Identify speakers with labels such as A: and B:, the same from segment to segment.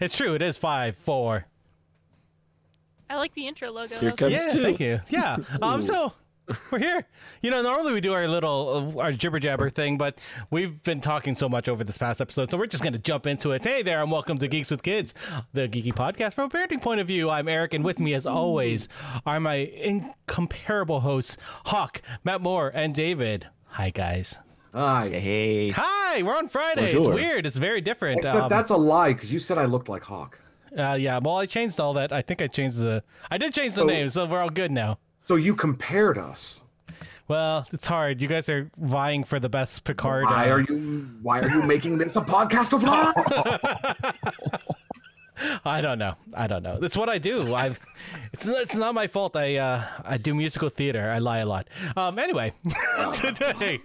A: It's true. It is five four.
B: I like the intro logo.
C: Here
B: That was
C: comes-
A: yeah,
C: That's two.
A: thank you. Yeah. Um,
C: Ooh.
A: so we're here. You know, normally we do our little uh, our jibber jabber thing, but we've been talking so much over this past episode, so we're just gonna jump into it. Hey there, and welcome to Geeks with Kids, the geeky podcast from a parenting point of view. I'm Eric, and with me, as always, are my incomparable hosts, Hawk, Matt Moore, and David. Hi guys.
D: Ah, hey.
A: Hi, we're on Friday.
C: Bonjour.
A: It's weird. It's very different.
D: Except
A: Um,
D: that's a lie because you said I looked like Hawk.
A: uh, yeah. Well, I changed all that. I think I changed the. I did change the
D: Oh.
A: name, so we're all good now.
D: So you compared us.
A: Well, it's hard. You guys are vying for the best Picard.
D: Why
A: uh,
D: are you? Why are you making this a podcast of lies?
A: I don't know. I don't know. That's what I do. I've. It's not- it's not my fault. I uh I do musical theater. I lie a lot. Um. Anyway, today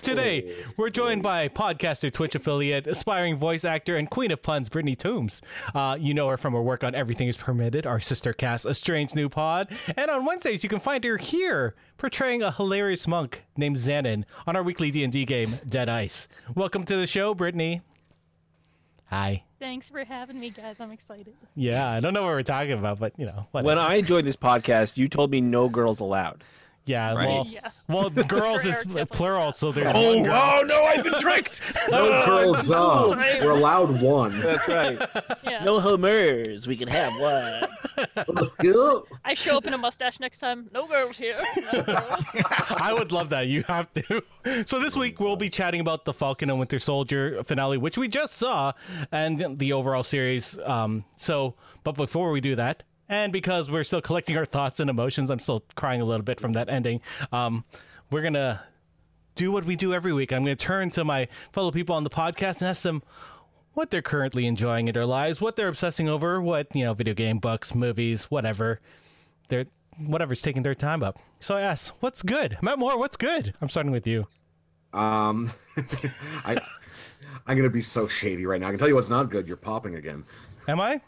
A: today we're joined by podcaster, Twitch affiliate, aspiring voice actor, and queen of puns, Brittany Toombs. Uh, you know her from her work on Everything Is Permitted, our sister cast, A Strange New Pod, and on Wednesdays you can find her here portraying a hilarious monk named Xanon on our weekly D and D game Dead Ice. Welcome to the show, Brittany. Hi.
B: Thanks for having me, guys. I'm excited.
A: Yeah, I don't know what we're talking about, but you know, whatever.
C: When I joined this podcast, you told me no girls allowed.
A: yeah,
E: Right.
A: well,
B: Yeah.
A: well, the girls
B: For
A: is
B: Eric, definitely.
A: plural, so there's
C: Oh,
A: one girl.
C: oh no, I've been tricked.
D: No Oh, girls up.
B: Sorry.
D: We're allowed one.
C: That's right.
B: Yeah.
C: No homers. We can have one.
B: I show up in a mustache next time. No girls here. No girls.
A: I would love that. You have to. So this week we'll be chatting about the Falcon and Winter Soldier finale, which we just saw, and the overall series. Um, so, but before we do that, and because we're still collecting our thoughts and emotions, I'm still crying a little bit from that ending. Um, we're gonna do what we do every week. I'm gonna turn to my fellow people on the podcast and ask them what they're currently enjoying in their lives, what they're obsessing over, what you know, video game, books, movies, whatever their whatever's taking their time up. So I asked, "What's good, Matt Moore? What's good?" I'm starting with you.
D: Um, I, I'm gonna be so shady right now. I can tell you what's not good. You're popping again.
A: Am I?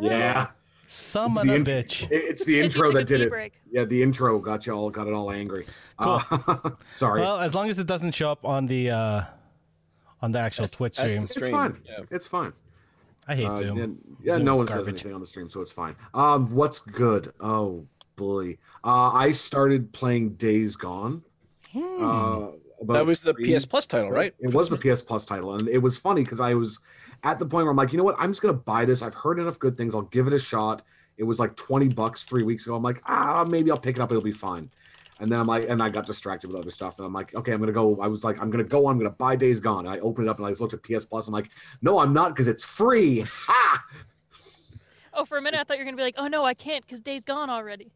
D: Yeah,
A: Some
D: It's
A: of
D: the
A: a
D: int-
A: bitch.
D: it- it's the
B: Yes, you
D: intro
B: took a
D: that did
B: pee
D: it.
B: break.
D: Yeah, the intro got you all got it all angry.
A: Cool.
D: Uh, sorry,
A: Well, as long as it doesn't show up on the uh on the actual Twitch
C: that's
A: stream,
C: the
D: it's
C: stream.
D: fine.
E: Yeah.
D: It's fine.
A: I hate
D: Uh,
A: Zoom.
D: and- yeah,
A: Zoom
D: no
A: is
D: one says
A: garbage.
D: anything on the stream, so it's fine. Um, what's good? Oh, boy. Uh, I started playing Days Gone.
A: Hmm.
D: Uh, about
C: That was the
D: three-
C: PS Plus title, right?
D: It was the PS Plus title, and it was funny because I was at the point where I'm like, you know what? I'm just gonna buy this. I've heard enough good things. I'll give it a shot. It was like 20 bucks three weeks ago. I'm like, ah, maybe I'll pick it up. It'll be fine. And then I'm like, and I got distracted with other stuff. And I'm like, okay, I'm gonna go. I was like, I'm gonna go. I'm gonna buy Days Gone. And I opened it up and I just looked at PS Plus. I'm like, no, I'm not because it's free. Ha!
B: Oh, for a minute I thought you were gonna be like, oh no, I can't because day's gone already.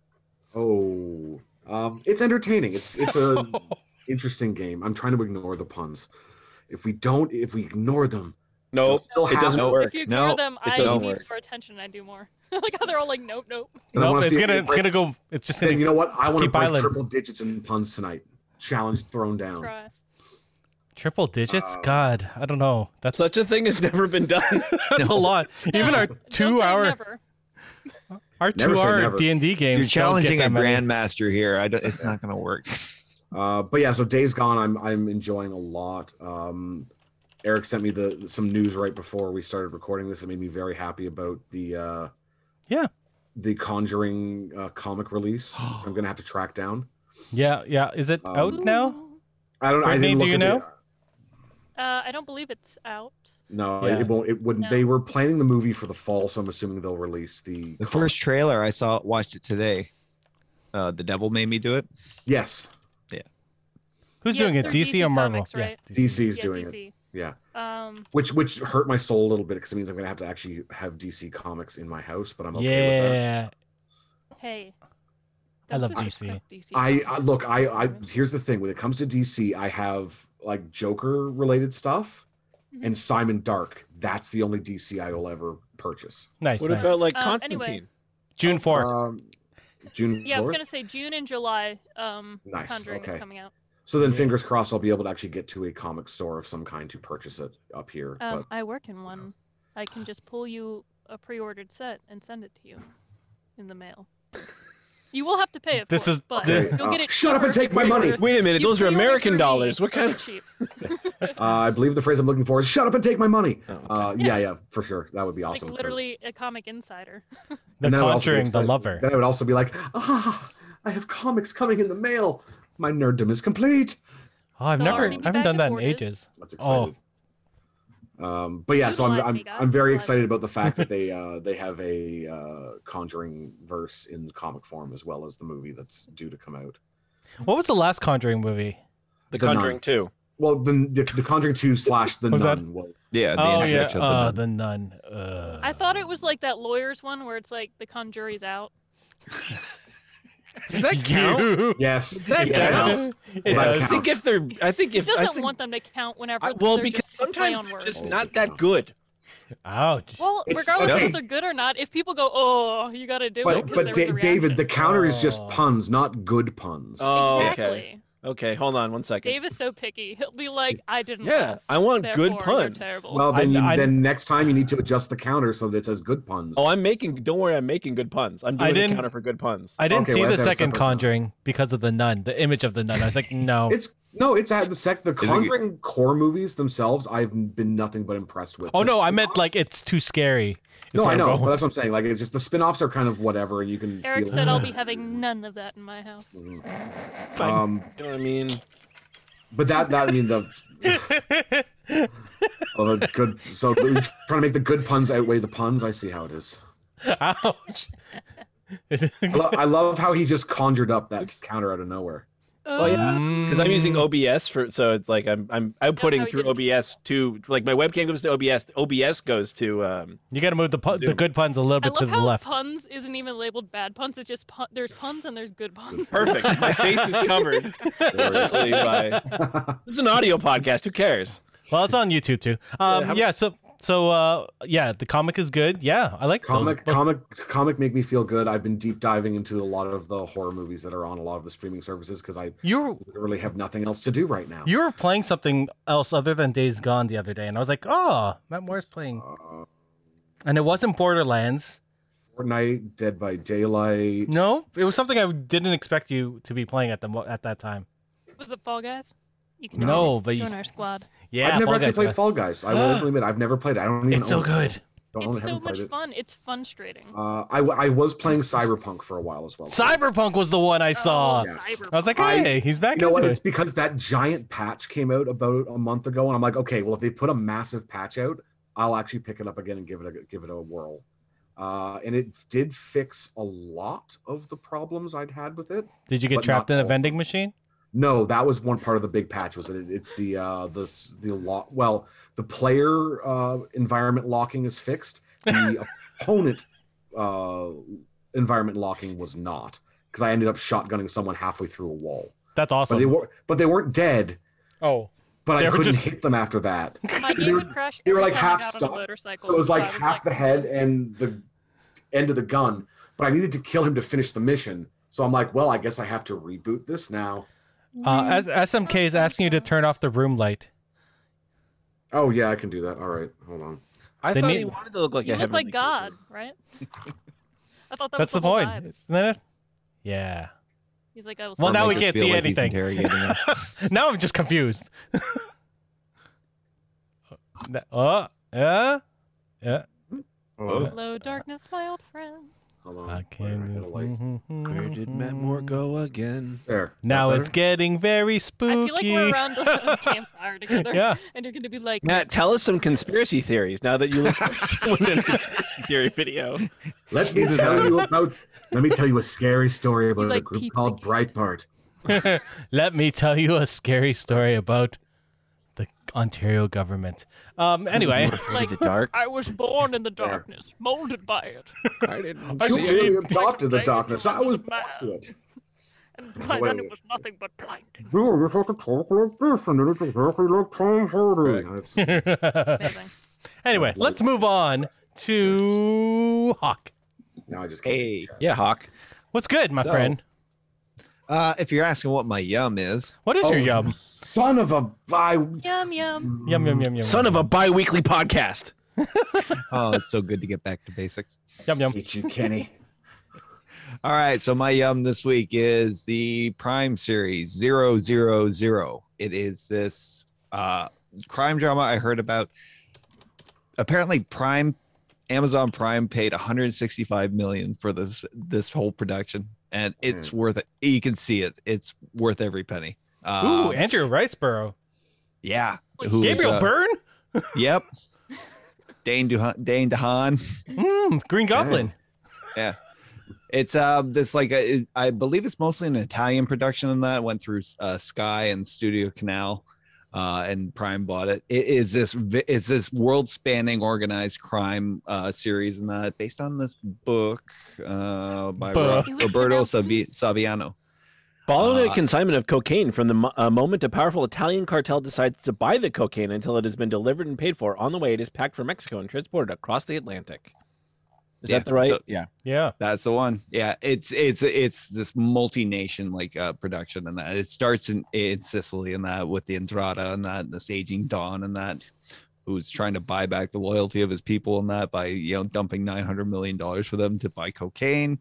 D: Oh, um, it's entertaining. It's it's a
A: Oh.
D: interesting game. I'm trying to ignore the puns. If we don't, if we ignore them,
C: No,
D: Still
C: it doesn't
D: have-
C: work.
B: If you ignore
E: No,
B: them,
C: it
B: I need
C: doesn't work.
B: more attention. and I do more. like how they're all like, nope, nope.
D: and I
A: Nope,
D: wanna
A: it's
D: see if
A: gonna
D: they
A: it's
D: break-
A: gonna go. It's just
D: Then
A: gonna.
D: you know what? I want to
A: Keep
D: break
A: island.
D: triple digits in puns tonight. Challenge thrown down.
B: Try.
A: Triple digits?
D: Uh,
A: God, I don't know. That's
C: Such a thing has never been done.
A: that's a lot. Even our
B: Don't
A: two
B: say
A: hour
B: Never.
A: our
D: Never
A: two
D: say
A: hour
D: never.
A: D and D games.
F: You're challenging a
A: don't get that many.
F: grandmaster here. I don't, it's not going to work.
D: Uh, but yeah, so Days Gone, I'm I'm enjoying a lot. Um, Eric sent me the some news right before we started recording this. It made me very happy about the uh,
A: Yeah.
D: the Conjuring uh, comic release. which I'm gonna have to track down.
A: Yeah, yeah. Is it
D: Um,
A: out now?
D: I don't. I
A: Brittany, do
D: didn't look
A: you
D: at the-
A: know?
B: Uh, I don't believe it's out.
D: No,
A: Yeah.
D: it won't. It wouldn't.
B: No.
D: They were planning the movie for the fall, so I'm assuming they'll release the.
F: The first trailer I saw, watched it today. Uh, the devil made me do it.
D: Yes,
A: Who's
B: Yeah,
A: doing it?
B: it's through
A: DC,
B: DC
A: or Marvel?
B: Comics, right?
A: Yeah,
D: DC is
B: yeah,
D: doing it.
B: DC.
D: Yeah,
B: Um,
D: which which hurt my soul a little bit because it means I'm gonna have to actually have DC comics in my house, but I'm okay with that.
A: yeah.
B: hey.
A: I
B: don't
A: love
B: disrespect DC
D: I, I
B: comics.
D: look, I, I here's the thing when it comes to DC, I have like Joker related stuff
B: Mhm.
D: and Simon Dark. That's the only DC I will ever purchase.
A: Nice.
C: What
A: nice.
C: about like
B: Um, anyway.
C: Constantine?
A: June fourth.
D: Um, June.
B: Yeah, I was
D: 4th?
B: gonna say June and July. Um,
D: Nice,
B: Conjuring
D: okay.
B: is coming out.
D: So then, fingers crossed, I'll be able to actually get to a comic store of some kind to purchase it up here.
B: Um, I work in one. I can just pull you a pre-ordered set and send it to you in the mail. You will have to pay it.
A: This
B: for
A: is-
B: it, but
A: this-
B: you'll get it.
D: Shut up and
B: cheaper
D: take my money.
B: for-
C: Wait a minute,
B: you
C: those are
B: pre-order
C: American
B: me,
C: dollars. What
B: you'll
C: kind
B: get
C: of?
B: cheap?
D: Uh, I believe the phrase I'm looking for is "Shut up and take my money." Uh, yeah, yeah, for sure. That would be awesome.
B: Like literally a comic insider.
A: The
D: And that would also be
A: Conjuring, The
D: exciting.
A: Lover.
D: Then I would also be like, "Ah, I have comics coming in the mail. My nerddom is complete."
A: Oh, I've
B: They'll
A: never,
B: already
A: I
B: be
A: haven't done
B: back
A: that in
B: and boarded.
A: ages.
D: That's
A: Oh.
D: exciting. Um, but yeah, so I'm
B: Utilize
D: I'm,
B: me, guys.
D: I'm very
B: Utilize
D: excited
B: me.
D: about the fact that they uh, they have a uh, Conjuring verse in comic form as well as the movie that's due to come out.
A: What was the last Conjuring movie?
C: The
D: The
C: Conjuring
D: Nun.
C: Two.
D: Well, the the, the Conjuring two slash the
A: Was that-
D: Nun. was-
F: Yeah. The
A: oh yeah,
F: introduction
A: uh,
F: of
A: the nun. Uh,
B: I thought it was like that lawyers one where it's like the conjuries out.
C: Does that count?
A: You.
D: yes,
C: That
D: it
C: counts.
D: counts.
A: It
D: That
A: does.
C: I think if they're, I think
B: It
C: if I
B: doesn't
C: think-
B: want them to count whenever.
C: I- well,
B: they're
C: because
B: just a play
C: sometimes
B: on
C: they're
B: words.
C: just
D: words.
C: not that good.
A: Ouch.
B: Well,
D: It's-
B: regardless
F: okay.
B: if they're good or not, if people go, "Oh, you got to do it,"
D: But
B: 'cause there
D: but
B: was
D: Da-
B: a
D: David, the
B: reaction.
D: counter is just
A: Oh.
D: puns, not good puns.
C: Oh,
B: exactly.
C: okay. Okay, hold on one second.
B: Dave is so picky. He'll be like, "I didn't."
C: yeah,
B: laugh,
C: I want
B: therefore
C: good
B: you're
C: puns.
B: Terrible.
D: well, then
A: I-
D: you-
A: I-
D: then next time you need to adjust the counter so that it says good puns.
C: Oh, I'm making. Don't worry, I'm making good puns. I'm
A: I
C: doing a
A: didn't-
C: counter for good puns.
A: I didn't
D: Okay,
A: see
D: well, I
A: the
D: thought it was
A: second
D: separate.
A: Conjuring because of the nun, the image of the nun. I was like, no.
D: It's no, it's at the sec. The
F: it-
D: Conjuring core movies themselves, I've been nothing but impressed with.
A: oh
D: The
A: no, I meant
D: spin-offs-
A: like it's too scary. is
D: No,
A: where
D: I
A: I'm
D: know,
A: going.
D: but that's what I'm saying. Like, it's just the spin-offs are kind of whatever, and you Mm. can.
B: Eric
D: feel
B: said,
D: it.
B: "I'll be having none of that in my house."
D: Um,
C: You know what I mean?
D: but that that I mean the. oh, the good. So you're trying to make the good puns outweigh the puns. I see how it is.
A: Ouch.
D: I, lo- I love how he just conjured up that counter out of nowhere.
C: Oh yeah, because I'm using
A: Mm.
C: OBS for so it's like I'm I'm
B: how
C: outputting
B: we
C: through OBS to like my webcam goes to OBS. OBS goes to um
A: You got to move the pu- the
C: Zoom.
A: good puns a little
B: I
A: bit
B: love
A: to the
B: how
A: left.
B: puns isn't even labeled bad puns. It's just pun- there's puns and there's good puns.
C: perfect. my face is covered. completely by- This is an audio podcast. Who cares?
A: Well, it's on YouTube too. Um, yeah,
C: how-
A: so so uh, yeah, the comic is good. Yeah, I like
D: comic
A: Those.
D: comic comic make me feel good i've been deep diving into a lot of the horror movies that are on a lot of the streaming services because i
A: You're
D: literally have nothing else to do right now
A: you were playing something else other than Days Gone the other day, and I was like, oh, Matt Moore's playing,
D: uh,
A: and it wasn't Borderlands.
D: fortnite dead by daylight
A: No, it was something I didn't expect you to be playing at the mo- at that time.
B: Was it Fall Guys? You can
A: No, but you,
B: join our squad.
A: yeah,
D: i've never
A: Fall
D: actually
A: Guys,
D: played
A: man.
D: fall guys i will admit i've never played it. i don't even
A: It's so
D: own it.
A: good.
D: don't own it,
B: It's so
D: haven't played
B: much
D: it.
B: fun. It's fun trading.
D: uh I, w- I was playing cyberpunk for a while as well
A: Cyberpunk was the one I saw.
D: Oh, yeah.
A: I was like,
D: I-
A: hey, he's back
D: you know what
A: into
D: it's
A: it.
D: because that giant patch came out about a month ago and i'm like okay well if they put a massive patch out i'll actually pick it up again and give it a give it a whirl uh, and it did fix a lot of the problems i'd had with it
A: Did you get
D: but
A: trapped
D: not
A: in a
D: all.
A: vending machine?
D: no that was one part of the big patch was that it, it's the uh the s- the lot well the player uh environment locking is fixed the opponent uh environment locking was not because i ended up shotgunning someone halfway through a wall
A: That's
D: but they
A: awesome.
D: were but they weren't dead
A: Oh,
D: but
A: They
D: I
A: were
D: couldn't
A: just-
D: hit them after that.
B: My
D: you
B: game
D: were-
B: would crash.
D: you were,
B: every
D: like,
B: time I
D: half
B: got on a
D: stopped.
B: motorcycle,
D: So it was
B: so I
D: like half the head and the end of the gun, but I needed to kill him to finish the mission. So I'm like, well, I guess I have to reboot this now.
A: Uh, as SMK is asking you to turn off the room light.
D: Oh yeah, I can do that. All right, hold on.
C: I
A: They
C: thought
A: need-
C: he wanted to look like
B: you
C: a
B: look
C: heavenly
B: like God,
C: creature.
B: right? I thought that
A: That's the
B: was whole
A: point,
B: vibe.
A: isn't it? Yeah.
B: He's like, I was.
A: Well,
F: Or
A: now we
F: make us
A: can't
F: feel
A: see
F: like he's
A: anything.
F: interrogating us.
A: now I'm just confused. That- oh, yeah, yeah. Oh,
D: Hold on.
B: Hello, darkness, my old friend.
D: Hold on.
A: I
D: Where
A: can.
D: did I light?
C: Where did Matt Moore go again?
D: There. Is
A: Now
D: that
A: it's
D: better?
A: getting very
B: I
A: spooky.
B: feel like we're around a campfire together,
A: yeah.
B: and you're gonna be like,
C: Matt, tell us some conspiracy theories now that you look like someone in a conspiracy theory video.
D: Let me tell you about. Let me tell you a scary story about
B: He's
D: a
B: like
D: group
B: Pizza
D: called
B: Kid.
D: Breitbart.
A: Let me tell you a scary story about the Ontario government. Um. Anyway,
C: Afraid of the dark.
B: I was born in the darkness, molded by it,
C: I didn't
A: I
D: You
A: see
C: see
A: it.
D: really adopted the
B: Like,
D: darkness. I was
B: mad.
D: back to it.
B: and by
D: Wait,
B: then
D: wait.
B: it was nothing but blinding.
D: You just have to talk like this, and it's exactly like Tom Hardy. And it's-
B: Amazing.
A: anyway, let's move on to Hawk.
D: Now I just can't. see
F: hey.
D: the chat.
C: Yeah, Hawk.
A: What's good, my
F: So-
A: friend?
F: Uh, if you're asking what my yum is,
A: What is your
D: Oh,
A: yum?
D: Son of a. I
B: Yum yum.
A: Yum yum yum yum.
C: Son of a bi-weekly podcast.
F: oh, it's so good to get back to basics.
A: yum yum.
D: hate you, Kenny.
F: All right, so my yum this week is the Prime series 000. It is this uh, crime drama I heard about. Apparently, Prime, Amazon Prime paid 165 million for this this whole production, and it's worth it. You can see it; it's worth every penny.
A: Ooh, eh.
F: Um,
A: Andrew Riceborough.
F: yeah,
B: Like
F: who's,
A: Gabriel
F: uh,
A: Byrne?
F: Yep, Dane Duhan, Dane DeHaan.
A: Mm, Green Goblin.
F: It's uh, this like a, it- I believe it's mostly an Italian production, and that went through uh, Sky and Studio Canal, uh, and Prime bought it. It is this vi- it's this world spanning organized crime uh, series, and that based on this book uh, by Ro-
A: Book.
F: Roberto Savi- Saviano.
C: Following
F: Uh,
C: a consignment of cocaine from the mo- uh, moment a powerful Italian cartel decides to buy the cocaine until it has been delivered and paid for. On the way, it is packed for Mexico and transported across the Atlantic. Is
F: Yeah,
C: that the right?
F: so-
C: yeah.
A: Yeah.
F: That's the one. Yeah, it's it's it's this multi-nation like uh, production, and that it starts in in Sicily, and that with the Entrada, and that and this aging Don, and that who's trying to buy back the loyalty of his people, and that by you know dumping nine hundred million dollars for them to buy cocaine.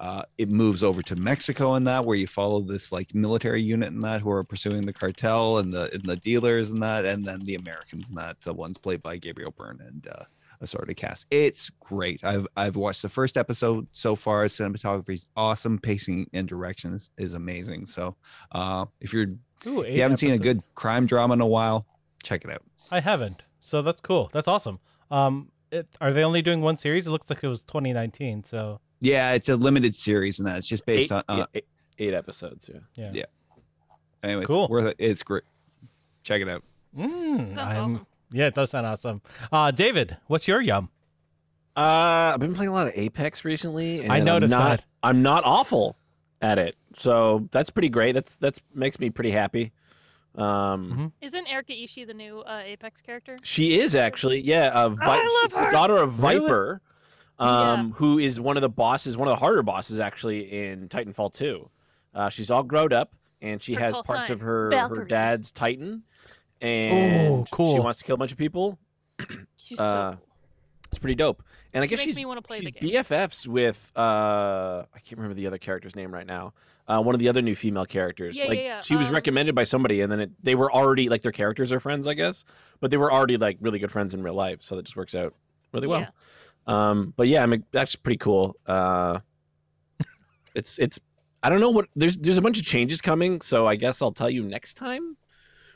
F: Uh, it moves over to Mexico in that where you follow this like military unit in that who are pursuing the cartel and the and the dealers and that, and then the Americans in that the ones played by Gabriel Byrne and uh, assorted cast. It's great. I've I've watched the first episode so far. Cinematography is awesome. Pacing and direction is, is amazing. So uh, if you're
A: Ooh,
F: if you haven't seen a good crime drama in a while, check it out.
A: I haven't. So that's cool. That's awesome. Um, it, are they only doing one series? It looks like it was 2019. So
F: Yeah, it's a limited series and that it's just
C: eight,
F: based on. Uh,
C: yeah, eight, eight episodes. Yeah.
F: Anyways,
A: Cool.
F: Worth it. It's great. Check it out.
A: mm,
B: That's
A: I'm-
B: awesome.
A: Yeah, it does sound awesome. Uh, David, what's your yum?
C: Uh, I've been playing a lot of Apex recently. And
A: I noticed
C: am not,
A: that.
C: I'm not awful at it, so that's pretty great. That's that's makes me pretty happy. Um,
A: Mm-hmm.
B: Isn't Erika Ishii the new uh, Apex character?
C: She is actually, yeah, a Vi-
B: Oh, I love
C: it's the
B: her.
C: daughter of
A: Really?
C: Viper, um, who is one of the bosses, one of the harder bosses actually in Titanfall Two. Uh, she's all grown up, and she
B: Her
C: has
B: call
C: parts
B: sign,
C: of her her
B: Valkyrie.
C: dad's Titan, and she
A: cool.
C: wants to kill a bunch of people.
B: She's
C: Uh,
B: so cool.
C: It's pretty dope, and I
B: She
C: guess
B: makes
C: she's
B: me wanna play
C: she's
B: the game.
C: BFFs with uh, I can't remember the other character's name right now. Uh, one of the other new female characters.
B: Yeah, yeah,
C: like
B: yeah,
C: she was
B: um,
C: recommended by somebody, and then it, they were already like their characters are friends, I guess, but they were already like really good friends in real life, so that just works out really well.
B: Yeah.
C: Um, but yeah, I mean that's pretty cool. Uh, it's it's I don't know what there's there's a bunch of changes coming, so I guess I'll tell you next time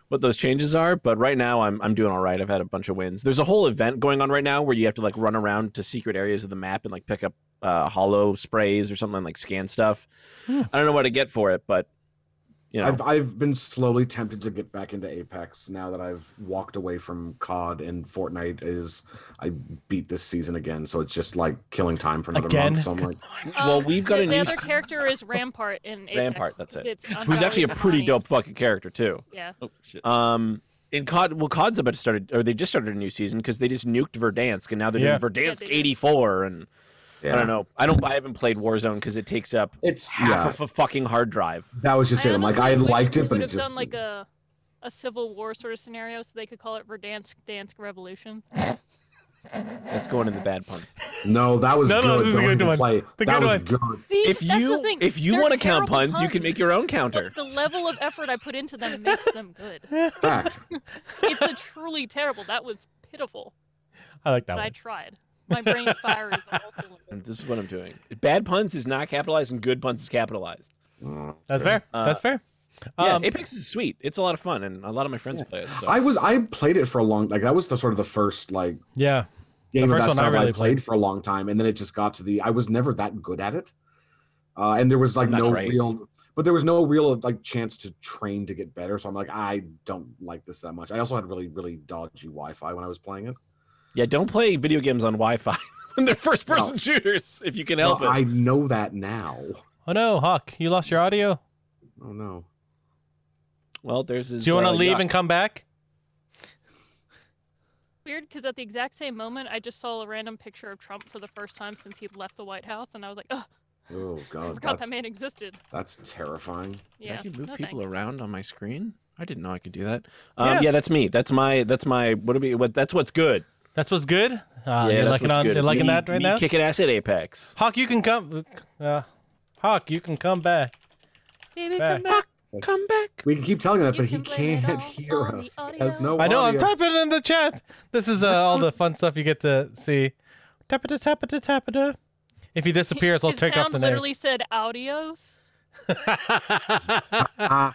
C: what those changes are. But right now I'm I'm doing all right. I've had a bunch of wins. There's a whole event going on right now where you have to like run around to secret areas of the map and like pick up uh, hollow sprays or something like scan stuff. I don't know what to get for it, but you know,
D: I've I've been slowly tempted to get back into Apex now that I've walked away from COD and Fortnite is I beat this season again, so it's just like killing time for another
A: Again?
D: month. So I'm like,
C: well
B: Um,
C: we've got
B: the,
C: a
B: the
C: new
B: other
C: s-
B: character is Rampart in Apex.
C: Rampart, that's it.
B: It's
C: who's actually a
B: Andrade
C: pretty
B: Asani.
C: dope fucking character too.
B: Yeah.
F: Oh shit.
C: Um, in COD, well, COD's about to start, or they just started a new season because they just nuked Verdansk, and now they're
A: Yeah.
C: doing
B: Yeah,
C: Verdansk
B: they did.
C: '84, and
D: yeah.
C: I don't know. I don't. I haven't played Warzone because it takes up
D: It's
C: half
D: yeah,
C: of a fucking hard drive.
D: that was just
B: I
D: it. I'm like
B: honestly
D: I
B: wish
D: liked
B: they
D: it, but it
B: would've
D: just
B: done like a a civil war sort of scenario, so they could call it Verdansk Dansk Revolution.
C: That's going in the bad puns.
D: no, that was
A: No,
D: good.
A: no, this is a
D: Don't
A: good
D: even
A: one.
D: Play.
A: The
D: that
A: good
D: was
A: one.
D: good.
B: See,
C: If
B: that's the
C: you
B: thing.
C: if you
B: They're
C: want to count
B: terrible
C: puns, you can make your own counter.
B: But the level of effort I put into them makes them good.
D: Fact.
B: It's a truly terrible. That was pitiful,
A: I like that
B: but I
A: one.
B: tried. My brain fires on all
C: And
B: cylinders.
C: this is what I'm doing. Bad puns is not capitalized, and good puns is capitalized.
D: Mm.
A: That's fair.
C: Uh,
A: That's fair.
C: Yeah,
A: Um,
C: Apex is sweet. It's a lot of fun, and a lot of my friends play it. So.
D: I was I played it for a long like that was the sort of the first like
A: yeah. The
D: game of
A: first one
D: that
A: I
D: stuff I
A: really
D: played,
A: played.
D: for a long time, and then it just got to the I was never that good at it, uh, and there was like
C: Not
D: no
C: great.
D: real, but there was no real like chance to train to get better. So I'm like, I don't like this that much. I also had really really dodgy Wi-Fi when I was playing it.
C: yeah, don't play video games on Wi-Fi when they're first-person
D: No.
C: shooters if you can help
D: Well,
C: it.
D: I know that now.
A: Oh no, Hawk, you lost your audio.
D: Oh no,
C: Well, there's his.
A: Do you want
C: uh,
A: to leave
C: yuck.
A: and come back?
B: Weird, because at the exact same moment, I just saw a random picture of Trump for the first time since he left the White House, and I was like, oh,
D: oh
B: I
D: god,
B: forgot
D: that's
B: that man existed.
D: that's terrifying.
B: Yeah.
C: I can move
B: no
C: people
B: thanks.
C: around on my screen. I didn't know I could do that. Um, yeah.
A: Yeah.
C: that's me. That's my. That's my. What do we? What? That's what's good.
A: That's what's good. Uh,
C: yeah,
A: you're
C: that's
A: liking
C: what's
A: on,
C: good.
A: you're
C: is
A: liking
C: me-
A: that right
C: me
A: now.
C: Kicking ass at Apex.
A: Hawk, you can come. Uh, Hawk, you can come back.
B: Baby,
A: Back.
B: come back.
C: Come back.
D: We can keep telling him that,
B: You
D: but he
B: can blame it
D: can't
B: all
D: hear
B: on the
D: us. He has
B: audio.
D: no
A: I know. I'm
D: audio.
A: typing in the chat. This is uh, all the fun stuff you get to see. Tapita, tapita, tapita. If he disappears, I'll
B: His
A: take off
B: sound
A: the
B: literally
A: nails.
B: said audios.
D: Ah.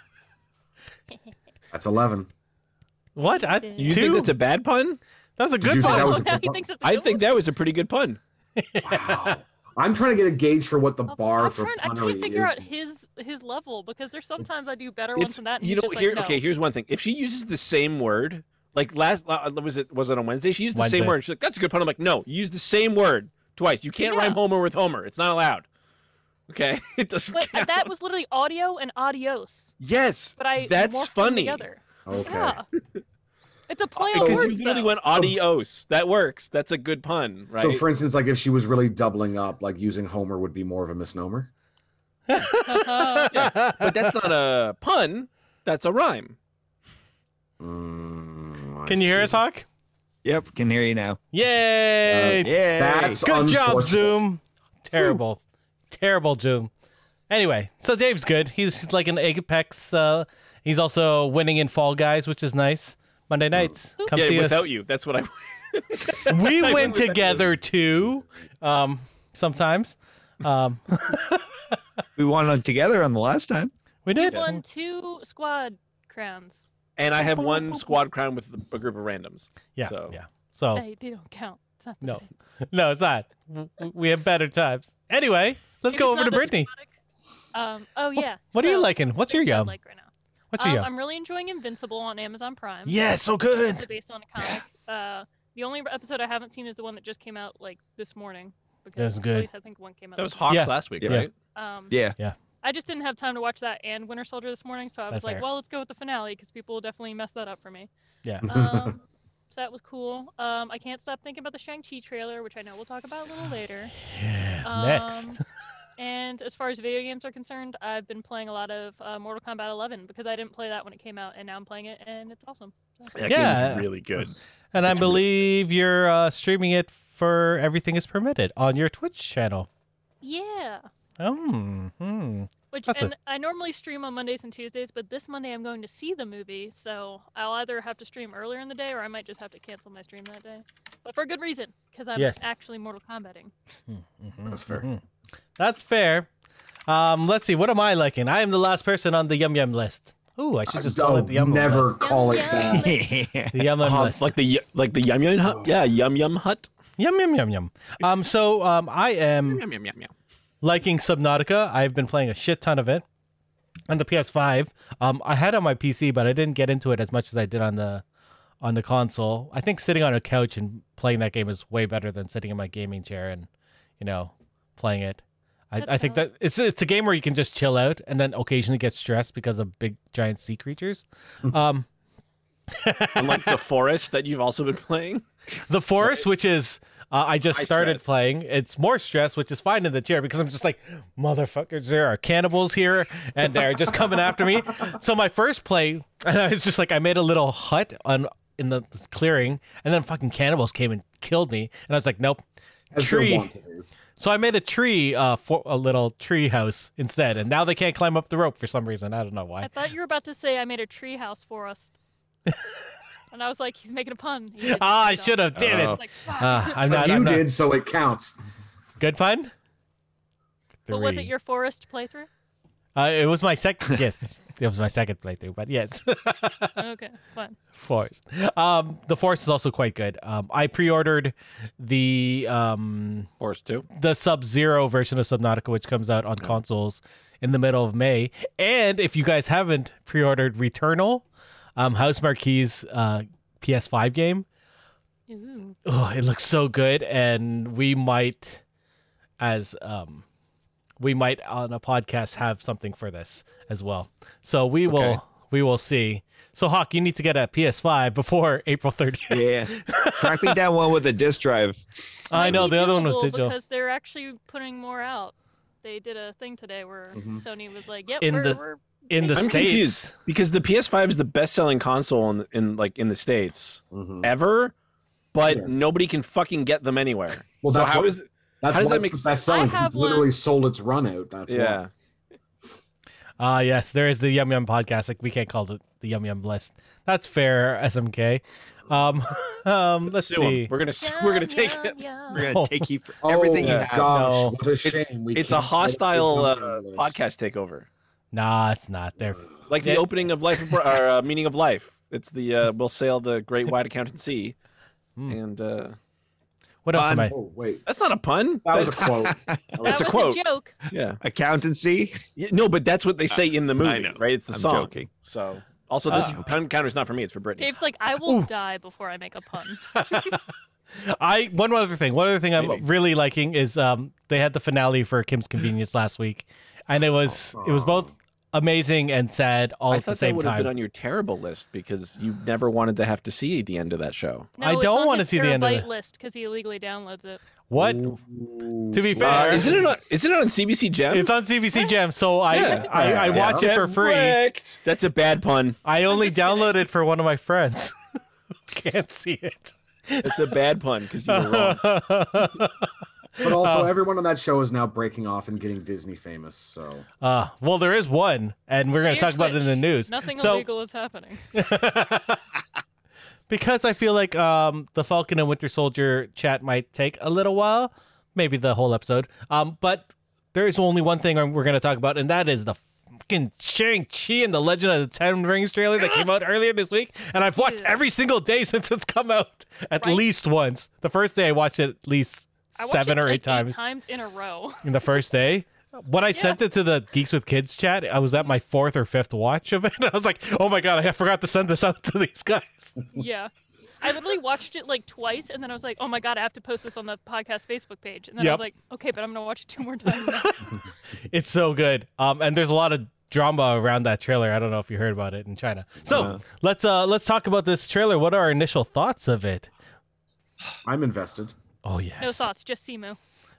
D: That's 11.
A: what? I,
B: You
C: You
A: two?
C: think that's a bad pun?
A: that was a
D: you
A: good
D: think
A: one.
D: that was-
B: oh, now he thinks it's a
C: I
B: good
C: think that was a pretty good pun.
D: Wow. I'm trying to get a gauge for what the
B: one.
D: bar
B: I'm
D: for
B: trying, I
D: punnery
B: can't figure
D: is.
B: out his his level because there's sometimes I do better ones
C: It's
B: than that. And
C: you
B: he's
C: know
B: just
C: here.
B: like, no.
C: Okay, here's one thing. If she uses the same word, like last uh, was it was it on Wednesday? She used the
A: Wednesday.
C: same word. She's like, "That's a good pun." I'm like, "No, you use the same word twice. You can't
B: Yeah.
C: rhyme Homer with Homer. It's not allowed." Okay, it doesn't
B: But
C: count.
B: that was literally audio and adios.
C: yes,
B: But I morphed
C: that's
B: them
C: funny
B: Together.
D: Okay.
B: Yeah. It's a
A: Uh,
B: play on
C: because
B: words.
C: you literally
B: though.
C: went adios. That works. That's a good pun, right?
D: So, for instance, like if she was really doubling up, like using Homer would be more of a misnomer.
B: Uh-huh.
C: but that's not a pun. That's a rhyme.
D: Mm, I
A: Can you hear
D: see.
A: us, Hawk?
F: Yep, can hear you now.
A: Yay!
F: Uh, Yeah,
D: That's
A: Good job,
D: unfortunate.
A: Zoom. Terrible. Terrible, Zoom. Anyway, so Dave's good. He's like an Apex. Uh, he's also winning in Fall Guys, which is nice. Monday nights. Come see
C: yeah, without
A: us.
C: you, that's what I.
A: We
C: I
A: win
C: went without you.
A: together too, um, sometimes. Um,
F: We won on together on the last time.
A: we did.
B: won two squad crowns.
C: And I have one squad crown with a group of randoms.
A: Yeah.
C: So.
A: Yeah. So,
B: They, they don't count. It's not the
A: Oh. no.
B: same.
A: No, it's not. W- w- We have better times. Anyway, let's
B: Maybe
A: go
B: it's
A: over to
B: not
A: Brittany.
B: as squadic. Um, oh yeah.
A: What are you
B: so
A: liking? What's your
B: things I
A: yum?
B: Like right now.
A: What's your
B: Um,
A: yum?
B: I'm really enjoying Invincible on Amazon Prime.
A: Yeah, so
B: which is
A: good.
B: also based on a comic. Uh, the only episode I haven't seen is the one that just came out like this morning. Because
A: was good.
B: At least I think one came out.
C: That was
B: this
C: Hawks
A: Yeah.
C: last week,
A: Yeah.
C: right?
B: morning. Um,
F: Yeah.
B: I just didn't have time to watch that and Winter Soldier this morning, so I was
A: That's
B: like,
A: fair.
B: well, let's go with the finale because people will definitely mess that up for me.
A: Yeah.
B: Um, so that was cool. Um, I can't stop thinking about the Shang Chi trailer, which I know we'll talk about a little later.
A: Yeah. Next.
B: Um, and as far as video games are concerned, I've been playing a lot of uh, Mortal Kombat 11 because I didn't play that when it came out, and now I'm playing it, and it's awesome. So,
C: That
A: Yeah.
C: game's really good.
A: And I
C: It's really-
A: believe you're uh, streaming it for Everything is Permitted on your Twitch channel.
B: yeah.
A: Oh, hmm.
B: Which
A: That's a-
B: and I normally stream on Mondays and Tuesdays, but this Monday I'm going to see the movie, so I'll either have to stream earlier in the day or I might just have to cancel my stream that day. But for good reason, because I'm
A: Yes.
B: actually Mortal Kombating.
D: That's fair.
A: Mm-hmm. That's fair. Um, let's see. What am I liking? I am the last person on the yum yum list. Ooh, I should just call
D: Don't
A: it the yum yum
D: never
A: list.
D: call it
B: Yeah.
D: that.
A: The yum yum
C: Hot-
A: list.
C: like the y- like the yum yum
D: Oh.
C: hut. Yeah, yum yum hut.
A: Yum yum yum yum. Um, so um, I am
C: Yum yum yum yum.
A: liking Subnautica. I've been playing a shit ton of it on the PS5. Um, I had it on my PC, but I didn't get into it as much as I did on the on the console. I think sitting on a couch and playing that game is way better than sitting in my gaming chair and you know playing it. I,
B: That's
A: I think that it's it's a game where you can just chill out and then occasionally get stressed because of big giant sea creatures. Um,
C: And like the forest that you've also been playing.
A: The Forest, which is uh, I just
C: High
A: started
C: stress.
A: playing. It's more stress, which is fine in the chair because I'm just like, motherfuckers, there are cannibals here and they're just coming after me. So my first play, and I was just like, I made a little hut on in the this clearing, and then fucking cannibals came and killed me, and I was like, nope.
D: As you're
A: Tree.
D: wont to do.
A: So I made a tree, uh, for a little tree house instead, and now they can't climb up the rope for some reason. I don't know
B: I
A: why.
B: thought you were about to say I made a tree house for us. and I was like, he's making a pun. He didn't,
A: Ah, I
B: so
A: should have. Damn
F: Oh.
A: it.
B: It's like, fuck.
A: Uh, I'm not.
D: you
A: I'm not-
D: did, so it counts.
A: Good fun.
B: but was it
A: Three.
B: your forest playthrough?
A: Uh, it was my second. yes, it was my second playthrough. But yes,
B: okay, fun.
A: Forest. Um, the Forest is also quite good. Um, I pre-ordered the um
C: Forest too.
A: the Sub Zero version of Subnautica, which comes out on consoles in the middle of May. And if you guys haven't pre-ordered Returnal, um, House Marquis uh, PS5 game,
B: Ooh.
A: oh, it looks so good, and we might, as um, we might on a podcast have something for this as well. So we
F: Okay.
A: will we will see. So Hawk, you need to get a PS5 before April 30th.
F: yeah. Track me down one with a disc drive.
A: I
B: Might
A: know
B: be
A: the other one was
B: doable
A: digital.
B: because they're actually putting more out. They did a thing today where
D: Mhm.
B: Sony was like, "Yep,
A: Mm-hmm. In
B: we're,
A: the-
B: we're
A: in the
B: making-
A: States.
C: I'm confused because the PS5 is the best-selling console in, in like in the states
D: Mhm.
C: ever, but
D: Yeah.
C: nobody can fucking get them anywhere.
D: Well,
C: so
D: that's
C: how
D: what-
C: is
D: That's
C: How does
D: why
C: that
D: it's
C: make
D: the
C: sense?
D: best selling.
B: I
D: 'cause
B: have
D: It's literally
B: one-
D: sold its run out. That's
C: yeah.
D: why.
A: Ah, yes, there is the Yum Yum podcast. Like we can't call it the Yum Yum list. That's fair, SMK. Um, um, let's
C: sue 'em.
A: see.
C: We're gonna s- we're gonna take it.
F: We're gonna
A: Oh.
F: take you for everything
D: oh,
F: you
C: yeah.
F: have.
D: Gosh,
A: No.
D: what a shame.
C: It's-
D: we
C: It's a
D: can't
C: hostile
D: let
C: uh,
D: it go on this.
C: podcast takeover,
A: Nah, it's not. They're
C: like the
A: Yeah.
C: opening of Life of Bri- or uh, Meaning of Life. It's the uh, we'll sail the great wide accountant sea,
A: Hmm.
C: and uh,
A: what else am
F: Fun.
A: I?
D: Oh wait,
C: that's not a pun.
D: that was a quote. That was-
C: That's a
B: that was
C: quote.
B: a joke.
C: yeah.
F: Accountancy.
C: Yeah, no, but that's what they say in the movie,
F: know.
C: right? It's the
F: I'm
C: song.
F: joking.
C: So also this
A: Ah.
C: is pun counter's not for me. It's for Brittany.
B: Dave's like, I will
A: Ooh.
B: die before I make a pun.
A: I one other thing. One other thing
C: Maybe.
A: I'm really liking is um they had the finale for Kim's Convenience last week, and it was it was both amazing and sad all
C: I
A: at the
C: thought that
A: same
C: would have
A: time.
C: been on your terrible list because you never wanted to have to see the end of that show.
B: No,
A: I don't
B: want
A: wanna
B: to
A: see the end of it.
B: list because he illegally downloads it.
A: what? To be fair,
C: Uh, isn't it? On, isn't it on CBC Gem?
A: It's on CBC Gem, so I
C: Yeah.
A: I, I
F: Yeah.
A: watch it for free.
C: Correct. That's a bad pun.
A: I only
B: just kidding.
A: downloaded for one of my friends. Can't see it.
C: That's a bad pun because you were wrong.
D: But
A: Oh.
D: also, everyone on that show is now breaking off and getting Disney famous. So
A: Uh, well, there is one, and we're going to
B: Dear
A: talk about it in the
B: Twitch,
A: news.
B: Nothing
A: so,
B: illegal is happening.
A: because I feel like um, the Falcon and Winter Soldier chat might take a little while, maybe the whole episode. Um, but there is only one thing I'm- we're going to talk about, and that is the fucking Shang Chi and the Legend of the Ten Rings trailer that came out earlier this week. And I've watched
B: Yeah.
A: every single day since it's come out, at
B: Right.
A: least once. The first day I watched it at least
B: I watched
A: seven
B: it,
A: or
B: like,
A: eight times
B: times in a row.
A: in the first day. When I sent it to the Geeks with Kids chat, I was at my fourth or fifth watch of it. I was like, "Oh my god, I forgot to send this out to these guys."
B: yeah. I literally watched it like twice, and then I was like, "Oh my god, I have to post this on the podcast Facebook page." And then I
A: Yep.
B: was like, "Okay, but I'm gonna watch it two more times." now."
A: It's so good. Um, and there's a lot of drama around that trailer. I don't know if you heard about it in China. So
F: Uh-huh.
A: let's uh let's talk about this trailer. What are our initial thoughts of it?
D: I'm invested.
A: Oh yes,
B: no thoughts, just Simu.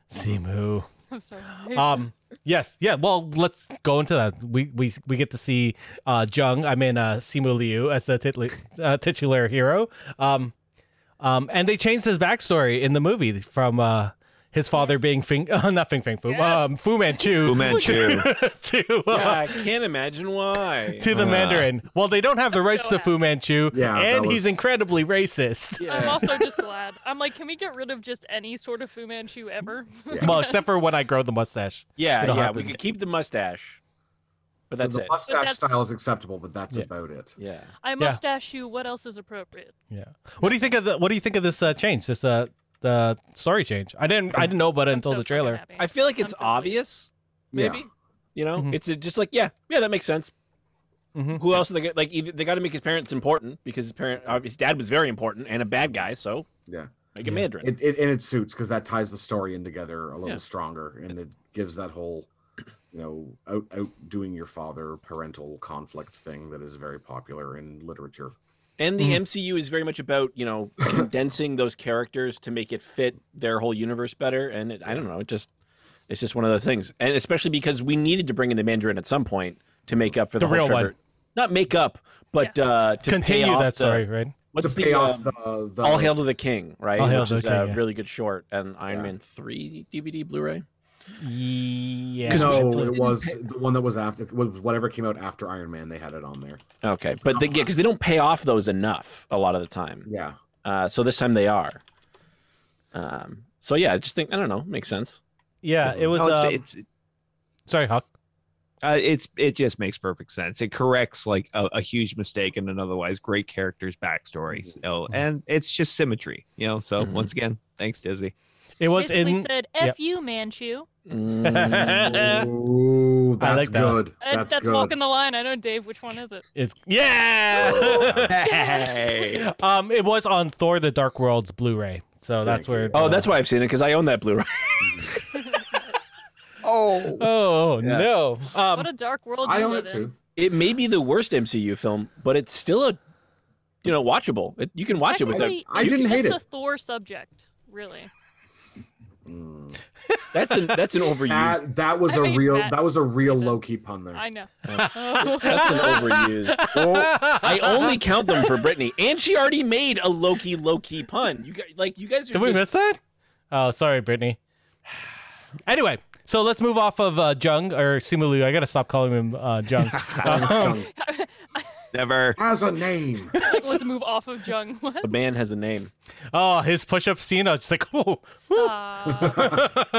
A: Simu.
B: I'm sorry.
A: Um, yes, yeah. Well, let's go into that. We we we get to see uh Jung. I mean uh Simu Liu as the titli- uh, titular hero. Um, um, and they changed his backstory in the movie from uh his father being Fing, uh, not Fing Fing Fu,
B: Yes.
A: um, Fu Manchu.
F: Fu Manchu.
A: to uh,
C: Yeah, I can't imagine why.
A: to the Mandarin. Well, they don't have the rights
B: so
A: to Fu Manchu,
D: Yeah,
A: and
D: that
A: he's
D: was-
A: incredibly racist.
B: I'm also just glad. I'm like, can we get rid of just any sort of Fu Manchu ever?
A: Well, except for when I grow the mustache.
C: Yeah,
A: It'll
C: yeah.
A: happen.
C: We could keep the mustache, but that's
D: the
C: it.
D: mustache
B: that's-
D: style is acceptable, but that's
A: Yeah.
D: about it.
C: Yeah.
B: I mustache you. What else is appropriate?
A: Yeah. What do you think of the What do you think of this uh, change? This uh the story change. I didn't I didn't know about it
B: I'm
A: until
B: so
A: the
B: fucking
A: trailer.
B: happy.
C: I feel like
B: I'm
C: it's
B: so pleased.
C: obvious,
D: Yeah. Mm-hmm.
C: maybe. You know,
A: Mhm.
C: it's a, just like yeah, yeah, that makes sense.
A: Mhm.
C: Who else? Are they gonna, like either they got to make his parents important because his parent, uh, his dad was very important and a bad guy, so
D: Yeah.
C: make him
A: Yeah.
C: Mandarin.
D: It, it and it suits because that ties the story in together a little
C: Yeah.
D: stronger, and it gives that whole, you know, out outdoing your father parental conflict thing that is very popular in literature.
C: and the
A: Mhm.
C: MCU is very much about you know condensing those characters to make it fit their whole universe better. And it, I don't know, it just it's just one of those things. And especially because we needed to bring in the Mandarin at some point to make up for
A: The
C: the, whole
A: real one.
C: Trevor- Not make up, but uh, to pay
A: Continue
C: off
A: that
C: the-
A: story, right?
C: What's
D: to
C: the,
D: pay off
C: um,
D: the, the
C: All Hail to the King, right?
A: All Hail
C: Which
A: to
C: is
A: the King,
C: a
A: yeah.
C: really good short and Iron
D: Yeah.
C: Man 3 DVD Blu-ray.
A: Yeah.
C: 'Cause
D: no,
C: we-
D: it was the one that was after it was whatever came out after Iron Man. They had it on there.
C: Okay, but they, yeah, because they don't pay off those enough a lot of the time.
D: Yeah,
C: Uh, so this time they are. Um, so yeah, I just think I don't know, makes sense.
A: yeah, it was.
F: No, it's-
A: um,
F: it's-
A: sorry, Hawk.
F: Uh, it's it just makes perfect sense. It corrects like a, a huge mistake in an otherwise great character's backstory. So
A: Mhm.
F: and it's just symmetry, you know. So
C: Mhm.
F: once again, thanks Disney.
A: It was
B: Basically
A: in.
B: said,
A: yeah.
B: "F you, Manchu."
C: Mm.
D: Ooh, that's
A: like that.
D: good.
B: That's,
D: That's,
B: that's,
D: good.
B: walking the line. I know, Dave. Which one is it?
A: It's yeah.
F: Hey.
A: um, it was on Thor: The Dark World's Blu-ray. So that's
D: Thank
A: where.
D: you.
C: Oh, that's why I've seen it because I own that Blu-ray.
F: Oh,
A: Oh
C: Yeah.
A: no. Um,
B: what a dark world
D: I
B: you
D: own
B: live in.
D: it too.
C: It may be the worst MCU film, but it's still a, you know, watchable. It, you can watch it with a.
B: Technically,
D: I
B: it's
D: didn't hate
B: just
D: it.
B: a Thor subject, really.
D: Mm.
C: That's an that's an overused.
D: That that was
B: I
D: a
B: hate
D: real
B: that.
D: that was a real low key pun there.
B: I know.
C: That's,
B: Oh.
C: that's an overused. I only count them for Brittany, and she already made a Loki Loki pun. You guys, like you guys are
A: Did we
C: just
A: miss that? Oh, sorry, Brittany. Anyway, so let's move off of uh, Jung or Simulu. I gotta stop calling him uh, Jung. Um,
E: Never.
D: Has a name.
B: Like, let's move off of Jung. What?
C: The man has a name.
A: oh, his push-up scene. I was just like, oh,
B: Stop.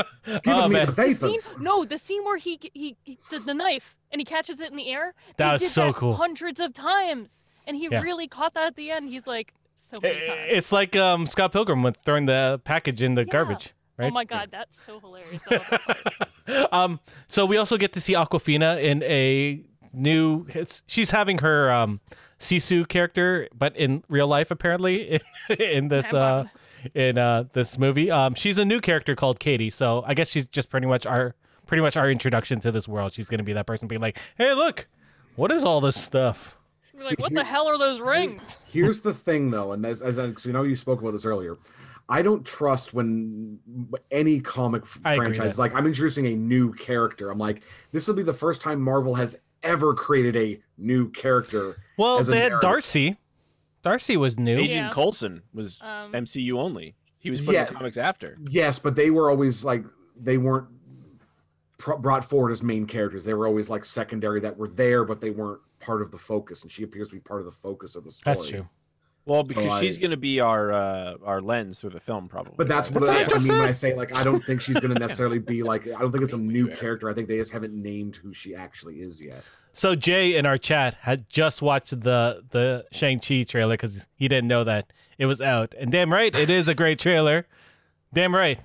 D: Give
A: Oh,
D: me
A: man.
D: the
B: scene,
D: faces.
B: no, the scene where he he, he the, the knife and he catches it in the air.
A: That
B: they
A: was
B: did
A: so cool.
B: Hundreds of times, and he
A: Yeah. Eh,
B: really caught that at the end. He's like so
A: I-
B: many times.
A: it's like um, Scott Pilgrim with throwing the package in the
B: Yeah.
A: garbage.
B: Oh
A: right?
B: my god, that's so hilarious. I love that part.
A: um, so we also get to see Aquafina in a new. It's, she's having her um, Sisu character, but in real life, apparently, in, in this uh,
B: Vampire.
A: in uh, this movie. Um, she's a new character called Katie. So I guess she's just pretty much our pretty much our introduction to this world. She's gonna be that person being like, "Hey, look, what is all this stuff?"
B: You're like, what the hell are those rings?
D: Here's the thing, though, and as, as, as you know, you spoke about this earlier. I don't trust when any comic f-
A: I agree
D: franchise
A: that-
D: like I'm introducing a new character. I'm like, this will be the first time Marvel has ever created a new character.
A: Well,
D: as a
A: they had
D: narrative.
A: Darcy. Darcy was new.
C: Agent
B: Yeah.
C: Coulson was
B: Um,
C: MCU only. He was put
D: Yeah.
C: in the comics after.
D: Yes, but they were always like they weren't pro- brought forward as main characters. They were always like secondary that were there, but they weren't part of the focus. And she appears to be part of the focus of the story.
A: That's true.
C: Well, because
D: Oh, I-
C: she's going to be our uh, our lens through the film, probably.
D: But that's what,
A: That's what I
D: that's what I
A: just
D: mean when
A: said.
D: I say like I don't think she's going to necessarily be like I don't think it's a new
C: Eric.
D: character. I think they just haven't named who she actually is yet.
A: So Jay in our chat had just watched the the Shang Chi trailer because he didn't know that it was out, and damn right it is a great trailer. Damn right.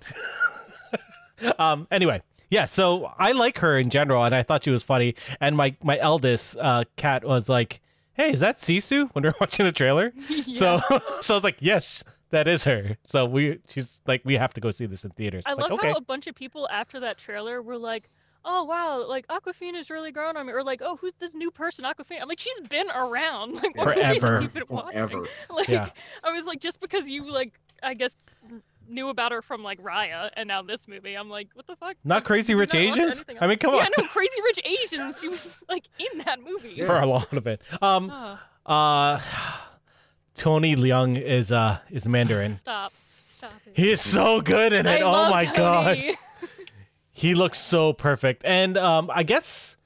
A: um. Anyway, yeah. So I like her in general, and I thought she was funny. And my my eldest uh, cat was like, "Hey, is that Sisu?" When we were watching the trailer, so so I was like, "Yes, that is her." So we she's like, "We have to go see this in theaters."
B: I
A: It's
B: love
A: like, okay.
B: how a bunch of people after that trailer were like, "Oh wow, like Aquafina's really grown on me," or like, "Oh, who's this new person, Aquafina?" I'm like, "She's been around like what movies have
A: Forever.
B: you been watching?"
D: Forever.
B: Like,
A: Yeah.
B: I was like, just because you like, I guess, n- knew about her from like Raya and now this movie, I'm like, what the fuck?
A: Not
B: Did-
A: Crazy
B: did you
A: Rich
B: not watch
A: Asians?
B: anything
A: I mean,
B: else?
A: come on.
B: Yeah, no, Crazy Rich Asians. She was like in that movie. Oh,
A: for a lot of it. Um.
B: Ugh,
A: Uh, Tony Leung is uh is Mandarin.
B: stop. Stop it.
A: He is so good in
B: I
A: it. oh
B: love
A: my god,
B: Tony.
A: he looks so perfect. And um, I guess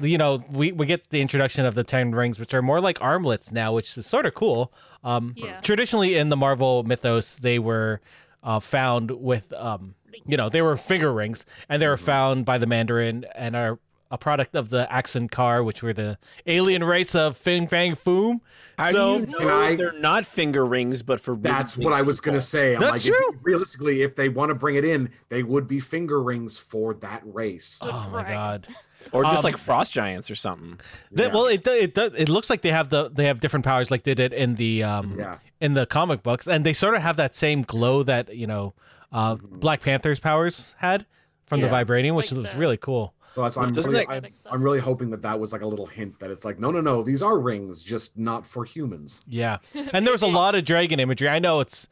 A: you know we we get the introduction of the ten rings, which are more like armlets now, which is sort of cool. Um,
B: Yeah.
A: traditionally in the Marvel mythos, they were uh, found with um, you know, they were finger rings, and they were found by the Mandarin and are. A product of the Axon Car, which were the alien race of Fing Fang Foom.
C: How
A: so,
C: do you know
D: Can I-
C: they're not finger rings, but for really
D: That's
C: big
D: what I was gonna
C: people?
D: say. I'm
A: That's
D: like, if-
A: true.
D: realistically, if they want to bring it in, they would be finger rings for that race.
B: Good
A: oh my
B: grind.
A: god.
C: Or just
A: Um,
C: like frost giants or something.
A: They-
D: Yeah.
A: Well, it do- it do- it looks like they have the they have different powers like they did in the um
D: Yeah.
A: in the comic books, and they sort of have that same glow that you know uh,
D: Mm-hmm.
A: Black Panther's powers had from the
C: Yeah.
A: vibranium, which
B: Like
A: was
B: the-
A: really cool.
D: So that's I'm
C: Doesn't
D: really,
C: that-
D: I'm, I'm really hoping that that was like a little hint that it's like no no no these are rings just not for humans.
A: Yeah, and there was a lot of dragon imagery. I know it's,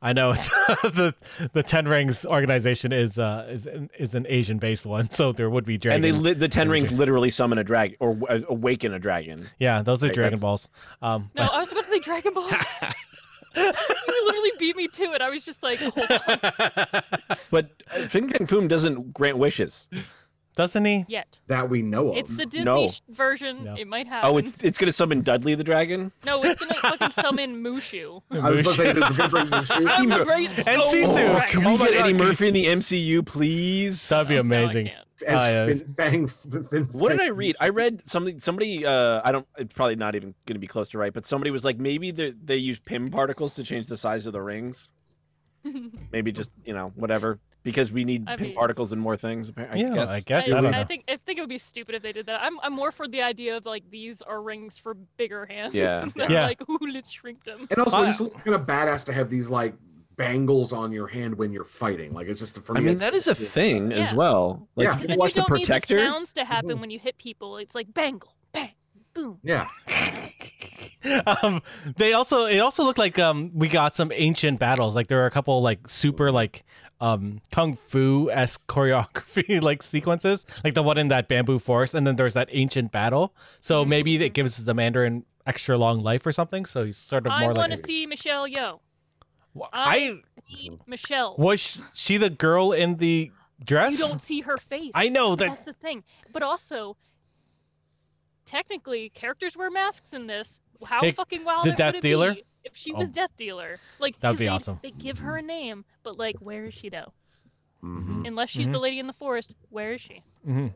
A: I know it's the the Ten Rings organization is uh is an- is an Asian based one, so there would be
C: And
A: dragons.
C: they li- the ten rings literally summon a dragon or w- uh, awaken a dragon.
A: yeah, those are
C: Like,
A: Dragon
C: that's-
A: Balls. Um,
B: No, I was about to say Dragon Ball. you literally beat me to it. I was just like, hold on.
C: But uh, Fing Fang Foom doesn't grant wishes.
B: Oh,
A: doesn't he?
B: Yet.
D: That we know of.
B: It's the Disney
C: No.
B: sh- version.
A: No.
B: It might happen.
C: Oh, it's it's gonna summon Dudley the dragon.
B: No, it's gonna fucking summon Mushu.
D: I was going to say we're going to bring
B: I'm
D: Mushu,
B: the great
A: And
B: Snow
A: Sisu.
B: Dragon.
A: Can
C: Can
A: Oh my
C: we get
A: God,
C: Eddie
A: can you-
C: Murphy in the MCU, please?
A: That'd be
B: No, I
A: amazing.
B: can't.
D: as
A: Ah, yeah.
D: fin, bang, fin, fin,
C: What did I read? I read something. Somebody, uh, I don't. It's probably not even going to be close to right, but somebody was like, maybe they they use PIM particles to change the size of the rings. maybe just you know whatever because we need
B: I
C: PIM
B: mean-
C: particles and more things. Apparently,
A: yeah,
C: I guess.
A: I guess.
B: I,
A: I don't
B: I
A: know.
B: think I think it would be stupid if they did that. I'm I'm more for the idea of like these are rings for bigger hands.
C: Yeah.
B: They're
A: Yeah.
B: Like ooh, let's shrink them.
D: And also,
A: Oh,
D: it just looks kind of badass to have these like bangles on your hand when you're fighting. Like it's just for
C: I
D: me.
C: mean, that is a thing as
B: Yeah.
C: well. Like,
D: Yeah.
C: if
B: Because
C: you
B: then
C: watch
B: you
C: the
B: don't
C: protector.
B: need the sounds to
A: Mm-hmm.
B: happen when you hit people. It's like bangle, bang, boom.
D: yeah,
A: um, they also it also looked like um we got some ancient battles. Like there are a couple like super like um kung fu esque choreography like sequences, like the one in that bamboo forest, and then there's that ancient battle. So
B: Mm-hmm.
A: maybe it gives the Mandarin extra long life or something. So he's sort of
B: I
A: more
B: want
A: like
B: to
A: a-
B: see Michelle Yo.
A: Wha-
B: I
A: I
C: Mm-hmm.
B: need Michelle.
A: was she the girl in the dress.
B: You don't see her face.
A: I know that.
B: That's the thing. But also, technically, characters wear masks in this. How
A: Hey,
B: fucking wild
A: the
B: it
A: Death
B: would it
A: Dealer?
B: be if she
A: Oh.
B: was Death Dealer. Like
A: That'd
B: 'cause
A: be
B: they,
A: awesome.
B: They give her a name, but like, where is she though?
F: Mhm.
B: Unless she's
A: Mhm.
B: the lady in the forest, where is she?
A: Mhm.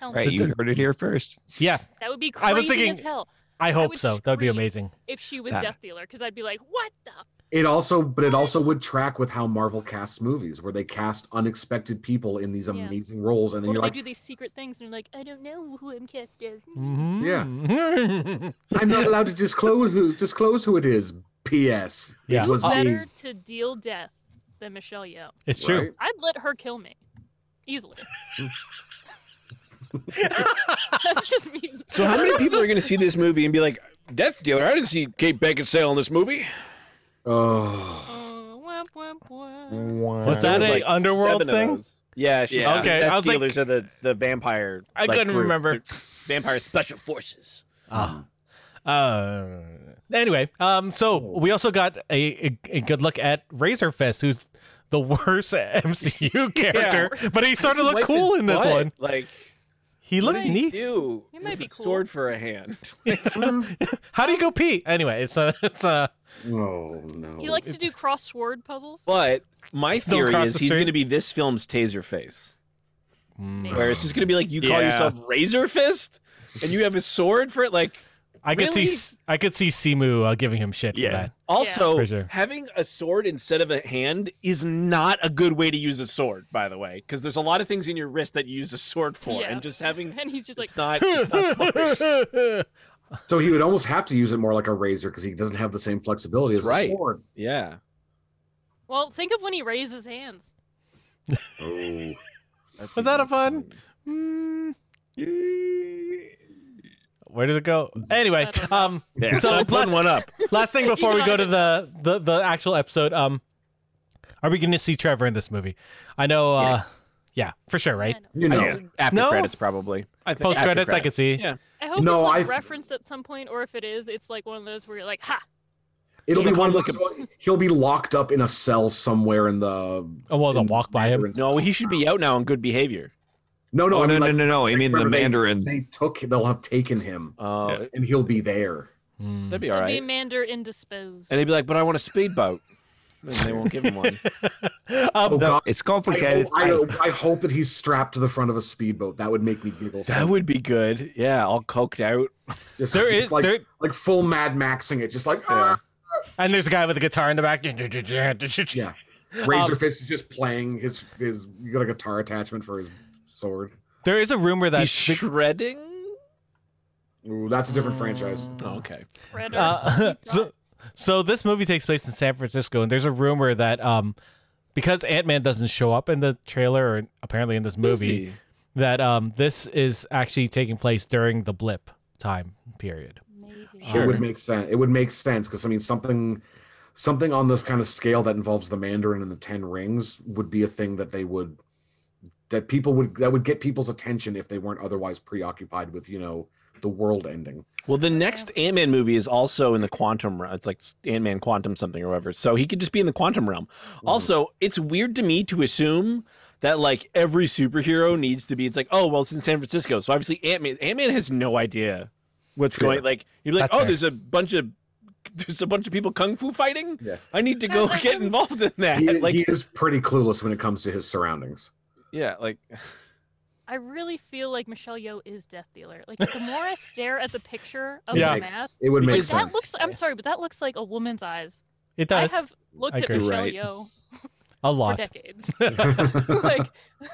B: Hell no.
F: Right, you heard it here first.
A: Yeah,
B: That would be crazy
A: I was
B: as
A: thinking-
B: hell
A: I hope
B: would
A: so. That would be
B: scream.
A: amazing.
B: if she was
F: Nah.
B: Death Dealer, because I'd be like, what the?
D: It also, but it also would track with how Marvel casts movies, where they cast unexpected people in these
B: Yeah.
D: amazing roles, and then
B: Or
D: you're
B: they
D: like,
B: do these secret things, and you're like, I don't know who I'm cast as.
A: Yeah.
D: I'm not allowed to disclose who disclose who it is. P.S.
A: Yeah.
D: It was me.
B: Better to deal death than Michelle Yeoh.
A: it's true.
D: Right?
B: I'd let her kill me easily. That's just me.
C: So how many people are going to see this movie and be like, Death Dealer? I didn't see Kate Beckinsale in this movie.
D: Oh,
B: Oh, womp, womp, womp.
A: Was
C: There
A: that
C: was,
A: a
C: like,
A: underworld
C: seven of
A: thing?
C: those. Yeah, she's
E: Yeah.
A: Okay,
C: Death
A: I was like-
C: Dealers are the the vampire.
A: I
C: like,
A: couldn't
C: group.
A: remember.
C: Vampire Special Forces.
A: Ah. Uh, anyway, um, so
C: Oh.
A: we also got a, a, a good look at Razor Fist, who's the worst MCU character, but he sort of
C: Doesn't
A: looked
C: wipe
A: cool
C: his
A: in this
C: butt.
A: one.
C: Like,
A: He
C: what
A: looked
C: does he
A: neat.
C: do?
B: He might
C: with
B: be
C: a
B: cool.
C: sword for a hand.
A: How do you go pee? Anyway, it's a it's a
D: no, no.
B: He likes to do crossword puzzles.
C: But my
A: Don't
C: theory
A: cross
C: is
A: the
C: he's
A: street.
C: going to be this film's Taser Face,
B: Maybe.
A: mm,
C: where it's just going to be like you call
E: Yeah.
C: yourself Razor Fist, and you have a sword for it. Like,
A: I could see
C: Really?
A: S- I could see Simu uh, giving him shit
E: Yeah.
A: for that.
C: also
A: For sure.
C: having a sword instead of a hand is not a good way to use a sword, by the way, because there's a lot of things in your wrist that you use a sword for,
B: Yeah.
C: and just having
B: and he's just like,
C: it's not it's not smart.
D: So he would almost have to use it more like a razor because he doesn't have the same flexibility as
C: Right.
D: a sword.
C: Yeah.
B: well, think of when he raised his hands.
D: Oh.
C: That's
A: Was that a fun? Mm. Where did it go? Anyway,
B: I don't know.
A: um,
E: Yeah.
A: so last,
C: one up.
A: last thing before we
B: You
A: go
B: know,
A: to the, the the actual episode, um, are we going to see Trevor in this movie? I know, uh,
D: Yes.
A: yeah, for sure, right?
B: I,
D: You know.
C: After
A: No?
C: credits, probably. I think
A: Post
C: after
A: credits, I could see.
C: Yeah.
B: I hope
D: No,
B: it's like
D: I-
B: referenced at some point, or if it is, it's like one of those where you're like, ha,
D: It'll
C: Yeah,
D: be one of
C: look
D: those. He'll be locked up in a cell somewhere in the.
A: Oh well, they'll
D: in
A: walk by him.
D: Mandarin's-
C: No, he should be out now on good behavior.
D: No, no,
E: Oh,
D: I
E: no,
D: mean,
E: no,
D: like,
E: no, no. I mean, the
D: remember they-
E: Mandarins.
D: They took. They'll have taken him,
C: Oh,
E: Yeah.
D: and he'll be there.
A: Hmm.
C: that'd be all
B: right.
C: right.
B: Mander indisposed.
C: And he'd be like, "But I want a speedboat," and they won't give him one.
A: Um,
D: Oh
E: No,
D: God.
E: it's
D: I,
E: complicated.
D: I, I hope that he's strapped to the front of a speedboat. That would make me giggle.
C: That would be good. Yeah, all coked out.
D: Just-
A: there
D: just
A: is
D: like
A: there,
D: like full Mad Maxing it, just like ah.
A: and there's a guy with a guitar in the back.
D: yeah. Razor
A: Um,
D: Fist is just playing his his. You got a guitar attachment for his sword.
A: There is a rumor that
C: He's shredding.
D: Ooh, that's a different franchise.
C: Oh, okay.
B: Red
A: Uh,
B: or-
A: so, so this movie takes place in San Francisco, and there's a rumor that um, because Ant Man doesn't show up in the trailer, or apparently in this movie,
C: Easy.
A: that um, this is actually taking place during the blip time period.
B: Maybe.
D: It
A: Sure.
D: would make sense. It would make sense because I mean something something on this kind of scale that involves the Mandarin and the Ten Rings would be a thing that they would that people would that would get people's attention if they weren't otherwise preoccupied with you know the world ending.
C: Well, the next
D: Oh.
C: Ant Man movie is also in the quantum realm. It's like Ant Man Quantum something or whatever. So he could just be in the quantum realm.
D: Mm.
C: Also, it's weird to me to assume that like every superhero needs to be. It's like, oh, well, it's in San Francisco. So obviously, Ant Man Ant Man has no idea what's going Like, you'd be like,
A: That's
C: oh,
A: fair.
C: there's a bunch of. There's a bunch of people kung fu fighting.
D: Yeah.
C: I need to go get involved in that.
D: He,
C: like,
D: he is pretty clueless when it comes to his surroundings.
C: yeah, like
B: I really feel like Michelle Yeoh is Death Dealer. Like the more I stare at the picture of
A: Yeah.
B: the
D: Makes-
B: mask,
D: it would make
C: Because
B: that
D: sense.
B: looks. I'm sorry, but that looks like a woman's eyes.
A: It
B: I
A: does
B: have looked
A: I
B: at
A: agree.
B: Michelle
F: Right.
B: Yeoh
A: a
B: for
A: lot.
B: decades. like,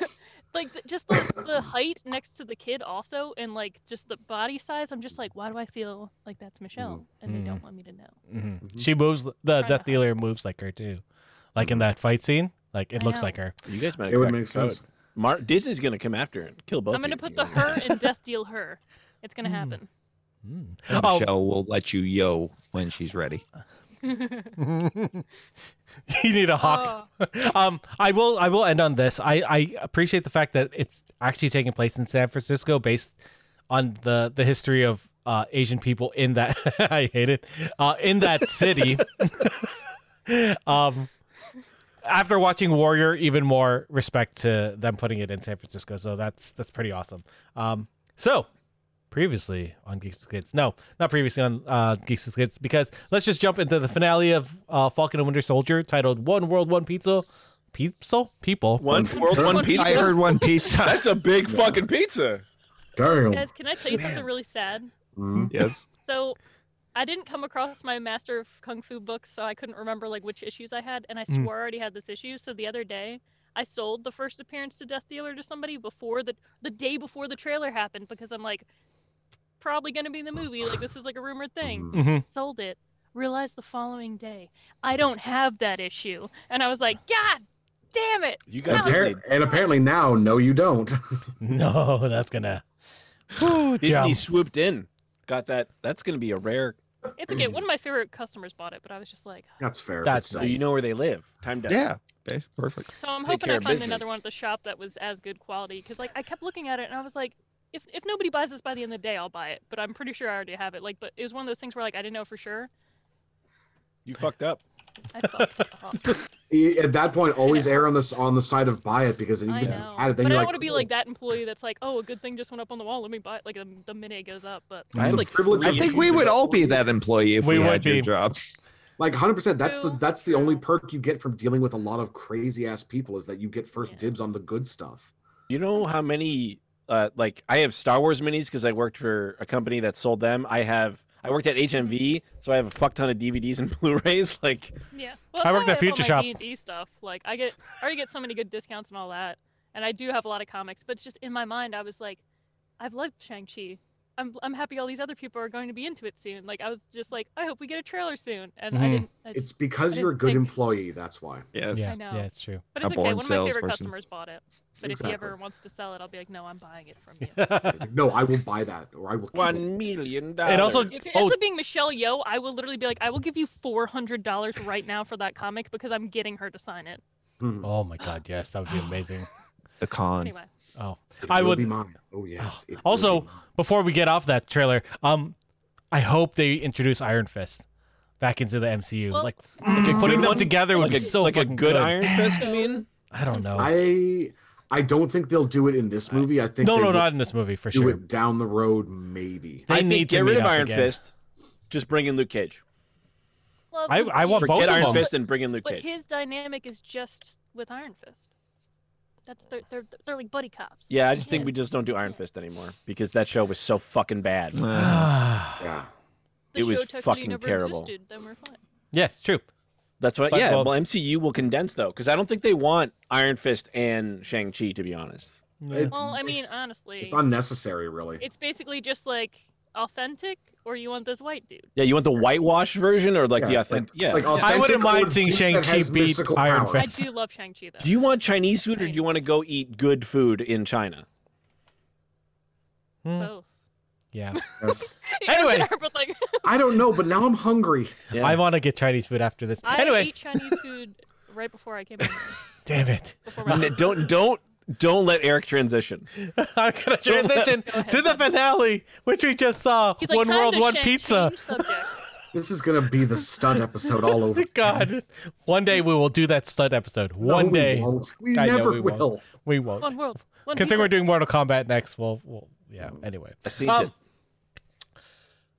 B: like the, just the, the height next to the kid also, and like just the body size. I'm just like, why do I feel like that's
C: Mm.
B: Michelle? And
A: Mm.
B: they don't want me to know.
A: Mhm. She moves. The
B: to
A: Death
B: hide.
A: Dealer moves like her too, like in that fight scene. Like it
B: I
A: looks
B: know.
A: like her.
C: you guys might. have
D: It would
C: cracked
D: make
C: the code.
D: sense.
C: Mar- Disney's gonna come after and kill both.
B: I'm gonna
C: of you.
B: put the her in Death Deal her. It's gonna happen.
A: Mm. Oh,
F: Michelle will let you yo when she's ready.
A: you need a hawk.
B: Oh.
A: um, I will. I will end on this. I, I appreciate the fact that it's actually taking place in San Francisco, based on the the history of uh, Asian people in that. I hate it. Uh, in that city. um, after watching Warrior, even more respect to them putting it in San Francisco. So that's that's pretty awesome. Um, so previously on Geeks with Kids, no, not previously on uh, Geeks with Kids, because let's just jump into the finale of uh, Falcon and Winter Soldier, titled "One World, One Pizza." Pizza? People.
C: One world,
B: One
C: one
F: I
B: pizza?
C: pizza.
F: heard one pizza.
C: That's a big fucking pizza.
D: Damn.
B: Oh, Guys, can I tell you something really sad?
D: Mhm.
F: yes.
B: So I didn't come across my Master of Kung Fu books, so I couldn't remember like which issues I had, and I
A: Mm.
B: swore I already had this issue. So the other day, I sold the first appearance to Death Dealer to somebody before the the day before the trailer happened because I'm like, probably gonna be in the movie. Like this is like a rumored thing.
D: Mhm.
A: Mm-hmm.
B: Sold it. Realized the following day, I don't have that issue, and I was like, God damn it!
C: You
D: And,
B: That
C: got
B: was
D: appar-
C: Disney.
D: and apparently now, no, you don't.
A: No, that's gonna. Whew,
C: Disney
A: jump.
C: swooped in. Got that. That's going to be a rare.
B: It's okay. One of my favorite customers bought it, but I was just like,
D: That's fair.
A: That's
C: So
D: But
C: you know where they live. Time to
F: Yeah. Okay, perfect.
B: So I'm
C: Take
B: hoping
C: care
B: I
C: of
B: find another
C: business.
B: one at the shop that was as good quality because like I kept looking at it and I was like, if if nobody buys this by the end of the day, I'll buy it. But I'm pretty sure I already have it. Like, but it was one of those things where like I didn't know for sure.
C: You fucked up.
B: I fucked up.
D: E- At that point, always err on this on the side of buy it because then you
B: I
D: just
B: know,
D: add
B: but
D: it. Then
B: I don't
D: you're like,
B: want to be like that employee that's like, oh, a good thing just went up on the wall. Let me buy it. Like the, the minute it goes up, but
D: It's
C: I
D: the
C: like
D: privilege
C: three
D: of-
F: I think we would all be that employee if
A: We
F: we,
A: would
F: had your
A: be.
F: job.
D: Like 100%. That's the
B: True,
D: that's the only
B: true.
D: perk you get from dealing with a lot of crazy ass people is that you get first
B: Yeah.
D: dibs on the good stuff.
C: You know how many uh like I have Star Wars minis because I worked for a company that sold them. I have I worked at HMV, so I have a fuck ton of DVDs and Blu-rays. Like
B: yeah. Well,
A: I
B: that's
A: worked
B: how
A: at
B: have all
A: Future
B: my
A: Shop.
B: D&D stuff. Like I get, I already get so many good discounts and all that, and I do have a lot of comics. But it's just in my mind, I was like, I've loved Shang Chi. I'm I'm happy all these other people are going to be into it soon. Like I was just like, I hope we get a trailer soon. And I
A: Mhm.
B: didn't. I
D: It's
B: just,
D: because
B: I
D: you're a
B: didn't
D: good
B: think-
D: employee. That's why.
F: Yes.
A: Yeah,
B: I know.
A: yeah, it's true.
B: but
F: a
B: it's okay. One
F: born
B: of my favorite
F: salesperson.
B: customers bought it. But if
D: Exactly.
B: he ever wants to sell it, I'll be like, no, I'm buying it from you.
D: No, I will buy that or I will. keep it.
C: one million dollars.
A: It also-
B: If it
A: Oh.
B: ends up being Michelle Yeoh, I will literally be like, I will give you four hundred dollars right now for that comic because I'm getting her to sign it.
D: Mhm.
A: Oh my god, yes, that would be amazing.
F: The con.
B: Anyway,
A: Oh,
D: It
A: I
D: will
A: would-
D: be mine. Oh yes. it will
A: Also-
D: be mine.
A: before we get off that trailer, um, I hope they introduce Iron Fist back into the MCU.
B: Well,
A: like
C: Like a good
A: putting them
C: one?
A: together would
C: like
A: be
C: a,
A: so
C: like a
A: fucking
C: good, Iron Fist. You mean?
A: I don't know.
D: I I don't think they'll do it in this movie. I think
A: no,
D: they
A: no,
D: will
A: not in this movie for
D: do
A: sure.
D: it down the road maybe.
A: They
C: I
A: need
C: think
A: to
C: get rid
A: meet
C: of
A: up
C: Iron
A: again.
C: Fist. Just bring in Luke Cage.
B: well,
A: I-
B: but
A: I want
B: he-
A: Both
C: Get
A: of
C: Iron
A: them.
C: Fist and bring in Luke
B: But
C: Cage.
B: his dynamic is just with Iron Fist. That's they're they're, they're like buddy cops.
C: yeah, I just think we just don't do Iron Fist anymore because that show was so fucking bad. uh,
D: Yeah.
B: The
C: it was
B: show technically
C: fucking
B: never
C: terrible.
B: Existed, then we're fine.
A: yes, true.
C: That's what.
A: But,
C: yeah.
A: well-
C: Well, MCU will condense though because I don't think they want Iron Fist and Shang Chi to be honest.
D: It's-
B: Well, I mean,
D: it's-
B: honestly,
D: It's unnecessary really.
B: it's basically just like authentic, or you want this white dude.
C: Yeah, you want the whitewash version or like the
D: Yeah,
C: authentic? yeah.
A: I
D: authentic
A: wouldn't mind
D: or
A: seeing
D: dude that
A: Shang-Chi
D: has
A: beat
D: mystical
A: Iron
D: powers.
A: Fist.
B: I do love Shang Chi though.
C: do you want Chinese food or do you want to go eat good food in China?
B: both?
A: Yeah,
D: Yes.
A: Anyway.
B: but like
D: I don't know, but now I'm hungry.
C: Yeah.
A: I want to get Chinese food after this.
B: I
A: anyway,
B: ate Chinese food right before I came. in.
A: damn it,
B: Before
C: N-
B: my
C: don't don't don't let Eric transition.
A: I'm gonna transition
B: Go ahead.
A: to the finale, which we just saw.
B: He's like,
A: one
B: "Time
A: world,
B: to
A: one
B: shan-
A: pizza.
B: change subject."
D: This is gonna be the stud episode all over.
A: God, one day we will do that stud episode.
D: No,
A: One
D: we
A: day
D: won't. we
A: I know
D: never
A: we won't.
D: will.
A: we won't.
B: One world. One
A: Considering we're
B: pizza.
A: doing Mortal Kombat next, we'll, we'll yeah. Anyway,
C: I see
A: Um,
C: it.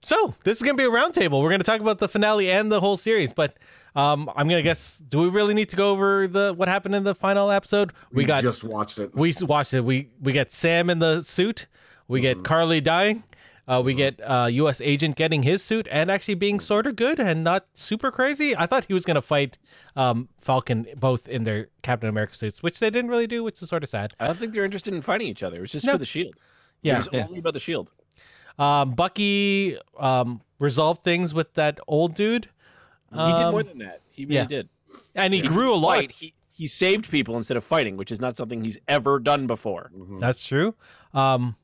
A: So this is gonna be a roundtable. We're gonna talk about the finale and the whole series, but um, I'm gonna guess. Do we really need to go over the what happened in the final episode? We, got
D: just watched it.
A: we s- watched it. We we get Sam in the suit. We get Carly dying. Uh, we get uh, U.S. agent getting his suit and actually being sort of good and not super crazy. I thought he was gonna fight um, Falcon both in their Captain America suits, which they didn't really do, which is sort of sad.
C: I don't think they're interested in fighting each other. It was just
A: No.
C: for the shield.
A: Yeah.
C: It was only about the shield.
A: Um, Bucky um, resolved things with that old dude,
C: he did
A: Um,
C: more than that. He really
A: yeah.
C: did.
A: and he grew a lot.
C: Fight, He he saved people instead of fighting, which is not something he's ever done before.
D: Mhm.
A: That's true. Um,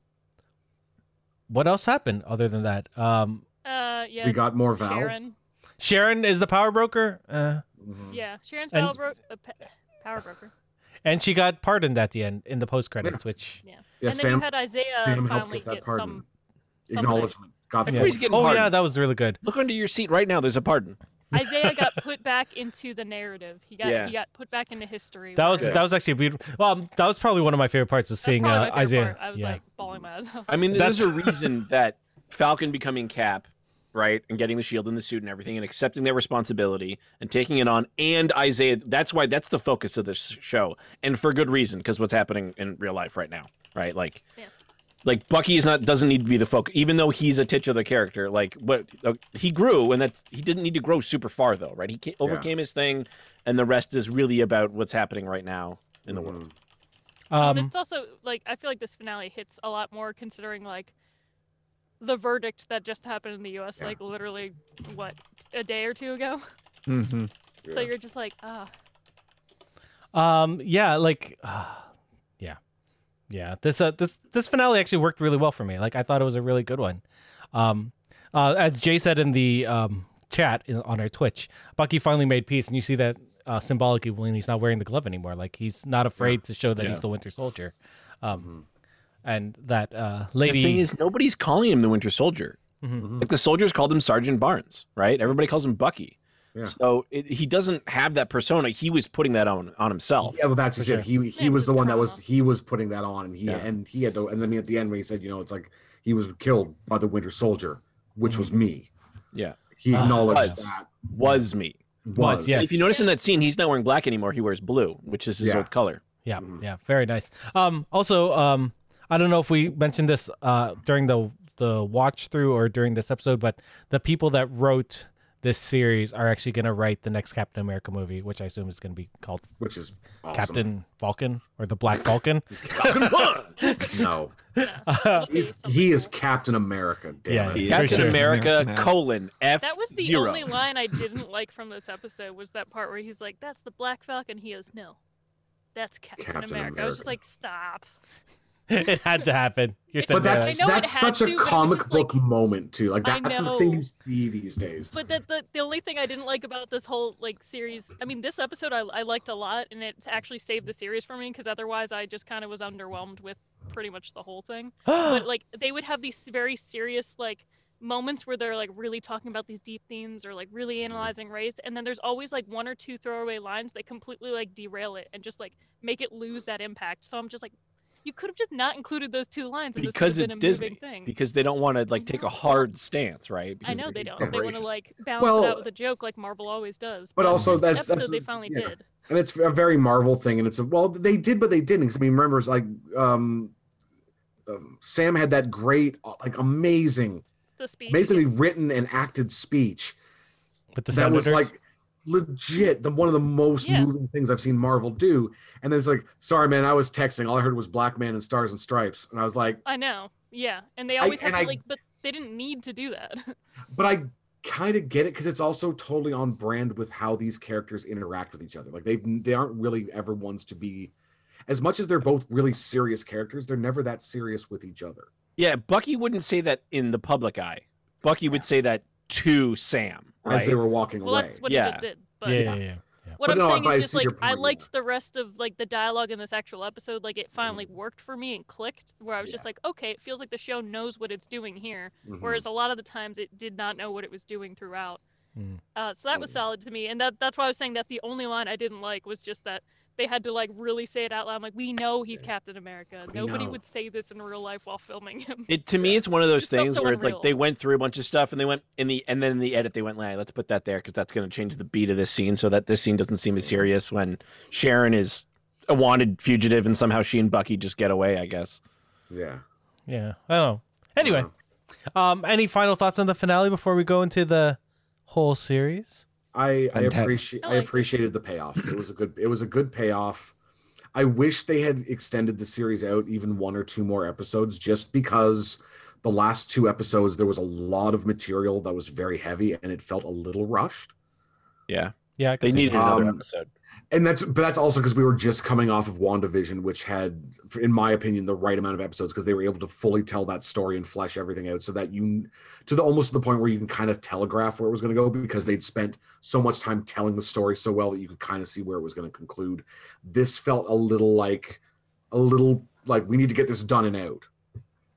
A: what else happened other than that? Um,
B: Uh, yeah.
D: We got more Val.
B: Sharon.
A: Sharon is the power broker, uh,
D: Mhm.
B: Yeah, Sharon's
A: And-
B: power, bro- uh, pa- power broker.
A: and she got pardoned at the end in the post credits, which
D: Yeah,
B: and then
D: Sam,
B: you had Isaiah
D: Sam helped
B: finally
D: get that
B: get
D: pardon.
B: some something.
D: Acknowledgement. God
C: I
D: bless.
C: forget he's getting
A: oh
C: pardoned.
A: yeah, that was really good.
C: Look under your seat right now. There's a pardon.
B: Isaiah got put back into the narrative. He got
C: Yeah.
B: he got put back into history.
A: That
B: where-
A: was that was actually beautiful. Well, um, that was probably one of my favorite parts of
B: That's
A: seeing
B: probably
A: uh,
B: my favorite
A: Isaiah.
B: part. I was
A: yeah.
B: like bawling my eyes out.
C: I mean, there's a
A: That's-
C: reason that Falcon becoming Cap, right, and getting the shield and the suit and everything, and accepting their responsibility and taking it on, and Isaiah. That's why that's the focus of this show, and for good reason, because what's happening in real life right now, right? Like,
B: Yeah.
C: like Bucky is not doesn't need to be the focus, even though he's a titular character. Like, what uh, he grew, and that's he didn't need to grow super far though, right? He ca- overcame his thing, and the rest is really about what's happening right now
A: Mm-hmm.
C: in the world.
D: Mm-hmm.
B: Well, and
A: um,
B: it's also like I feel like this finale hits a lot more considering like the verdict that just happened in the U.S.
D: Yeah.
B: like literally what a day or two ago.
F: Mm-hmm.
B: So you're just like ah,
A: um, yeah, like, uh, yeah, yeah. This uh, this this finale actually worked really well for me. Like, I thought it was a really good one. Um, uh, as Jay said in the um, chat in, on our Twitch, Bucky finally made peace, and you see that uh, symbolically when he's not wearing the glove anymore. Like, he's not afraid to show that
C: Yeah. Mm-hmm.
A: he's the Winter Soldier. Um, and that uh, lady.
C: The thing is, nobody's calling him the Winter Soldier.
A: Mhm.
D: Mhm.
C: Like the soldiers called him Sergeant Barnes, right? Everybody calls him Bucky.
D: Yeah.
C: So it, he doesn't have that persona. He was putting that on on himself.
D: Yeah, well, that's just
A: For
D: it. He he
B: Yeah,
D: was the
B: it's
D: one that was
B: trauma.
D: he was putting that on, and he
C: Yeah.
D: and he had to. And then at the end, when he said, you know, it's like he was killed by the Winter Soldier, which was me.
C: Yeah.
D: He
A: Mm-hmm. Ah.
D: acknowledged
C: Was.
D: that
C: Was me.
A: Was,
D: was
A: yes.
C: If you notice in that scene, he's not wearing black anymore. He wears blue, which is his
D: Yeah.
C: old color.
A: Yeah,
D: Mhm.
A: yeah, very nice. Um, also, um, I don't know if we mentioned this uh, during the the watch through or during this episode, but the people that wrote this series are actually going to write the next Captain America movie, which I assume is going to be called
D: which is awesome.
A: Captain Falcon or the Black Falcon.
D: No,
A: Uh,
B: it'll be
D: He's-
B: something
D: he is
B: cool.
D: Captain America. Damn
A: Yeah,
D: it.
A: For
C: Captain
A: sure.
C: America
F: Yeah.
C: colon F
B: That was the
C: zero.
B: only line I didn't like from this episode was that part where he's like, "That's the Black Falcon." He goes, "No, that's Captain,
D: Captain
B: America. I was just like, "Stop."
D: America.
A: it had to happen. You're
B: But
A: saying
D: But that's
B: I know it
D: that's
B: had
D: such
B: to,
D: a
B: but it was
D: comic
B: just like-
D: book moment too. Like
B: I
D: that's the thing
B: know.
D: you see these days.
B: But the, the the only thing I didn't like about this whole like series, I mean, this episode I, I liked a lot, and it's actually saved the series for me because otherwise I just kind of was underwhelmed with pretty much the whole thing. but like they would have these very serious like moments where they're like really talking about these deep themes or like really
C: Mm-hmm.
B: analyzing race, and then there's always like one or two throwaway lines that completely like derail it and just like make it lose that impact. So I'm just like, you could have just not included those two lines and
C: Because
B: this would
C: it's
B: have been a
C: Disney.
B: moving thing.
C: because they don't want to like
B: I
C: take a
B: know.
C: hard stance, right?
B: I
C: Because
B: know
C: they're
B: they
C: a
B: don't. They want to
C: corporation.
B: like balance
D: Well-
B: it out with a joke, like Marvel always does.
D: But also
B: this
D: that's-
B: episode
D: that's-
B: they finally
D: yeah.
B: did.
D: and it's a very Marvel thing, and it's a well, they did, but they didn't. 'Cause, I mean, remember, it's like um, um, Sam had that great, uh, like, amazing,
B: The speech.
D: amazingly written and acted speech
A: But the
D: that
A: senators.
D: was like legit the one of the most
B: Yeah.
D: moving things I've seen Marvel do. And then it's like, sorry, man, I was texting. All I heard was Black Man and Stars and Stripes, and I was like,
B: I know. Yeah, and they
D: I-
B: always have
D: and
B: to
D: I-
B: like, but they didn't need to do that.
D: but I kind of get it because it's also totally on brand with how these characters interact with each other. Like they they aren't really ever ones to be, as much as they're both really serious characters, they're never that serious with each other.
C: Yeah, Bucky wouldn't say that in the public eye. Bucky would say that to Sam,
D: As
C: right?
D: they were walking
B: well,
D: away.
B: that's what
C: Yeah.
B: he just did. But
A: yeah, yeah, yeah.
B: what
D: But
B: I'm
D: no,
B: saying
D: but I
B: is just
D: see
B: like
D: your
B: I
D: point,
B: liked the rest of like the dialogue in this actual episode. Like it finally
D: Mm.
B: worked for me and clicked. Where I was just like, okay, it feels like the show knows what it's doing here.
D: Mhm.
B: whereas a lot of the times it did not know what it was doing throughout.
A: Mm.
B: Uh, so that was solid to me, and that that's why I was saying that's the only line I didn't like was just that they had to like really say it out loud. I'm like, we know he's Captain America.
D: We
B: Nobody
D: know."
B: would say this in real life while filming him.
C: It to me, it's one of those
B: It felt
C: things
B: so
C: where it's like
B: unreal.
C: they went through a bunch of stuff and they went in the and then in the edit they went, "Nah, let's put that there because that's going to change the beat of this scene so that this scene doesn't seem as serious when Sharon is a wanted fugitive and somehow she and Bucky just get away." I guess.
D: Yeah.
A: Yeah, I don't know. Anyway,
D: Yeah.
A: um, any final thoughts on the finale before we go into the whole series?
D: I, I
F: Fantastic.
D: appreciate
B: I
D: I
B: liked it.
D: appreciated the payoff. It was a good it was a good payoff. I wish they had extended the series out even one or two more episodes just because the last two episodes there was a lot of material that was very heavy and it felt a little rushed.
C: Yeah,
A: Yeah, I could
C: they
A: see
C: needed
A: that.
C: another
D: Um,
C: episode.
D: And that's but that's also because we were just coming off of WandaVision which had in my opinion the right amount of episodes because they were able to fully tell that story and flesh everything out so that you to the almost to the point where you can kind of telegraph where it was going to go because they'd spent so much time telling the story so well that you could kind of see where it was going to conclude. This felt a little like a little like we need to get this done and out.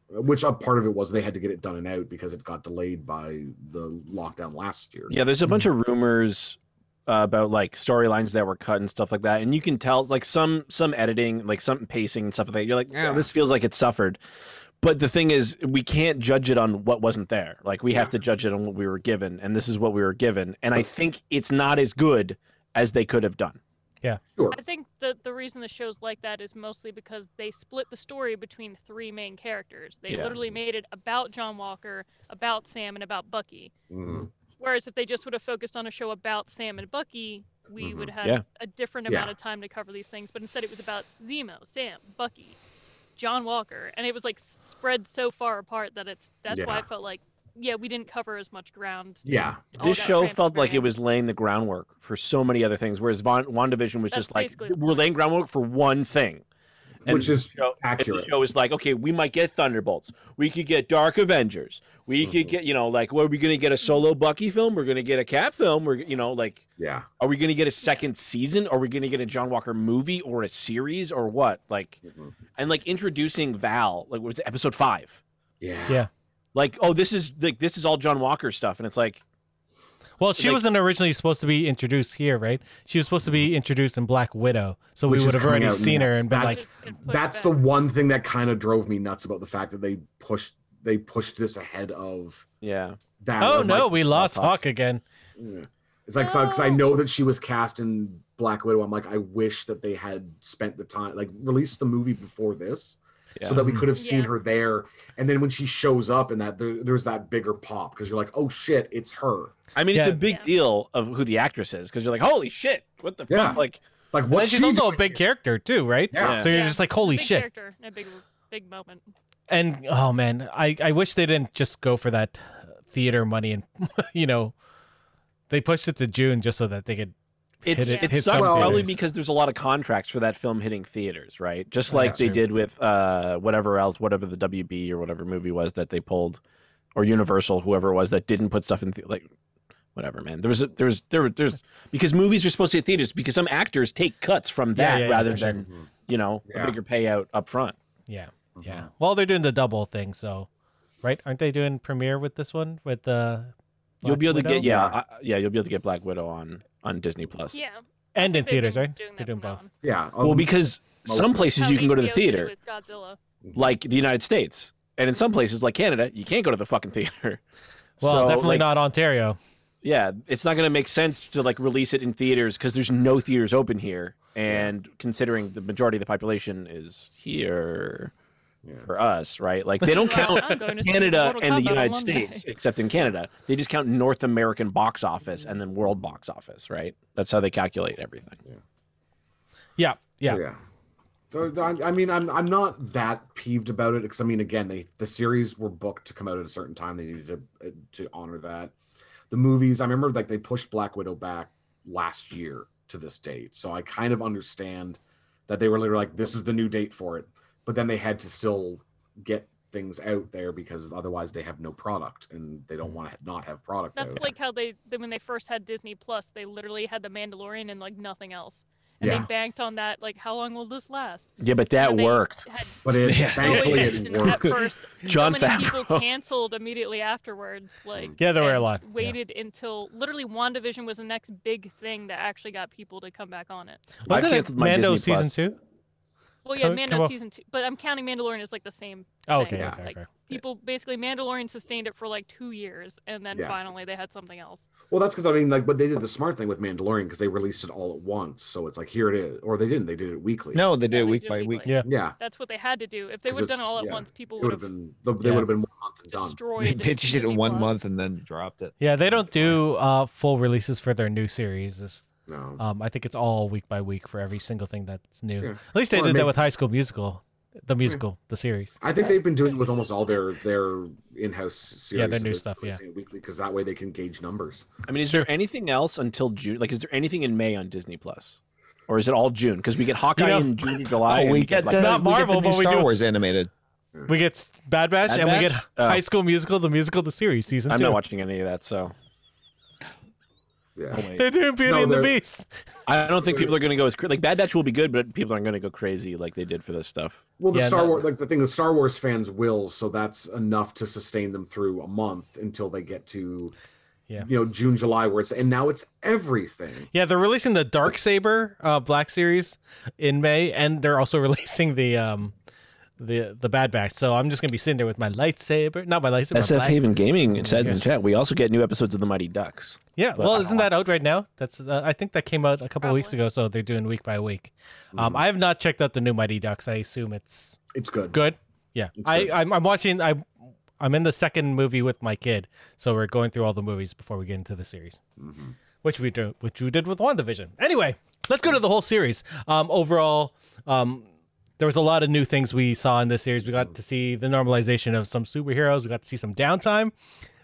D: which a part of it was they had to get it done and out because it got delayed by the lockdown last year.
C: Yeah, there's a
B: Mm-hmm.
C: bunch of rumors uh, about like storylines that were cut and stuff like that, and you can tell like some some editing, like some pacing and stuff like that. You're like, yeah, this feels like it suffered. But the thing is, we can't judge it on what wasn't there. Like we have to judge it on what we were given, and this is what we were given. And I think it's not as good as they could have done.
D: Sure.
B: I think the the reason the show's like that is mostly because they split the story between three main characters. They
C: Yeah.
B: literally made it about John Walker, about Sam, and about Bucky.
D: Mhm.
B: Whereas if they just would have focused on a show about Sam and Bucky, we
D: Mhm.
B: would have
C: Mm-hmm. Yeah.
B: a different
D: Yeah.
B: amount of time to cover these things. But instead, it was about Zemo, Sam, Bucky, John Walker, and it was like spread so far apart that it's that's why I
D: Yeah.
B: felt like yeah we didn't cover as much ground.
D: Yeah.
B: All
C: this
B: got
C: show
B: crammed
C: felt like it
B: around.
C: was laying the groundwork for so many other things, whereas Von, WandaVision was
B: That's
C: just like
B: basically the
C: we're laying groundwork for one thing,
D: Which is
C: the show, and
D: accurate.
C: the show is like, okay, we might get Thunderbolts, we could get Dark Avengers, we could
D: Mhm.
C: get you know like, what are we gonna get a solo Bucky film? We're gonna get a Cap film? We're you know like,
D: Yeah.
C: are we gonna get a second season? Are we gonna get a John Walker movie or a series or what? Like,
D: Mhm.
C: and like introducing Val, like was it episode five?
D: Yeah.
A: Yeah.
C: Like, oh, this is like this is all John Walker stuff, and it's like.
A: Well, she
C: Like-
A: wasn't originally supposed to be introduced here, right? She was supposed to be introduced in Black Widow, so
D: Which
A: we
D: is
A: would have
D: coming
A: already
D: out
A: seen her
D: next.
A: and been
D: That-
A: like,
B: Just been put
D: That's
B: back.
D: the one thing that kind of drove me nuts about the fact that they pushed they pushed this ahead of
C: Yeah,
D: that.
A: "Oh
D: I'm
A: no,
D: like,
A: we lost
C: Hawk.
A: Hawk again."
D: yeah. it's like because I
B: No.
D: know that she was cast in Black Widow. I'm like, I wish that they had spent the time like released the movie before this. So
C: Yeah.
D: that we could have seen
B: Yeah.
D: her there, and then when she shows up, and that there, there's that bigger pop because you're like, oh shit, it's her.
C: I mean, it's a
A: Yeah.
C: big
B: Yeah.
C: deal of who the actress is because you're like, holy shit, what the
D: Yeah.
C: fuck? Like,
D: Like
A: And then
D: what's
A: she's
D: she
A: also a
D: doing
A: big
D: here?
A: character too, right?
D: Yeah.
A: So you're
B: Yeah.
A: just like,
B: It's a
A: "Holy
B: big
A: shit!"
B: Character and a big big moment.
A: And oh man, I I wish they didn't just go for that theater money and you know, they pushed it to June just so that they could.
C: it's
A: Hit
C: it,
A: it- hit
C: sucks
D: some
C: probably
A: theaters.
C: because there's a lot of contracts for that film hitting theaters, right? Just
A: Oh,
C: like
A: that's
C: they
A: true.
C: did with uh whatever else, whatever the WB or whatever movie was that they pulled, or Universal, whoever it was that didn't put stuff in the, like. Whatever, man. There was a, there was there were there's because movies are supposed to hit theaters because some actors take cuts from
A: Yeah,
C: that
A: yeah, yeah,
C: rather
A: for sure.
C: than
D: Mm-hmm.
C: you know
D: Yeah.
C: a bigger payout up front.
A: Yeah, yeah.
D: Mhm.
A: Well, they're doing the double thing, so right? Aren't they doing premiere with this one with the?
C: you'll
A: Black
C: be able
A: Widow?
C: to get yeah I, yeah you'll be able to get Black Widow on on Disney Plus.
B: Yeah.
A: and in
B: they've been
A: theaters, right?
B: Doing
A: They're
B: that
A: doing
B: from now
A: both.
B: on.
D: Yeah. um,
C: Well, because
D: most
C: some
D: of it.
C: places
B: How
C: you can go to the
B: HBO did it
C: theater,
B: with Godzilla.
C: like the United States, and in some places like Canada, you can't go to the fucking theater.
A: Hmm. Well,
C: So,
A: definitely
C: like,
A: not Ontario.
C: Yeah, it's not going to make sense to like release it in theaters because there's no theaters open here, and considering the majority of the population is here
D: Yeah.
C: for us, right? Like they don't
B: Well,
C: count.
B: I'm going to see
C: Canada
B: Mortal
C: and the
B: Kombat on
C: United
B: Monday.
C: States, except in Canada, they just count North American box office and then world box office, right? That's how they calculate everything.
A: Yeah, yeah.
D: yeah. So, I I mean, I'm I'm not that peeved about it because I mean, again, they the series were booked to come out at a certain time. They needed to uh, to honor that. The movies, I remember, like they pushed Black Widow back last year to this date, so I kind of understand that they were literally like, "This is the new date for it," but then they had to still get things out there because otherwise they have no product and they don't want to not have product.
B: That's
D: out.
B: like how they then when they first had Disney Plus, they literally had the Mandalorian and like nothing else. And
D: Yeah.
B: they banked on that, like how long will this last?
C: Yeah, but
B: And
C: that
B: they
C: worked.
B: Had
D: but it
F: Yeah.
D: thankfully
B: no
D: it
B: intentions at
D: worked.
B: first.
C: John
B: so many people
C: Favreau.
B: canceled immediately afterwards.
D: Mm.
B: Like
A: Yeah, there were a
B: and
A: lot, yeah.
B: Waited until literally WandaVision was the next big thing that actually got people to come back on it.
C: I
A: Wasn't it
C: canceled my
A: Mando
C: Disney
A: season
C: Plus.
A: two?
B: Well, yeah,
A: Come- come
B: Mando
A: on.
B: season two, but I'm counting Mandalorian as like the same.
A: Oh,
B: thing.
A: okay,
D: Yeah.
A: okay,
B: Like,
A: okay.
B: People basically Mandalorian sustained it for like two years, and then
D: Yeah.
B: finally they had something else.
D: Well, that's because I mean, like, but they did the smart thing with Mandalorian because they released it all at once, so it's like here it is, or they didn't. They did it weekly.
F: No, they did
B: Yeah,
F: it
B: they
F: week
B: did
F: by
B: it
F: week.
B: weekly.
A: Yeah.
D: yeah,
B: That's what they had to do. If they
D: 'Cause
B: would have done it
D: it's-
B: all at
D: yeah,
B: once, people
D: it
B: would
D: would have
B: have
D: been the, they
A: yeah.
D: would have been one month and done.
B: destroyed.
F: They pitched it
B: Disney
F: in one
B: Plus.
F: month and then dropped it.
A: Yeah, they don't do uh, full releases for their new series. It's-
D: No,
A: Um, I think it's all week by week for every single thing that's new.
D: Yeah.
A: At least they
D: Or
A: did that
D: maybe-
A: with High School Musical, the musical, the series.
D: I think they've been doing it with almost all their their in-house series.
A: Yeah, their
D: so
A: new
D: they're
A: stuff, yeah.
D: releasing it weekly because that way they can gauge numbers.
C: I mean, is there anything else until June? Like, is there anything in May on Disney Plus, or is it all June? Because we get Hawkeye
A: You know-
C: in June or July. and
F: we get
C: like,
F: the,
A: Not
F: we get
A: Marvel,
F: the new
A: but we
F: Star
A: do-
F: Wars animated.
A: We get s- Bad Batch
C: Bad
A: and we
C: Batch?
A: get
C: Oh.
A: High School Musical, the musical, the series season
C: I'm
A: two.
C: not watching any of that, so
D: Yeah,
C: I'll wait.
A: They're doing Beauty
D: No,
A: and the
D: they're-
A: Beast.
C: I don't think people are going to go as cra- like Bad Batch will be good, but people aren't going to go crazy like they did for this stuff.
D: Well, the
A: Yeah,
D: Star
A: that-
D: Wars, like the thing, the Star Wars fans will, so that's enough to sustain them through a month until they get to,
A: Yeah.
D: you know, June, July, where it's and now it's everything.
A: Yeah, they're releasing the Dark Saber uh, Black Series in May, and they're also releasing the um the the Bad Batch. So I'm just gonna be sitting there with my lightsaber, not my lightsaber.
C: SF
A: black-
C: Haven Gaming it says in chat we also get new episodes of the Mighty Ducks.
A: Yeah,
C: but I
A: well,
C: don't
A: isn't that out right now? That's uh, I think that came out a couple weeks
B: Probably.
A: ago, so they're doing week by week. Um,
C: Mm-hmm.
D: Mhm.
A: I have not checked out the new Mighty Ducks. I assume it's
D: It's good.
A: good. Yeah,
D: It's
A: I
D: good.
A: I'm, I'm watching. I I'm in the second movie with my kid, so we're going through all the movies before we get into the series.
D: Mhm.
A: which we do, which we did with WandaVision. Anyway, let's go to the whole series. Um, overall, um, there was a lot of new things we saw in this series. We got to see the normalization of some superheroes. We got to see some downtime.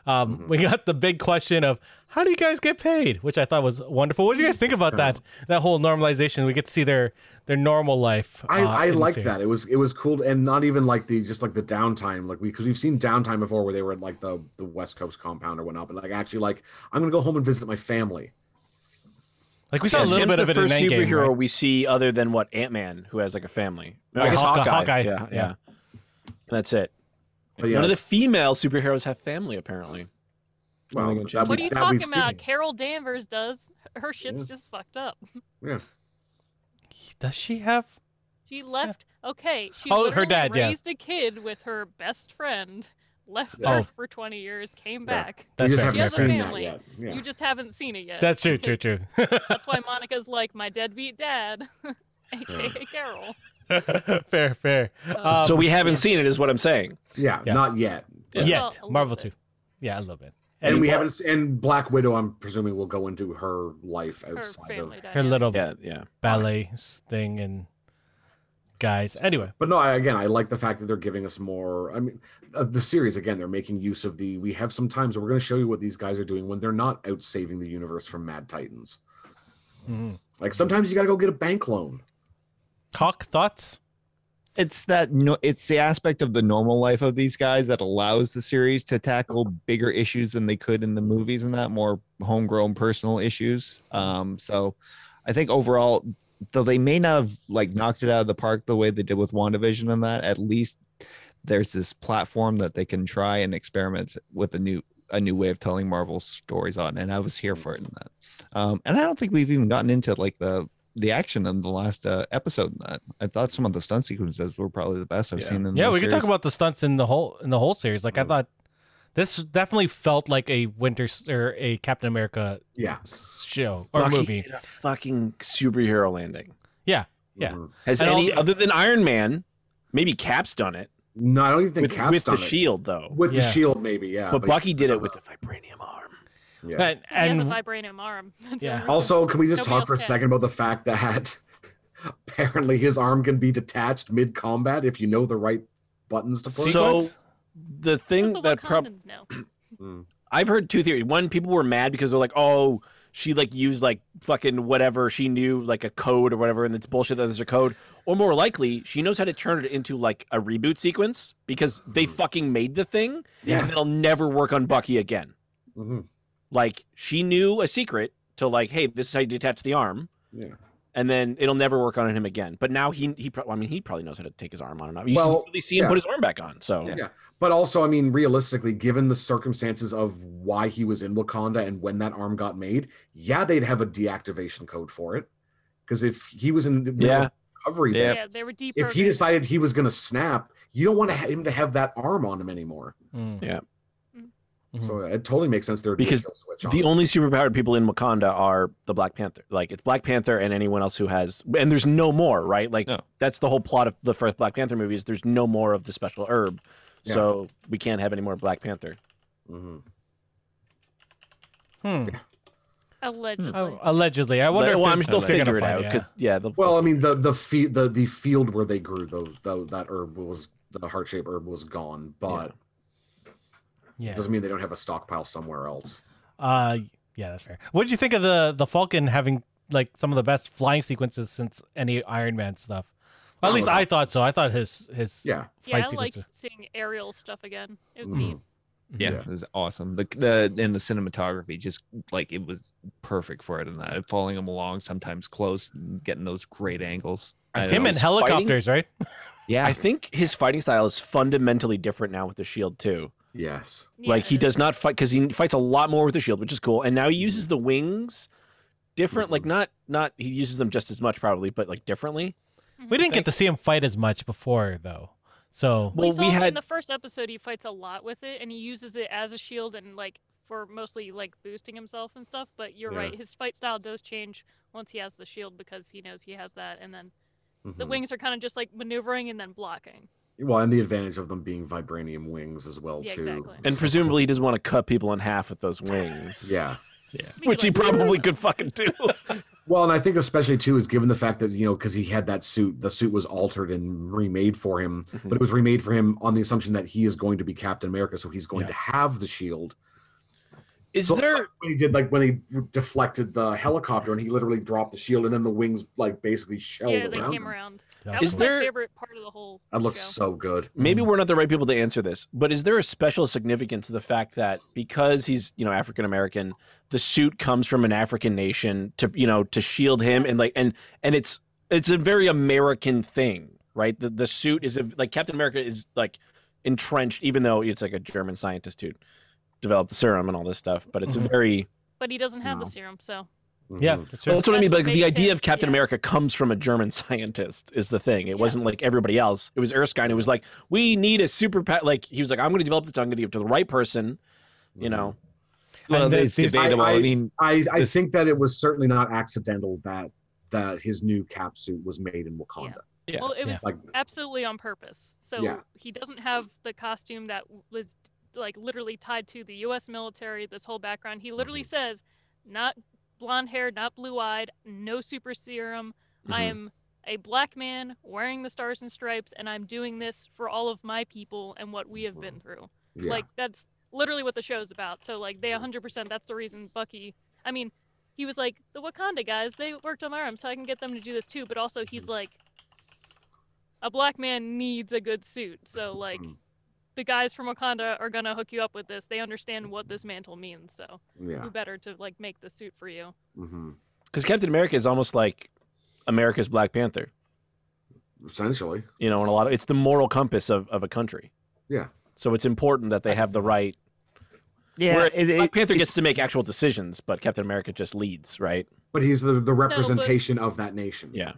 A: Um,
D: Mm-hmm.
A: We got the big question of how do you guys get paid, which I thought was wonderful. What do you guys think about that? That whole normalization. We get to see their their normal life.
D: I,
A: uh,
D: I
A: in the
D: liked
A: series.
D: that. It was it was cool, and not even like the just like the downtime, like we because we've seen downtime before where they were at like the the West Coast compound or whatnot, but like actually like I'm gonna go home and visit my family.
A: Like we saw a little bit of it
C: the first
A: in Endgame.
C: superhero
A: right?
C: we see other than what Ant Man, who has like a family.
A: Oh,
C: I guess
A: Hawkeye-
C: Hawkeye.
A: Hawkeye,
C: Yeah,
A: yeah.
C: yeah. And that's it.
D: But yeah,
C: None of the
D: it's-
C: female superheroes have family apparently.
D: well,
C: Nothing gonna
D: that
C: change.
B: What
D: we-
B: are you
D: that we've
B: talking about?
D: seen.
B: Carol Danvers does. Her shit's just fucked up.
A: Does she have?
B: She left. Okay, she
A: Oh, her
B: literally
A: dad, yeah.
B: raised a kid with her best friend, left
A: Yeah.
B: Earth for 20 years, came
D: Yeah.
B: back.
D: We
A: That's
D: just
A: fair.
D: haven't
B: Yes,
D: seen
B: family.
D: that yet. Yeah.
B: You just haven't seen it yet.
A: That's true. True.
B: because
A: True.
B: That's why Monica's like my deadbeat dad, aka Carol.
A: fair. Fair. Um,
C: so we haven't seen it, is what I'm saying.
D: yeah,
A: Yeah.
D: not yet.
C: Yeah.
B: Well,
A: Yet
B: a little
A: Marvel
B: bit.
A: two. Yeah, a little bit.
D: And,
A: Anyway.
D: we haven't. s- And Black Widow, I'm presuming, will go into her life
B: Her
D: outside of.
B: family dynamic.
A: her little
C: Yeah, yeah.
A: ballet thing and guys. Anyway,
D: But no, I, again, I like the fact that they're giving us more. I mean, uh, the series again, they're making use of the. We have some times where we're going to show you what these guys are doing when they're not out saving the universe from Mad Titans.
A: mm-hmm.
D: Like sometimes you got to go get a bank loan.
A: talk thoughts.
F: it's that no, it's the aspect of the normal life of these guys that allows the series to tackle bigger issues than they could in the movies and that more homegrown personal issues um so i think overall though they may not have like knocked it out of the park the way they did with wandavision and that at least there's this platform that they can try and experiment with a new a new way of telling marvel stories on and i was here for it in that um and i don't think we've even gotten into like the the action in the last uh, episode. I, I thought some of the stunt sequences were probably the best I've
C: Yeah.
F: seen. In
A: yeah,
F: the
A: we could talk
F: series.
A: about the stunts in the whole in the whole series. Like I thought, this definitely felt like a Winter S- or a Captain America
D: Yeah.
A: show or
C: Bucky
A: movie.
C: did a fucking superhero landing.
A: Yeah.
D: Mhm.
C: Has
A: And
C: any
A: also-
C: other than Iron Man? Maybe Cap's done it
D: No, I don't even think
C: with,
D: Cap's
C: with the
D: done it.
C: shield though.
D: With the
A: Yeah.
D: shield, maybe. Yeah.
C: but Bucky did it with the vibranium arm.
D: Yeah.
A: And,
B: He has a
A: and
B: vibranium arm. That's
A: Yeah.
B: what we're
D: Also, can we just
B: Nobody
D: talk
B: else
D: for a
B: can.
D: second about the fact that apparently his arm can be detached mid combat if you know the right buttons to push?
C: So
A: Sequence?
C: the thing
B: That's what
C: that prob-
B: Wakandans know.
C: I've heard two theories. One, people were mad because they're like, "Oh, she like used like fucking whatever she knew like a code or whatever, and it's bullshit that there's a code." Or more likely, she knows how to turn it into like a reboot sequence because they fucking made the thing,
D: Hmm. Yeah.
C: and it'll never work on Bucky again.
D: Mhm.
C: Like she knew a secret to like, "Hey, this is how you detach the arm."
D: Yeah.
C: and then it'll never work on him again. But now he he probably I mean he probably knows how to take his arm on and off. You
D: Well,
C: really see him
D: yeah.
C: put his arm back on. So
D: Yeah. But also, I mean, realistically, given the circumstances of why he was in Wakanda and when that arm got made, yeah, they'd have a deactivation code for it. Because if he was in the middle
C: Yeah.
D: of recovery,
F: Yeah.
D: there,
B: Yeah, they were deeper.
D: if he decided he was going to snap, you don't want to ha- him to have that arm on him anymore.
A: Mm.
C: Yeah.
A: Mhm.
D: So it totally makes sense there would
C: Mm-hmm. Because
D: be a kill switch on.
C: the
D: it.
C: only superpowered people in Wakanda are the Black Panther. Like it's Black Panther and anyone else who has and there's no more, right? Like
F: No.
C: that's the whole plot of the first Black Panther movie is there's no more of the special herb.
D: Yeah.
C: So we can't have any more Black Panther.
D: Mhm.
A: Hmm.
B: Allegedly.
A: Oh, allegedly, I wonder.
C: But- well,
A: if
C: I'm
A: this-
C: sure they'll
A: they're gonna
C: figure it out
A: find-
C: because yeah, they'll,
D: Well, I mean, the the, fe- the the field where they grew those tho- that herb was the heart shaped herb was gone, but
A: yeah.
D: it doesn't mean they don't have a stockpile somewhere else.
A: Uh, yeah, that's fair. What did you think of the the Falcon having like some of the best flying sequences since any Iron Man stuff? Well, at
D: Oh,
A: least
D: no.
A: I thought so. I thought his his
D: Yeah.
B: yeah,
A: fight
B: I like
A: sequences.
B: seeing aerial stuff again. It was
D: Mhm.
B: neat.
F: Yeah, it was awesome. The the and the cinematography just like it was perfect for it, and that following him along sometimes close, and getting those great angles. I
A: Him
F: know.
A: and helicopters, right?
B: Mm-hmm.
F: yeah,
C: I think his fighting style is fundamentally different now with the shield too.
D: Yes.
C: Like he does not fight because he fights a lot more with the shield, which is cool. And now he uses the wings different, like not not he uses them just as much probably, but like differently.
A: We didn't get to see him fight as much before though. So
C: Well,
B: we saw
C: we
B: him
C: had-
B: in the first episode he fights a lot with it and he uses it as a shield and like for mostly like boosting himself and stuff but you're
D: Yeah.
B: right his fight style does change once he has the shield because he knows he has that and then the
C: Mm.
D: Mhm.
B: wings are kind of just like maneuvering and then blocking
D: Well, and the advantage of them being vibranium wings as well
B: Yeah,
D: too.
B: exactly.
C: And presumably he doesn't want to cut people in half with those wings.
D: yeah.
B: We could,
C: Which he
B: like,
C: probably could fucking do.
D: Well, and I think especially too is given the fact that you know because he had that suit, the suit was altered and remade for him, but it was remade for him on the assumption that he is going to be Captain America, so he's going
A: Yeah.
D: to have the shield.
C: Is
D: So,
C: there
D: like, when he did like when he deflected the helicopter and he literally dropped the shield and then the wings like basically shelled
B: yeah they
D: around.
B: came
D: him.
B: around
A: that
B: that
A: was
B: was
C: Is
A: cool.
B: my
C: there-
B: favorite part of the whole
D: That looks
B: show.
D: so good.
C: maybe we're not the right people to answer this, but is there a special significance to the fact that because he's you know African American, the suit comes from an African nation to you know to shield him and like and and it's it's a very American thing, right? The the suit is a, like Captain America is like entrenched, even though it's like a German scientist who developed the serum and all this stuff, but it's a
A: Mhm.
C: very
B: but he doesn't have
D: No.
B: the serum so
A: Yeah,
D: Mhm.
A: that's true.
C: Well, that's what I
B: That's
C: mean. But
B: what
C: like, the
B: makes
C: idea
B: it-
C: of Captain
B: yeah.
C: America comes from a German scientist is the thing. It
B: Yeah.
C: wasn't like everybody else. It was Erskine who was like, "We need a super pa-" like." He was like, "I'm going to develop this. I'm going to give it to the right person." You know,
F: well,
A: And the-
F: it's
A: these-
F: debatable.
D: I-
F: I, mean,
D: Mm-hmm. I, I
F: This-
D: think that it was certainly not accidental that that his new cap suit was made in Wakanda.
C: Yeah,
B: well it
A: yeah.
B: was
D: Like
B: absolutely on purpose. So
D: Yeah.
B: he doesn't have the costume that was like literally tied to the U.S. military. This whole background, he literally
D: Mm-hmm.
B: says, "Not blonde hair, not blue-eyed, no super serum. I
D: Mm-hmm.
C: Mhm.
B: am a black man wearing the stars and stripes, and I'm doing this for all of my people and what we have been through."
D: yeah.
B: Like that's literally what the show's about. So like they 100% that's the reason Bucky. I mean, he was like the Wakanda guys. They worked on my arm, so I can get them to do this too. But also he's like, a black man needs a good suit. So like,
D: Mhm.
B: the guys from Wakanda are gonna hook you up with this. They understand what this mantle means. So
D: yeah.
B: who better to like make the suit for you?
D: hmm
C: because Captain America is almost like America's Black Panther.
D: Essentially.
C: You know, and a lot of it's the moral compass of of a country.
D: Yeah.
C: So it's important that they have the right.
F: yeah,
C: Whereas
F: it,
C: Black
F: it,
C: Panther gets to make actual decisions, but Captain America just leads, right?
D: But he's the, the representation of that nation.
C: Yeah.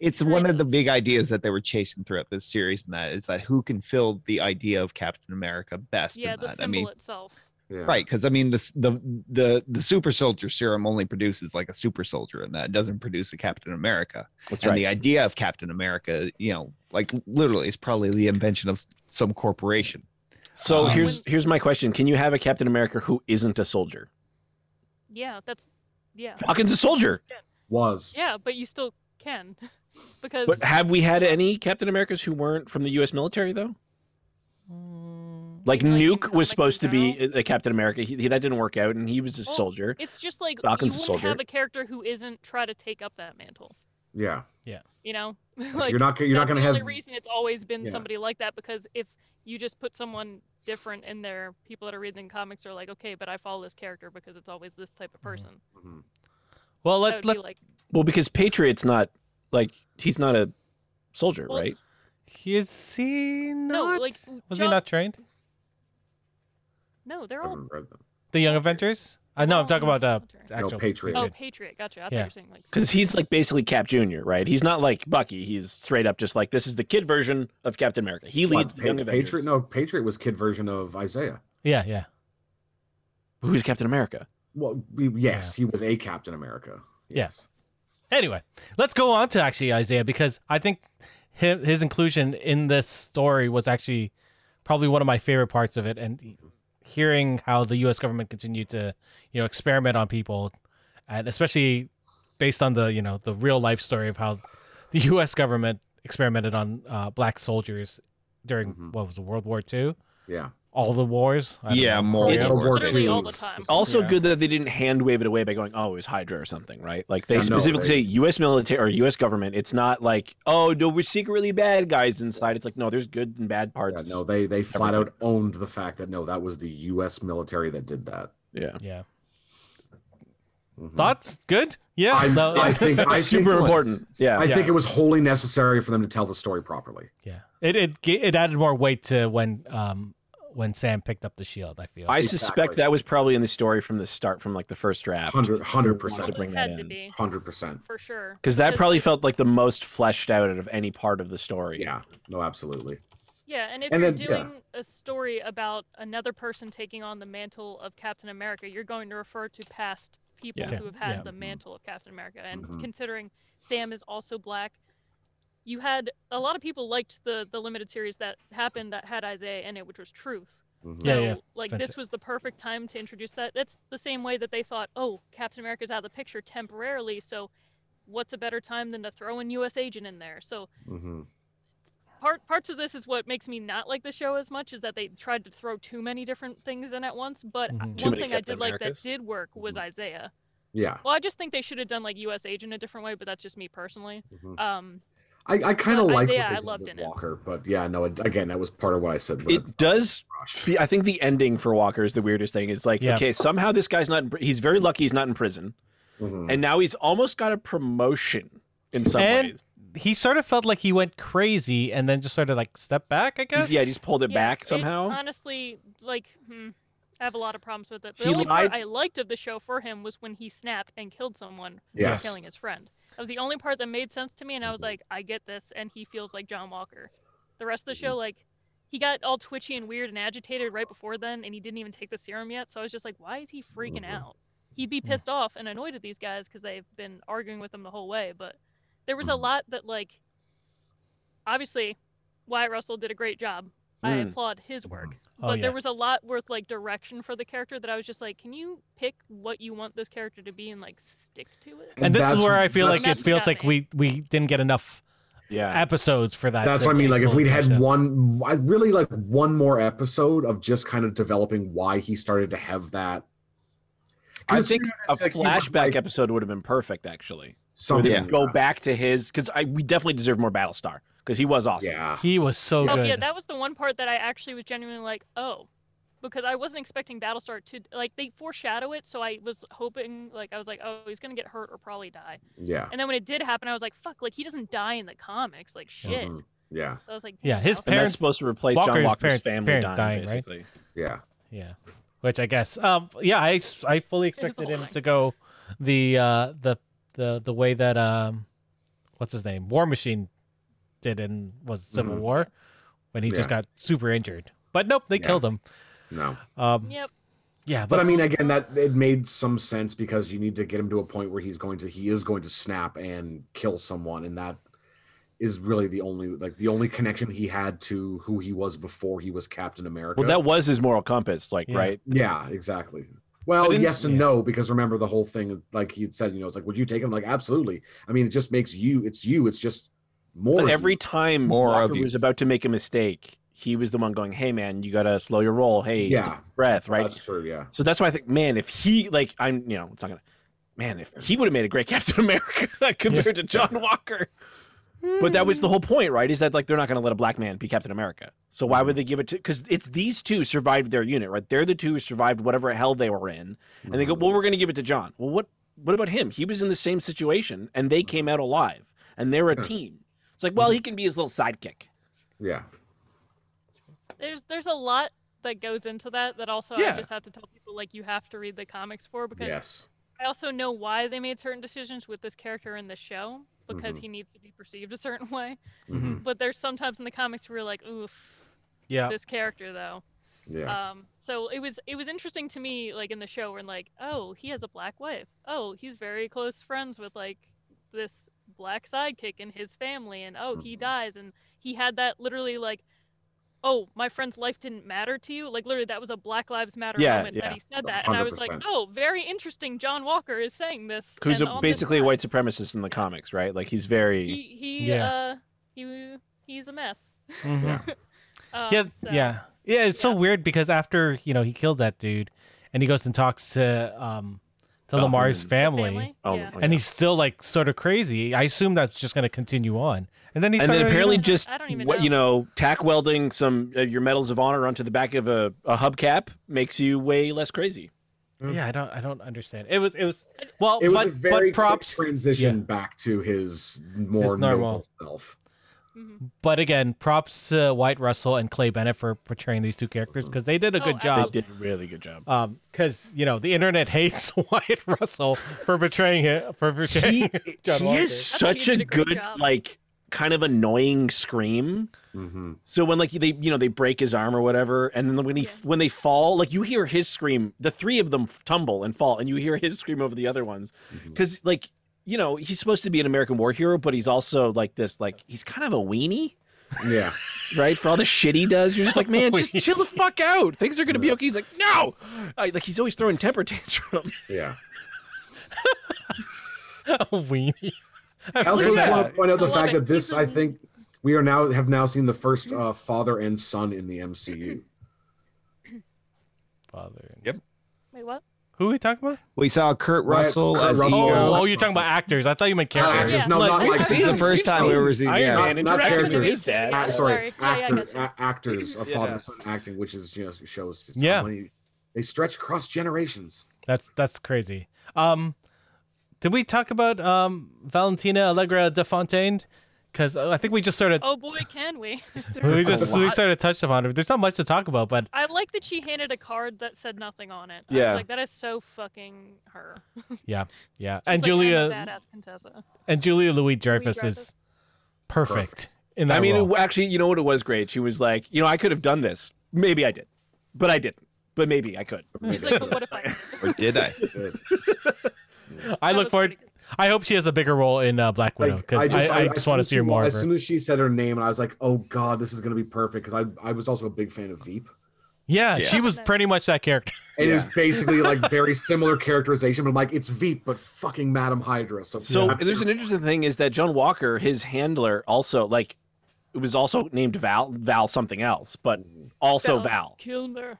F: it's
B: Right.
F: one of the big ideas that they were chasing throughout this series, and that is that who can fill the idea of Captain America best.
B: yeah,
F: in
B: the
F: that.
B: symbol
F: I mean,
B: itself.
D: Yeah.
F: right? Because I mean, this the the the super soldier serum only produces like a super soldier, and that doesn't produce a Captain America.
C: That's
F: and
C: right.
F: the idea of Captain America, you know, like literally, is probably the invention of s- some corporation.
C: so
F: Um,
C: here's here's my question: Can you have a Captain America who isn't a soldier?
B: Yeah, that's yeah,
C: Falcon's a soldier.
D: Was.
B: yeah. But you still can because
C: But have we had any Captain Americas who weren't from the U.S. military though?
B: Like,
C: Like
B: in
C: Nuke was
B: comics in
C: supposed to be a a Captain America. He, he- that didn't work out, and he was a
B: Well,
C: soldier.
B: it's just like
C: Falcon's a
B: you wouldn't have
C: soldier.
B: a character who isn't try to take up that mantle.
D: Yeah.
B: you know
D: Like,
B: like
D: you're not you're not
B: that's
D: gonna
B: the
D: have
B: only reason it's always been
D: Yeah.
B: somebody like that because if you just put someone different in there people that are reading comics are like okay but i follow this character because it's always this type of person
D: Mhm.
A: Well,
B: that
A: let,
B: would
A: let
B: be like
C: Well, because Patriot's not like he's not a soldier,
B: Well,
C: right?
A: is he not?
B: no like
A: was
B: John-
A: he not trained?
B: no they're
D: I
B: all
D: haven't read them.
A: The Young Avengers? I know. I'm
B: Well,
A: talking
B: no,
A: about uh,
B: military.
A: actual
D: No, Patriot.
B: oh patriot gotcha i thought you
A: Yeah.
B: were saying like
C: Because he's like basically Cap Junior, right? He's not like Bucky. He's straight up just like this is the kid version of Captain America. He
D: What,
C: leads the
D: Pa-
C: Young Avengers.
D: Patriot no Patriot was kid version of Isaiah.
B: Oh.
A: Yeah, yeah.
C: Who's Captain America?
D: Well we- yes, he was a Captain America.
A: Yeah.
D: Yes.
A: Anyway, let's go on to actually Isaiah because I think his, his inclusion in this story was actually probably one of my favorite parts of it, and hearing how the U.S. government continued to, you know, experiment on people, and especially based on the you know the real life story of how the U.S. government experimented on uh, black soldiers during
D: Mhm.
A: what was it, World War II.
D: Yeah.
A: all the wars. I don't
F: Yeah,
A: know.
F: more
A: Korea.
D: Or
F: wars.
D: War
B: Literally
D: Two.
B: all the time.
C: Also
A: Yeah.
C: good that they didn't hand wave it away by going, "Oh, it was Hydra or something," right? Like they
D: I know,
C: specifically
D: right?
C: say U.S. military or U.S. government. It's not like, "Oh, no, we're secretly bad guys inside." It's like, no, there's good and bad
D: Yeah,
C: parts.
D: no, they they flat out owned the fact that no, that was the U.S. military that did that.
C: yeah.
A: Yeah.
D: Mhm.
A: Thoughts? Good. Yeah.
D: I,
A: that-
D: I think I think,
C: Super important. Yeah.
D: I
A: Yeah.
D: think it was wholly necessary for them to tell the story properly.
A: yeah. It it ga- it added more weight to when um when Sam picked up the shield. I feel.
C: I
D: Exactly.
C: suspect that was probably in the story from the start, from like the first draft. to
D: 100
B: It
C: bring
D: percent,
C: that
B: had to
C: in.
B: be
D: hundred percent.
B: for sure.
C: Because that
B: Because-
C: probably felt like the most fleshed out of any part of the story.
D: Yeah, no, absolutely.
B: Yeah, and if
D: And
B: you're
D: then- yeah.
B: doing a story about another person taking on the mantle of Captain America, you're going to refer to past people
C: Yeah.
B: who have had
A: Yeah. Mm-hmm.
B: the mantle of Captain America. And
D: Mhm.
B: considering Sam is also black, you had a lot of people liked the the limited series that happened that had Isaiah in it, which was truth.
D: Mhm.
B: So
A: Yeah, yeah.
B: like
A: Fanta-
B: this was the perfect time to introduce that. That's the same way that they thought, oh, Captain America's out of the picture temporarily, so what's a better time than to throw an US agent in there? So
D: Mhm.
B: part parts of this is what makes me not like the show as much is that they tried to throw too many different things in at once. But
A: Mhm.
B: one
A: Too
B: thing
C: many
B: I
C: Captain
B: did like that
C: Americas? Mm-hmm.
B: did work was
D: Mhm.
B: Isaiah.
D: Yeah,
B: Well, I just think they should have done like U.S. Agent a different way, but that's just me personally.
C: Mm.
D: Mhm.
B: Um,
D: I, I kind of
B: But
D: like what
B: Isaiah,
D: they
B: I
D: did
B: loved
D: with
B: in it.
D: Walker, but yeah, no, it- again, that was part of what I said. with
C: It does. fe- I think the ending for Walker is the weirdest thing. It's like,
A: Yeah.
C: okay, somehow this guy's not. In, pr- he's very lucky he's not in prison,
D: Mhm.
C: and now he's almost got a promotion in some
A: And-
C: ways.
A: he sort of felt like he went crazy and then just sort of like stepped back. I guess.
C: Yeah, he just pulled it
B: yeah,
C: back
B: it-
C: somehow.
B: honestly, like, hmm, I have a lot of problems with it. The
C: He
B: only
C: lied-
B: part I liked of the show for him was when he snapped and killed someone
D: Yes.
B: for killing his friend. That was the only part that made sense to me, and I was like, I get this, and he feels like John Walker. The rest of the show, like, he got all twitchy and weird and agitated right before then, and he didn't even take the serum yet. So I was just like, why is he freaking
D: Mhm.
B: out? He'd be pissed off and annoyed at these guys because they've been arguing with him the whole way. But there was a
D: Mhm.
B: lot that, like, obviously, Wyatt Russell did a great job. I
C: Mm.
B: applaud his work.
A: Oh,
B: But
A: yeah.
B: there was a lot worth like direction for the character that I was just like, can you pick what you want this character to be and like stick to it?
A: and this is
D: that's-
A: where I feel
D: that's-
A: like it
B: that's-
A: feels like we we didn't get enough
C: yeah,
A: episodes for that.
D: That's
A: to
D: what I mean. Like, if
A: fully
D: we'd had
A: flesh out.
D: one, I really like one more episode of just kind of developing why he started to have that.
C: I
D: 'Cause
C: think a
D: it's like he was,
C: flashback
D: like,
C: episode would have been perfect actually.
D: something.
F: Yeah.
C: Go back to his because I we definitely deserve more Battlestar because he was awesome.
D: Yeah.
A: he was so
B: Oh
A: good.
B: yeah, that was the one part that I actually was genuinely like, oh, because I wasn't expecting Battlestar to like they foreshadow it, so I was hoping like I was like, oh, he's gonna get hurt or probably die.
D: Yeah.
B: And then when it did happen, I was like, fuck, like he doesn't die in the comics, like shit.
D: Mhm. Yeah.
B: I was like,
A: Mm-hmm. Yeah,
B: damn,
A: his
B: Battlestar.
C: And
A: Parent-
C: that's supposed to replace John
A: Walker's
C: Walker's
A: parent-
C: family
A: parent
C: dying,
A: dying, right?
C: basically.
D: Yeah.
A: Yeah, which I guess. Um, yeah, I, s- I fully
B: was the
A: expected
B: whole
A: him
B: thing.
A: to go the uh the the the way that um, what's his name, War Machine, did in was Civil
D: Mhm.
A: War, when he just
D: Yeah.
A: got super injured. But nope, they
D: Yeah.
A: killed him.
D: No.
A: Um,
B: Yep.
A: yeah,
D: But
A: but
D: I mean, again, that it made some sense because you need to get him to a point where he's going to, he is going to snap and kill someone. And that is really the only, like, the only connection he had to who he was before he was Captain America.
C: Well, that was his moral compass, like
A: Yeah.
C: right.
D: Yeah, exactly.
A: I
D: Well,
A: didn't-
D: yes and
A: yeah.
D: no, because remember the whole thing, like he had said, you know, it's like, would you take him? Like, absolutely. I mean, it just makes you, it's you, it's just more.
C: But
D: of
C: every
D: you.
C: time
F: More of
C: Walker
F: you.
C: was about to make a mistake, he was the one going, "Hey, man, you gotta slow your roll. Hey,
D: Yeah.
C: take a breath, right?"
D: That's true. Yeah.
C: so that's why I think, man, if he like, I'm, you know, it's not gonna, man, if he would have made a great Captain America compared to John Walker. But that was the whole point, right? Is that like they're not going to let a black man be Captain America? So why
A: Mm-hmm.
C: would they give it to? Because it's these two survived their unit, right? They're the two who survived whatever hell they were in, and they go,
D: Mhm.
A: Mm-hmm.
C: "Well, we're going to give it to John." Well, what what about him? He was in the same situation, and they came out alive, and they're a
D: Yeah.
C: team. It's like, well, he can be his little sidekick.
D: Yeah.
B: there's there's a lot that goes into that that also
C: Yeah.
B: I just have to tell people like you have to read the comics for because
D: Yes.
B: I also know why they made certain decisions with this character in the show because
D: Mhm.
B: he needs to be perceived a certain way.
C: Mm-hmm.
A: Mhm.
B: But there's sometimes in the comics where you're like, oof,
A: yeah,
B: this character though.
D: Mm-hmm. Yeah.
B: Um, so it was it was interesting to me like in the show where like, oh, he has a black wife. Oh, he's very close friends with like this black sidekick and his family, and oh, he
C: Mm-hmm.
D: Mhm.
B: dies, and he had that literally like. Oh, my friend's life didn't matter to you. Like literally, that was a Black Lives Matter
C: Yeah,
B: moment
C: yeah.
B: that he said that, and I was like,
D: 100%.
B: "Oh, very interesting." John Walker is saying this.
C: Who's
B: and
C: a,
B: on this
C: basically a
B: line.
C: white supremacist in the comics, right? Like he's very.
B: He he
A: Yeah.
B: uh he he's a mess.
A: Mhm.
D: Yeah.
B: Um,
A: yeah,
B: so-
A: yeah. Yeah, it's so
B: Yeah.
A: weird because after you know he killed that dude, and he goes and talks to um to
C: Oh,
A: Lamar's
C: the
A: family,
C: Oh,
B: yeah.
C: my
A: and
C: God.
A: he's still like sort of crazy. I assume that's just going to continue on, and then he
C: and then
A: started-
C: apparently
B: I don't-
C: just
B: I don't even
C: what
B: know.
C: you know tack welding some uh, your medals of honor onto the back of a, a hubcap makes you way less crazy
A: yeah, I don't I don't understand. It was it was
B: Oh,
A: well,
D: Mm-hmm. It was
A: but
D: a very
A: but props.
D: quick transition back to his more
A: His normal.
D: normal self.
B: Mhm.
A: But again, props to White Russell and Clay Bennett for portraying these two characters because they did a
B: Oh,
A: good
C: they
A: job.
B: absolutely.
C: did a really good job
A: Um, because you know the internet hates Wyatt Russell for betraying him for
C: he,
A: betraying.
C: he
A: John Walker.
C: has
B: I thought he
C: such a
B: did a great
C: good
B: job.
C: like kind of annoying scream
D: hmm
C: so when like they you know they break his arm or whatever and then when he
B: Yeah.
C: when they fall like you hear his scream the three of them f- tumble and fall and you hear his scream over the other ones
D: Mhm.
C: because like you know he's supposed to be an american war hero but he's also like this like he's kind of a weenie
D: Yeah.
C: right? For all the shit he does, you're just like, man, just
A: Wait.
C: chill the fuck out. Things are gonna be
D: Yeah.
C: okay. He's like, no, I, like he's always throwing temper tantrum.
D: Yeah.
A: weenie.
D: I also
C: Yeah.
D: just want to point out the
B: I love
D: fact
B: it.
D: that this, I
B: Even-
D: think, we are now have now seen the first uh, father and son in the MCU.
A: Father. and-
F: Yep.
B: Wait, what?
A: Who are we talking about?
F: We saw Kurt
D: Right,
F: Russell
D: Kurt
F: as uh,
D: Russell.
A: Oh,
F: Ego.
A: oh, you're talking about actors. I thought you meant
D: Uh,
A: characters.
D: actors,
B: Yeah.
D: no,
C: Like,
D: not
C: we've
D: like
C: seen
D: it's the
C: him.
D: first
C: We've
D: time
C: seen
D: we
C: him.
D: were seeing.
C: Iron
D: yeah.
C: Man
D: not, not
C: interacting with
D: characters.
C: his dad.
D: Ah,
B: Yeah,
D: sorry,
B: sorry. Yeah, I
D: actors,
B: gotcha.
D: a- actors of
F: Yeah.
D: father and son acting, which is you know shows just
A: Yeah.
D: how many, they stretch cross generations.
A: That's that's crazy. Um, did we talk about um Valentina Allegra de Fontaine? Because I think we just sort of
B: Oh boy, can we?
A: we
C: a
A: just we
C: lot?
A: sort of touched upon it. There's not much to talk about, but
B: I like that she handed a card that said nothing on it. I
C: Yeah.
B: was like, that is so fucking her. She's
A: yeah. And
B: like, I'm a
A: Julia
B: badass Contessa.
A: and Julia Louis Dreyfus
B: Dreyfus.
A: is perfect, in that
C: I mean,
A: role.
C: it, actually, you know what? It was great. She was like, you know, I could have done this. Maybe I did, but I didn't. But maybe I could.
B: She's like, but what if I?
F: or did I?
D: Good.
A: I
B: That
A: look forward.
B: was pretty good.
A: I hope she has a bigger role in uh, Black Widow
D: Like,
A: because I just, I, just
D: as
A: want to
D: soon as
A: see her
D: she-
A: more. Of
D: As
A: her.
D: soon as she said her name, and I was like, "Oh God, this is gonna be perfect." Because I, I was also a big fan of Veep,
A: yeah,
F: Yeah.
A: she was pretty much that character.
D: and it was basically like very similar characterization. But I'm like, it's Veep, but fucking Madam Hydra. So,
C: So
D: I'm-
C: there's an interesting thing is that John Walker, his handler, also like, it was also named Val Val something else, but also Val.
B: Kilmer.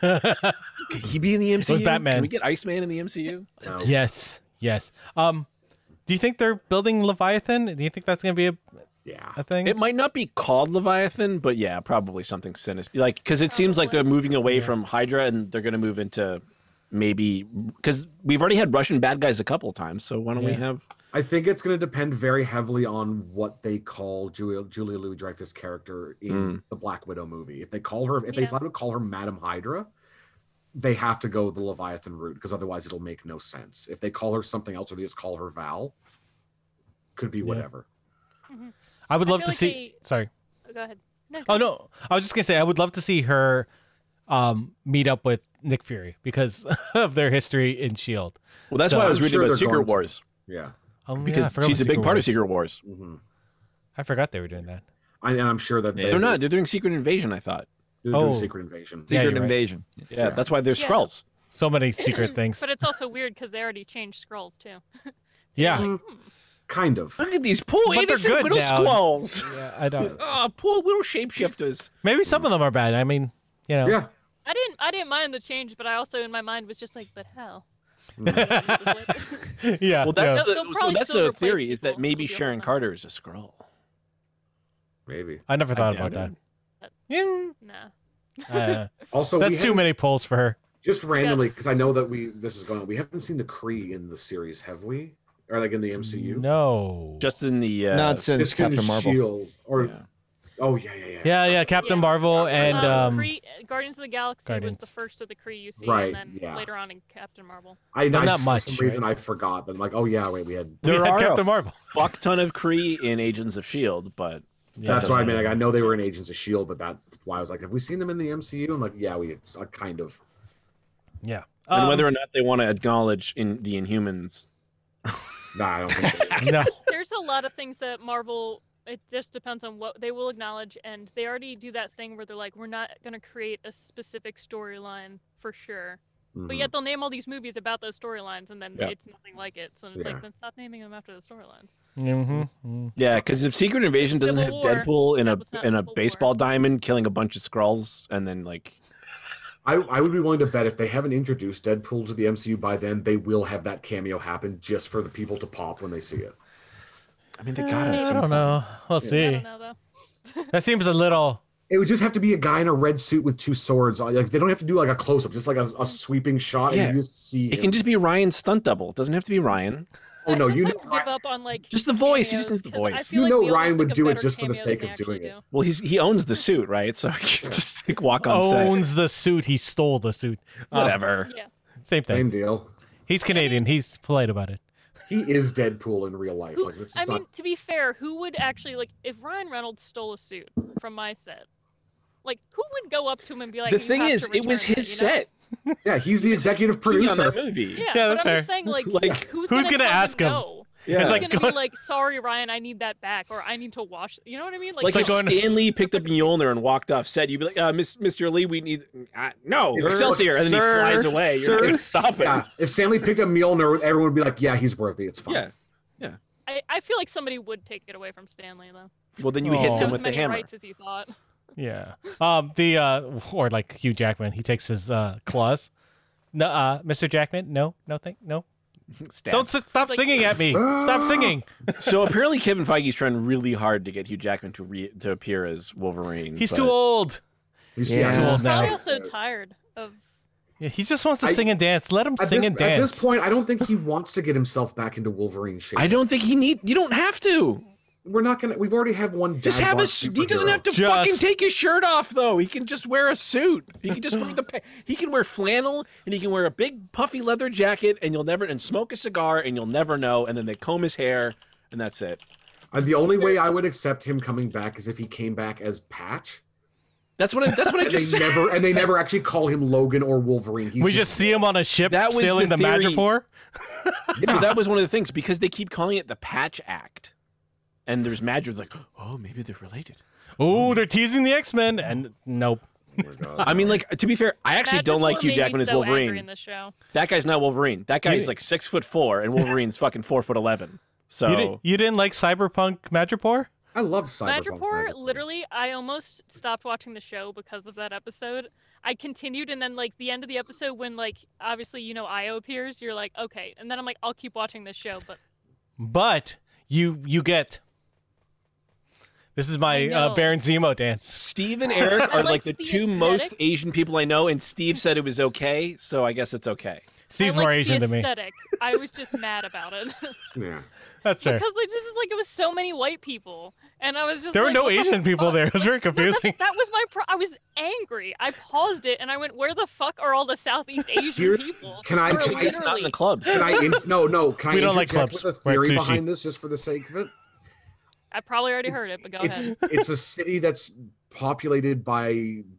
C: Could he be in the MCU?
A: Batman.
C: Can we get Iceman in the MCU?
D: no.
A: yes, yes. Um, do you think they're building Leviathan? Do you think that's gonna be a,
D: yeah,
A: a thing?
C: It might not be called Leviathan, but yeah, probably something sinister. Like, because it seems like they're moving away from Hydra and they're going to move into maybe because we've already had Russian bad guys a couple times. So why don't we
A: Yeah.
C: have?
D: I think it's going to depend very heavily on what they call Julia, Julia Louis Dreyfus' character in
C: Mm.
D: the Black Widow movie. If they call her, if they
B: Yeah.
D: flat out call her Madam Hydra, they have to go the Leviathan route because otherwise it'll make no sense. If they call her something else or they just call her Val, could be
A: Yeah.
D: whatever.
A: I would
B: I
A: love to
B: feel like
A: see.
B: they-
A: Sorry.
B: Oh, go ahead.
A: Oh no, I was just gonna say I would love to see her um, meet up with Nick Fury because of their history in Shield.
C: Well, that's
A: So
C: why I
A: I'm
C: was reading
D: sure
C: about
D: they're
C: Secret
D: going to.
C: Wars
D: Yeah.
A: Oh, yeah, I
C: because
A: forgot
C: she's a
A: about
C: big part of
A: Wars.
C: Secret Wars.
D: Mhm.
A: I forgot they were doing that.
D: I, and I'm sure that
F: Yeah.
D: they,
C: They're not. They're doing Secret Invasion. I thought.
D: They're
A: Oh.
D: doing Secret Invasion.
A: Yeah,
F: Secret
A: you're right.
F: Invasion.
C: Yeah,
D: Yeah.
C: that's why they're
B: Yeah.
C: Skrulls.
A: So many secret things.
B: But it's also weird because they already changed scrolls too. So you're
A: Yeah.
B: like, hmm.
D: Kind of.
C: Look at these poor
A: But they're
C: innocent
A: good
C: little
A: now.
C: squalls.
A: yeah, I don't.
C: Oh, poor little shapeshifters.
A: Maybe some of them are bad. I mean, you know.
D: Yeah.
B: I didn't. I didn't mind the change, but I also in my mind was just like, but hell.
A: yeah.
C: Well, that's
A: yeah.
B: They'll-
C: the,
B: they'll
C: so
B: probably
C: that's
B: still
C: the
B: replace
C: theory is that
B: people.
C: maybe
B: It'll be
C: Sharon
B: awesome.
C: Carter is a Skrull.
D: Maybe.
A: I never thought
F: I
A: about that.
F: doubt
A: Yeah.
B: Nah.
A: Uh,
D: Also, we
A: that's too
D: haven't-
A: many polls for her.
D: Just randomly,
B: Yes.
D: because I know that we this is going on. We haven't seen the Kree in the series, have we? Or like in the MCU?
A: No.
C: Just in the uh,
F: Not since
D: Just in
F: Captain Marvel.
D: Shield E or
C: Yeah.
D: oh yeah, yeah, yeah.
A: Yeah, yeah. Captain
B: Yeah.
A: Marvel and um.
B: Uh, Kree- Guardians of the Galaxy was
A: Guardians.
B: the first of the Kree you see, and
D: Right,
B: then
D: yeah.
B: later on in Captain Marvel.
D: I,
A: But
D: I
A: not
D: for
A: much,
D: some reason I forgot that. I'm like, oh yeah, wait, we had.
A: we
C: There
A: had
C: are a
A: Captain Marvel.
C: fuck ton of Kree in Agents of Shield, E but
A: Yeah,
D: that's
A: it
D: why I
A: doesn't
D: mean, like,
A: matter.
D: I know they were in Agents of Shield, but that's why I was like, have we seen them in the MCU? I'm like, yeah, we uh, kind of.
A: Yeah.
C: and
A: Um,
C: whether or not they want to acknowledge in the Inhumans,
D: Nah, I don't think. they-
A: no.
B: There's a lot of things that Marvel. It just depends on what they will acknowledge, and they already do that thing where they're like, we're not going to create a specific storyline for sure, but
D: Mhm.
B: yet they'll name all these movies about those storylines, and then
C: Yeah.
B: it's nothing like it. So it's
D: Yeah.
B: like, then stop naming them after the storylines.
A: Mm-hmm.
C: Yeah, because if Secret Invasion doesn't have
B: Civil
C: Deadpool in
B: That
C: a
B: was not
C: in a
B: Civil War.
C: baseball diamond killing a bunch of Skrulls and then like
D: I, I would be willing to bet if they haven't introduced Deadpool to the MCU by then, they will have that cameo happen just for the people to pop when they see it.
C: I mean they got it.
A: Mm-hmm. I don't know. We'll
B: I
A: see.
B: don't know though.
A: That seems a little.
D: It would just have to be a guy in a red suit with two swords. on- Like they don't have to do like a close up, just like a, a sweeping shot,
C: Mm. Yeah.
D: and you just see.
C: It
D: him.
C: can just be Ryan's stunt double. It doesn't have to be Ryan.
D: oh no,
B: I
D: you know,
B: sometimes give up on like
C: Just the voice. He just
B: cameos
C: needs the
B: 'cause I
C: voice.
B: feel
D: You know
B: we always
D: Ryan would
B: think of
D: do it
B: better
D: just for the
B: cameos
D: sake
B: than
D: of
B: they
D: doing
B: actually
D: it.
C: Well, he's he owns the suit, right? So he can just like walk on set.
A: Owns the suit. He stole the suit. Uh,
C: Whatever.
B: do. Yeah.
A: same thing.
D: same deal.
A: He's Canadian. He's polite about it.
D: He is Deadpool in real life. Like this is
B: I
D: not.
B: mean, to be fair, who would actually like if Ryan Reynolds stole a suit from my set? Like, who would go up to him and be like?
C: the
B: "You
C: thing
B: have to
C: is, it was
B: return
C: his
B: you know?
C: set.
D: yeah, he's the executive
C: He was on
D: producer.
C: that movie.
B: Yeah,
A: Yeah,
B: but
A: that's
B: I'm just
A: fair.
B: saying, like,
C: Like,
B: who's,
A: who's gonna
B: gonna, tell him
A: ask him?
B: No?
C: Yeah.
A: It's
B: Who's
A: like-
B: gonna
A: God.
B: be like, sorry, Ryan, I need that back, or I need to wash. You know what I mean?
C: Like,
A: like
C: if
A: going to-
C: Stanley picked up Mjolnir and walked off set, you'd be like, uh, Miss, "Mr. Lee, we need uh, no
D: Sir,
C: Excelsior," and then
E: sir,
C: he flies away. You're
E: sir.
C: like, "Stop it!"
D: Yeah, if Stanley picked up Mjolnir, everyone would be like, "Yeah, he's worthy. It's fine."
C: Yeah.
B: I, I feel like somebody would take it away from Stanley though.
C: Well, then you
A: Aw.
C: hit
B: Not
C: them
B: as
C: with the
B: many
C: hammer.
B: rights as you thought.
A: Yeah. Um. The uh, or like Hugh Jackman, he takes his uh claws. No, uh, Mr. Jackman, no, no, thank, no.
C: Stab.
A: Don't s- stop
B: Like-
A: singing at me. Stop singing.
C: so apparently, Kevin Feige's trying really hard to get Hugh Jackman to re- to appear as Wolverine.
A: He's
C: but-
A: too old.
D: He's
E: Yeah.
D: just-
A: Too old
B: He's probably
A: now.
B: also tired of.
A: Yeah, he just wants to
D: I-
A: sing and dance. Let him
D: At
A: sing
D: this,
A: and
D: at
A: dance.
D: this point, I don't think he wants to get himself back into Wolverine shape.
C: I don't think he need. You don't have to.
D: We're not gonna. We've already had one.
C: Just
D: dad
C: have a.
D: bod
C: s- He doesn't
D: superhero.
C: have to
A: Just-
C: fucking take his shirt off though. He can just wear a suit. He can just wear the. pa- He can wear flannel and he can wear a big puffy leather jacket and you'll never and smoke a cigar and you'll never know. And then they comb his hair and that's it.
D: And the only way I would accept him coming back is if he came back as Patch.
C: That's what. I, that's what I
D: And they
C: just said.
D: never and they never actually call him Logan or Wolverine. He's
A: we just see him on a ship
C: That was
A: sailing
C: the
A: the,
C: theory.
A: Madripoor.
C: So that was one of the things because they keep calling it the Patch Act, and there's Madrid like, oh, maybe they're related.
A: Ooh, they're teasing the X Men, and nope.
C: I mean, like to be fair, I actually
B: Madripoor
C: don't like Hugh
B: made me
C: Jackman as
B: so angry
C: Wolverine.
B: in this show.
C: That guy's not Wolverine. That
A: You-
C: guy's like six foot four, and Wolverine's fucking four foot eleven.
A: You, di-
C: So
A: you didn't like Cyberpunk Madripoor?
D: I love Cyberpunk.
B: Madripoor,
D: Madripoor.
B: literally, I almost stopped watching the show because of that episode. I continued, and then like the end of the episode, when like obviously you know Io appears, you're like okay, and then I'm like I'll keep watching this show, but
A: But you you get. This is
B: I
A: my uh,
B: know.
A: Baron Zemo dance.
C: Steve and Eric
B: I
C: are
B: liked
C: like the,
B: the
C: two most
B: aesthetic.
C: Asian people I know, and Steve said it was okay, so I guess it's okay.
A: Steve's
B: I liked
A: more Asian
B: the
A: than me.
B: aesthetic. I was just mad about it
D: Yeah.
A: That's fair.
B: because like this is like it was so many white people, and I was just
A: There were
B: like,
A: no
B: what the
A: Asian people
B: fuck?
A: there. It was very
B: No, that,
A: confusing.
B: that was my pro- I was angry. I paused it and I went, "Where the fuck are all the Southeast Asian
D: Here's-
B: people?"
D: can I-
B: They were
D: can I-
C: It's not in the
B: literally-
C: clubs.
D: Can I in, no no? Can I
A: We don't like
D: interject
A: clubs.
D: With a
A: We're at
D: theory
A: sushi.
D: behind this, just for the sake of it.
B: I probably already heard it, but go
D: It's
B: ahead.
D: it's a city that's populated by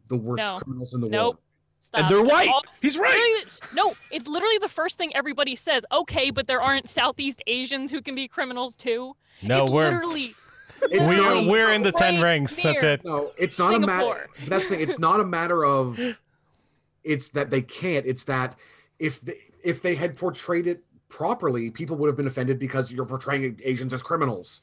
D: the worst
B: No.
D: criminals in the
B: Nope.
D: world.
B: Stop.
C: And they're white.
B: All-
C: He's right.
B: literally- no, it's literally the first thing everybody says. Okay, but there aren't Southeast Asians who can be criminals too.
A: No,
B: it's
A: we're
B: literally
D: It's
A: we are
D: not-
A: we're in the ten
B: right
A: ranks. That's
B: there.
A: it.
D: No, it's not a matter.
B: Singapore.
D: That's the thing. It's not a matter of. It's that they can't. It's that if they, if they had portrayed it properly, people would have been offended because you're portraying Asians as criminals.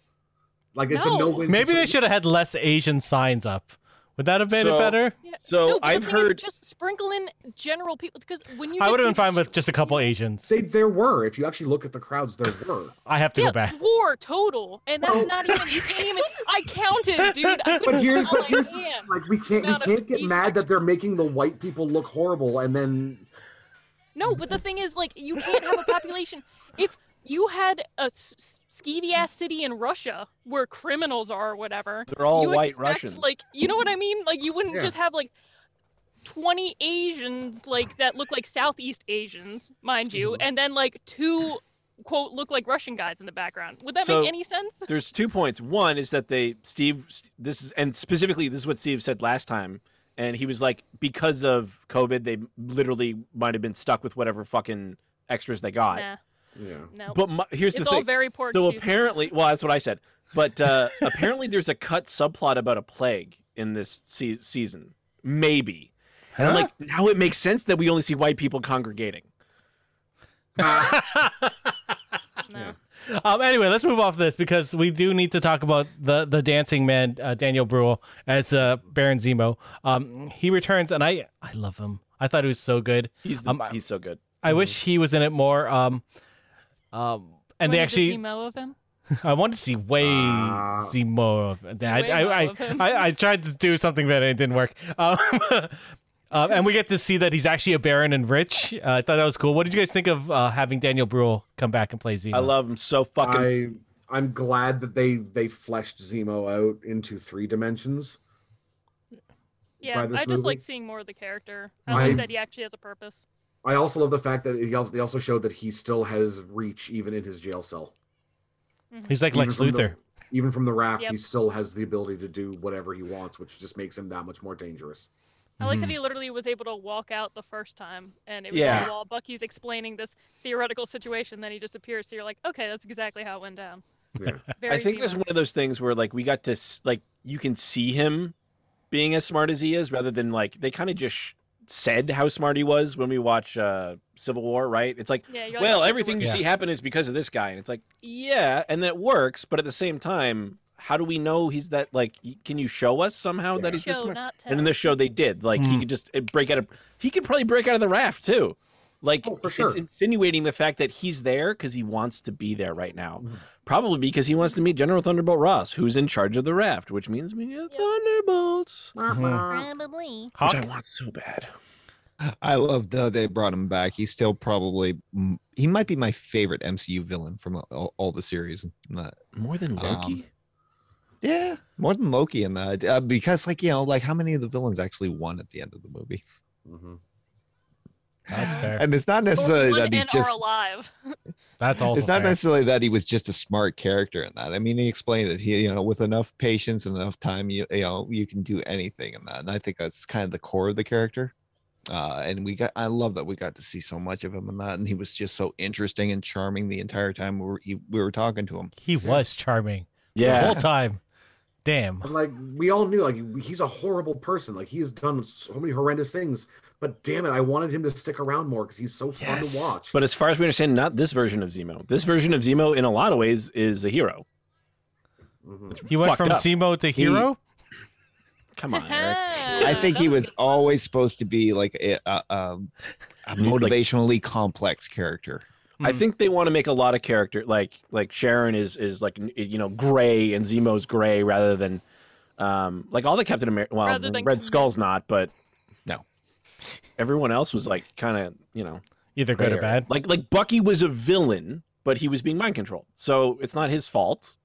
D: Like it's
B: No.
D: a no win.
A: Maybe they should have had less Asian signs up. Would that have made
C: So-
A: it better?
B: yeah.
C: So
B: No, but the
C: I've
B: thing is
C: heard-
B: just sprinkle in general people because when you
A: I
B: just
A: would have
B: see
A: been fine
B: the
A: with just a couple Asians.
D: They there were. If you actually look at the crowds, there were.
A: I have to
B: yeah,
A: go back.
B: war total, and that's
D: Well-
B: not even you can't even. I counted, dude. I
D: But here's
B: all
D: but
B: I
D: here's
B: can.
D: like we can't we
B: Amount of
D: can't get
B: Asian
D: mad that they're making the white people look horrible and then
B: No, but the thing is, like, you can't have a population. If you had a s- s- skeevy ass city in Russia where criminals are or whatever,
C: They're all
B: you
C: white
B: expect,
C: Russians.
B: Like, you know what I mean? Like, you wouldn't
D: Yeah.
B: just have like twenty Asians like that look like Southeast Asians, mind you, and then like two quote look like Russian guys in the background. Would that
C: So-
B: make any sense?
C: there's two points. One is that they Steve st- this is and specifically this is what Steve said last time and he was like because of COVID they literally might have been stuck with whatever fucking extras they got.
B: Nah,
D: yeah.
B: no.
C: But my, here's
B: it's
C: the
B: all
C: thing.
B: very poor.
C: So
B: excuses.
C: apparently, well that's what I said. But uh apparently there's a cut subplot about a plague in this se- season. Maybe. And I'm
A: Huh?
C: like now it makes sense that we only see white people congregating.
B: no.
D: Yeah.
A: Um, anyway, let's move off this because we do need to talk about the the dancing man uh, Daniel Bruhl as uh, Baron Zemo. Um, he returns, and I I love him. I thought he was so good.
C: He's the,
A: Um, I-
C: he's so good.
B: Mm.
A: I wish he was in it more. Um, um, and they
B: Wanted to
A: actually,
B: see mo of him.
A: I want to see way
D: Ah.
A: see more of that.
B: See way
A: I,
B: more
A: I, I,
B: of him.
A: I, I tried to do something, but it didn't work. Um, uh, and we get to see that he's actually a baron and rich. Uh, I thought that was cool. What did you guys think of uh, having Daniel Bruhl come back and play Zemo?
C: I love him so fucking.
D: I I'm glad that they they fleshed Zemo out into three dimensions.
B: Yeah,
D: this
B: I just
D: movie?
B: like seeing more of the character. I
D: I-
B: like that he actually has a purpose.
D: I also love the fact that he also, they also showed that he still has reach even in his jail cell.
A: He's like
D: Even
A: Lex
D: from the-
A: Luthor.
D: Even from the raft, he
B: Yep.
D: still has the ability to do whatever he wants, which just makes him that much more dangerous.
B: I like that he literally was able to walk out the first time, and it was
C: Mm-hmm. Yeah.
B: all while Bucky's explaining this theoretical situation. Then he disappears. So you're like, okay, that's exactly how it went down.
D: Yeah.
B: Very
C: I think there's
B: Zemo.
C: one of those things where like we got to s- like you can see him being as smart as he is, rather than like they kind of just sh- said how smart he was when we watch uh, Civil War, right? It's like,
B: Yeah, you're like,
C: well,
B: "That's
C: everything you
A: works."
C: see happen is because of this guy, and it's like, yeah, and it works, but at the same time, how do we know he's that? Like, y- can you show us somehow that
D: Yeah.
C: he's this
B: Show,
C: smart?
B: not tell.
C: And in this show, they did. Like, he
D: Hmm.
A: Mm.
C: could just uh, break out of. He could probably break out of the raft too. Like,
D: Oh, for
C: it's
D: sure.
C: insinuating the fact that he's there because he wants to be there right now.
D: Mhm.
C: Probably because he wants to meet General Thunderbolt Ross, who's in charge of the raft, which means we get
B: Yeah.
C: Thunderbolts,
D: Mm-hmm.
B: Probably.
A: Hawk?
C: which I want so bad.
F: I love that they brought him back. He's still probably mm, he might be my favorite MCU villain from all, all the series. in that.
C: More than Loki.
F: Um, Yeah, more than Loki in that uh, because like you know like how many of the villains actually won at the end of the movie,
D: hmm
A: That's fair.
F: and it's not necessarily uh, that he's
B: and are
F: just.
B: alive.
A: That's also
F: It's not
A: fair.
F: necessarily that he was just a smart character in that. I mean, he explained it. He, you know, with enough patience and enough time, you, you know, you can do anything in that. And I think that's kind of the core of the character. Uh, and we got, I love that we got to see so much of him in that. And he was just so interesting and charming the entire time we were, he, we were talking to him.
A: He was charming the
C: Yeah.
A: whole time. Damn.
D: And like we all knew, like he's a horrible person. Like he has done so many horrendous things. But damn it, I wanted him to stick around more because he's so fun to watch.
C: But as far as we understand, not this version of Zemo. This version of Zemo, in a lot of ways, is a hero.
D: Mhm.
A: He went
C: fucked
A: from
C: up.
A: Zemo to hero.
C: Come on, Eric.
F: I think he was always supposed to be like a, a, um, a
C: You need, like-
F: motivationally complex character.
A: Mm.
C: I
D: Hmm.
C: think they want to make a lot of character like like Sharon is is like n- you know gray and Zemo's gray rather than um like all the Captain America well
B: Rather than
C: Red Skull's not but
F: No.
C: everyone else was like kind of you know
A: Either good or
C: grayer.
A: bad.
C: like like Bucky was a villain but he was being mind controlled so it's not his fault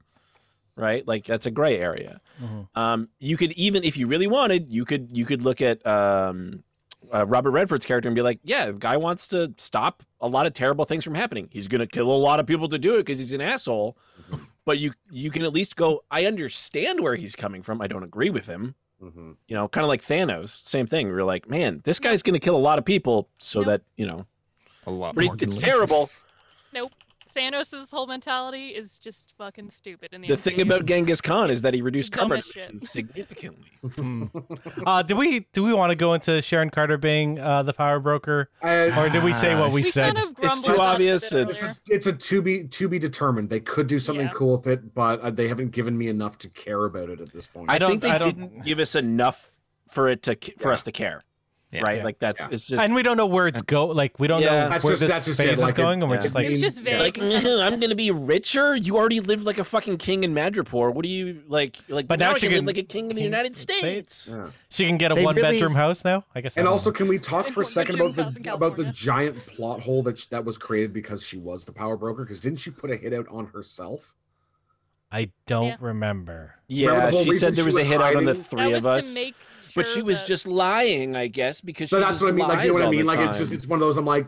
C: right like that's a gray area
A: Mhm.
C: um you could even if you really wanted you could you could look at um uh, Robert Redford's character and be like, yeah, the guy wants to stop a lot of terrible things from happening. He's going to kill a lot of people to do it because he's an asshole. But you you can at least go, I understand where he's coming from. I don't agree with him.
D: Mhm.
C: You know, kind of like Thanos, same thing. You're like, man, this guy's going to kill a lot of people so
B: Yep.
C: that, you know,
F: A lot.
C: but it-
F: more than
C: it's
F: Loki.
C: terrible.
B: Thanos' whole mentality is just fucking stupid. In the,
C: The thing
B: MCU.
C: about Genghis Khan is that he reduced
B: Dumb
C: carbon
B: as shit.
C: emissions significantly.
A: Mm. uh, do we do we want to go into Sharon Carter being uh, the power broker,
D: And
A: or did we say what we,
B: we
A: said?
B: kind of
C: it's
B: grumbled about
C: too
B: it a
C: obvious,
B: bit
C: it's-
B: earlier.
D: it's, it's a to be to be determined. They could do something
B: Yeah.
D: cool with it, but uh, they haven't given me enough to care about it at this point.
C: I,
A: don't-
C: think they
A: I don't-
C: didn't give us enough for it to ca- for
D: Yeah.
C: us to care,
F: Yeah.
C: right?
A: Yeah.
C: Like that's
D: Yeah.
C: it's just
A: and we don't know where it's go. Like we don't
C: Yeah.
A: know
D: That's
A: where
D: just-
A: this
D: that's just it,
A: phase is
D: like it-
A: going, and we're
C: yeah.
A: just like,
B: It was just vague.
C: like "Mhm, I'm gonna be richer. You already lived like a fucking king in Madripoor. What do you like? You're like,
A: But
C: but
A: now
C: now,
A: she
C: you live
A: can-
C: like a king in the
A: king-
C: United
A: States.
C: States.
D: Yeah.
A: she can get a
F: They
A: one
F: really-
A: bedroom house now. I guess. I
D: And
A: don't
D: also,
A: know.
D: can we talk for a
B: Important
D: second
B: Jim
D: about
B: House in
D: the about the
B: California.
D: giant plot hole that sh- that was created because she was the power broker? Because didn't she put a hit out on herself?
A: I don't
B: Yeah.
A: remember.
D: Remember
C: Yeah,
D: the whole
C: she
D: reason
C: said there
D: she
C: was,
D: was
C: a hit out on the
D: hiding?
B: That
C: three
B: was
C: of us,
B: To make sure
C: but she was
B: that-
C: just lying, I guess, because
D: So
C: she
D: that's
C: just
D: what I mean. Like you know
C: lies
D: what I
C: all the
D: mean? Like it's
C: time.
D: just it's one of those. I'm like,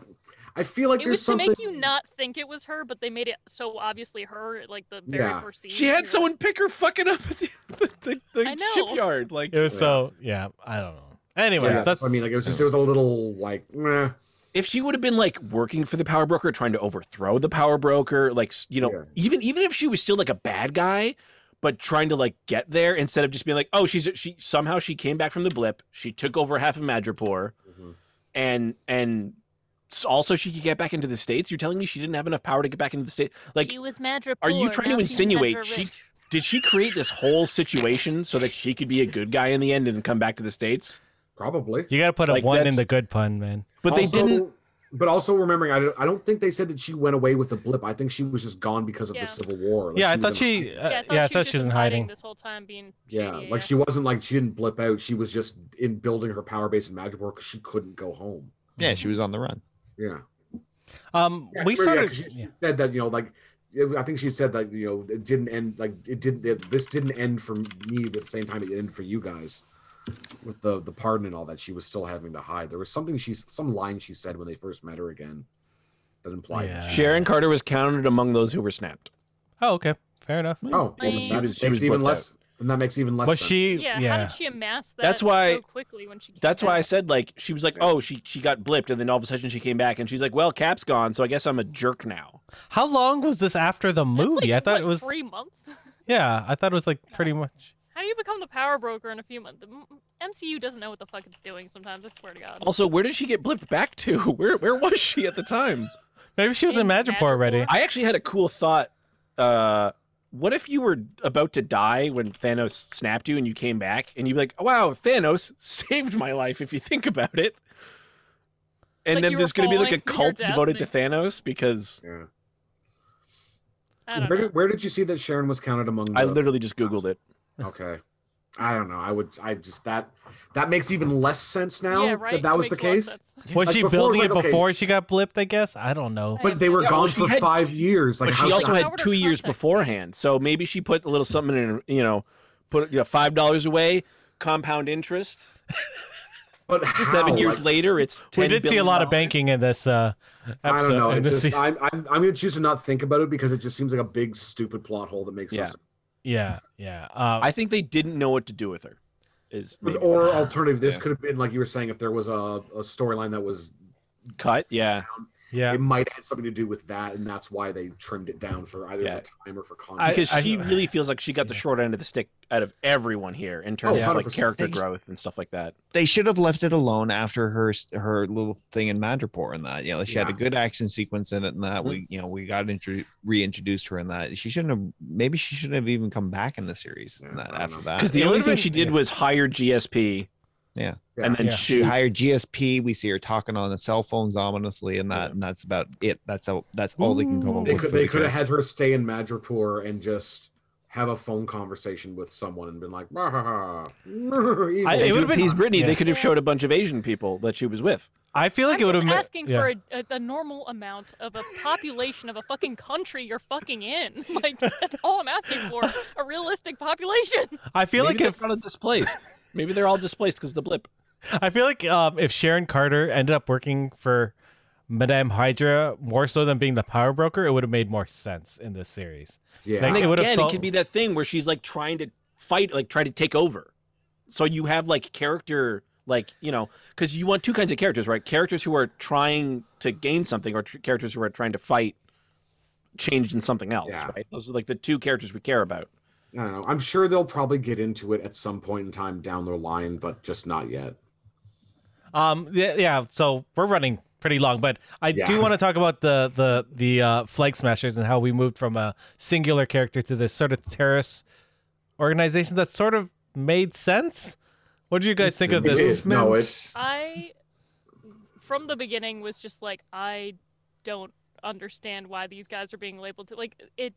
D: I feel like
B: It
D: there's
B: was to
D: something.
B: make you not think it was her, but they made it so obviously her. Like the very
D: Yeah.
B: first scene.
C: she
B: You're
C: had
B: like,
C: someone pick her fucking up at the, the,
B: I
C: the
B: know.
C: shipyard. Like
A: It was so yeah. I don't know. Anyway,
D: Yeah, that's
A: that's
D: what I mean. Like it was just it was a little like. meh.
C: if she would have been like working for the power broker trying to overthrow the power broker like s- you know
D: Yeah.
C: even even if she was still like a bad guy but trying to like get there instead of just being like oh she's she somehow she came back from the blip she took over half of madripoor
D: Mhm.
C: and and s- also she could get back into the states. You're telling me she didn't have enough power to get back into the state? Like,
B: she was Madra
C: are you
B: poor,
C: trying
B: now
C: to
B: she's
C: insinuate
B: Madra
C: she-
B: rich.
C: did she create this whole situation so that she could be a good guy in the end and come back to the states?
D: Probably.
A: You got to put a
C: Like,
A: one in
C: that's-
A: the good pun, man.
D: Oh,
C: But they
D: Also-
C: didn't.
D: But also remembering, I don't, I don't think they said that she went away with the blip. I think she was just gone because of
B: Yeah.
D: the Civil War. Like,
A: yeah, I
D: was
A: thought
D: in-
A: she. Uh,
B: Yeah, I thought
A: yeah, I
B: she,
A: thought
B: was
A: she was
B: just
A: in
B: hiding.
A: hiding.
B: this whole time, being
D: Yeah,
B: shady,
D: like she wasn't like she didn't blip out. She was just in building her power base in Madripoor because she couldn't go home.
F: Yeah, she was on the run.
D: Yeah,
A: Um,
D: Yeah,
A: we
D: sure, yeah,
A: started.
D: 'cause you-
A: yeah.
D: said that you know like I think she said that you know it didn't end like it didn't it, this didn't end for me at the same time it ended for you guys with the the pardon and all that she was still having to hide. There was something she's some line she said when they first met her again that implied.
A: Yeah.
C: Sharon Carter was counted among those who were snapped.
A: Oh, okay, fair enough.
D: Oh, well, then
B: Like-
D: that
C: She was- she
D: makes
C: was
D: even
C: booked
D: less. Then that makes even less.
A: Was
D: sense.
A: she?
B: Yeah,
A: Yeah.
B: how did she amass that?
C: That's why-
B: so quickly when she. Came
C: That's why I
B: back?
C: said like she was like, oh, she she got blipped, and then all of a sudden she came back, and she's like, well, Cap's gone, so I guess I'm a jerk now.
A: How long was this after the
B: That's
A: movie?
B: like,
A: I thought
B: what,
A: it was.
B: three months.
A: Yeah, I thought it was like pretty much.
B: How do you become the power broker in a few months? The M- MCU doesn't know what the fuck it's doing sometimes. I swear to God.
C: Also, where did she get blipped back to? Where where was she at the time?
A: Maybe she was in
B: In
A: Madripoor already.
B: Madripoor.
C: I actually had a cool thought. Uh, what if you were about to die when Thanos snapped you and you came back and you'd be like, wow, Thanos saved my life if you think about it. And
B: Like
C: then
B: you were
C: there's going to be like a
B: following your
C: cult devoted to
B: destiny.
C: Thanos because
D: Yeah.
B: I don't
D: Where
B: know.
D: did, where did you see that Sharon was counted among?
C: I
D: the-
C: literally just Googled it.
D: Okay. I don't know. I would. I just that that makes even less sense now
B: yeah, right.
D: that that was the
B: makes a lot of
D: case.
B: sense.
A: Was
D: Like,
A: she
D: before it
A: building
D: was
A: it
D: like, okay.
A: before she got blipped? I guess I don't know.
D: But they were
C: Yeah, well,
D: gone
C: she
D: for
C: had-
D: five years. Like
C: but
D: how's
C: she also
D: that-
B: Now
C: had
B: we're
C: two
B: in
C: years
B: context.
C: beforehand. So maybe she put a little something in, you know, put you know, $5 away, compound interest.
D: but how?
C: Seven years
D: Like,
C: later, it's 10
A: We did see a
C: billion
A: lot of
C: dollars.
A: banking in this uh, episode.
D: I don't know.
A: in
D: It's
A: this
D: just,
A: season.
D: I'm, I'm, I'm going to choose to not think about it because it just seems like a big, stupid plot hole that makes
C: Yeah.
D: no sense.
A: yeah, yeah. Uh,
C: I think they didn't know what to do with her. Is maybe
D: Or alternative, this
F: Yeah.
D: could have been like you were saying, if there was a, a storyline that was,
C: cut? Yeah.
A: yeah.
D: it might have had something to do with that, and that's why they trimmed it down for either
C: Yeah.
D: for time or for
A: I-
D: content.
C: because she really feels like she got the
A: Yeah.
C: short end of the stick out of everyone here in terms
D: Oh,
C: of like
D: 100%.
C: character
F: Thanks.
C: growth and stuff like that.
F: They should have left it alone after her her little thing in Madripoor and that. You know, she had a
D: Yeah. Mm-hmm.
F: good action sequence in it and that. We you know we got intro- reintroduced her in that. She shouldn't have. Maybe she shouldn't have even come back in the series
D: Yeah,
F: and that
D: I don't
F: after
D: know.
C: Because
F: that.
A: Uh,
C: the
A: It
C: only
A: would've
C: thing
A: been-
C: she did
A: yeah.
C: was hire GSP
D: Yeah.
C: and then
A: Yeah.
F: She
C: shoot.
F: hired GSP. We see her talking on the cell phones ominously and that, and that's about it. That's all. That's all they can come
A: Ooh.
F: up
D: they
F: with.
D: could,
F: for
D: they
F: the
D: could have
F: character.
D: had her stay in Madripoor and just have a phone conversation with someone and been like, "Rah, rah, rah, evil."
A: I- it
C: It
A: would've
C: would
A: been-
C: appease Brittany.
A: yeah.
C: They could have showed a bunch of Asian people that she was with.
A: I feel like
B: I'm
A: it would have
B: just
A: been
B: asking for a, a, a normal amount of a population of a fucking country you're fucking in. Like that's all I'm asking for. A realistic population.
A: I feel
C: Maybe
A: like
C: they're
A: if
C: kind of displaced. Maybe they're all displaced because the blip.
A: I feel like um, if Sharon Carter ended up working for Madame Hydra more so than being the power broker, it would have made more sense in this series.
D: yeah.
A: Like,
C: And
A: it would've
C: again,
A: felt-
C: it could be that thing where she's like trying to fight, like try to take over. So you have like character, like you know, because you want two kinds of characters, right? Characters who are trying to gain something, or tr- characters who are trying to fight change in something else,
D: Yeah.
C: right? Those are like the two characters we care about.
D: I don't know. I'm sure they'll probably get into it at some point in time down the line, but just not yet.
A: Um, yeah, yeah. So we're running pretty long, but I do
D: Yeah.
A: want to talk about the the the uh, flag smashers and how we moved from a singular character to this sort of terrorist organization that sort of made sense. What do you guys think of
D: It
A: this?
D: is. No, it's-
B: I from the beginning was just like I don't understand why these guys are being labeled to like it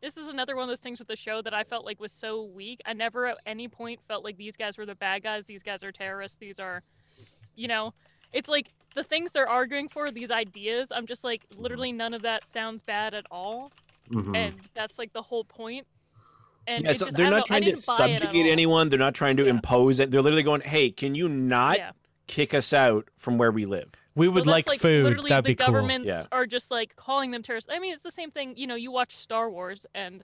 B: this is another one of those things with the show that I felt like was so weak. I never at any point felt like these guys were the bad guys, these guys are terrorists, these are you know, it's like the things they're arguing for, these ideas, I'm just like literally none of that sounds bad at all.
C: Mm-hmm.
D: Mhm.
B: And that's like the whole point. And
C: Yeah,
B: it
C: so
B: just, I don't
C: they're not
B: know, I
C: trying to
B: didn't buy it at
C: subjugate
B: all.
C: anyone. They're not trying to
B: Yeah.
C: impose it. They're literally going, "Hey, can you not
B: Yeah.
C: kick us out from where we live?"
A: We
B: So
A: would
B: that's,
A: like, food.
B: Literally,
A: That'd
B: the
A: be cool.
B: governments
C: Yeah.
B: are just like calling them terrorists. I mean, it's the same thing. You know, you watch Star Wars and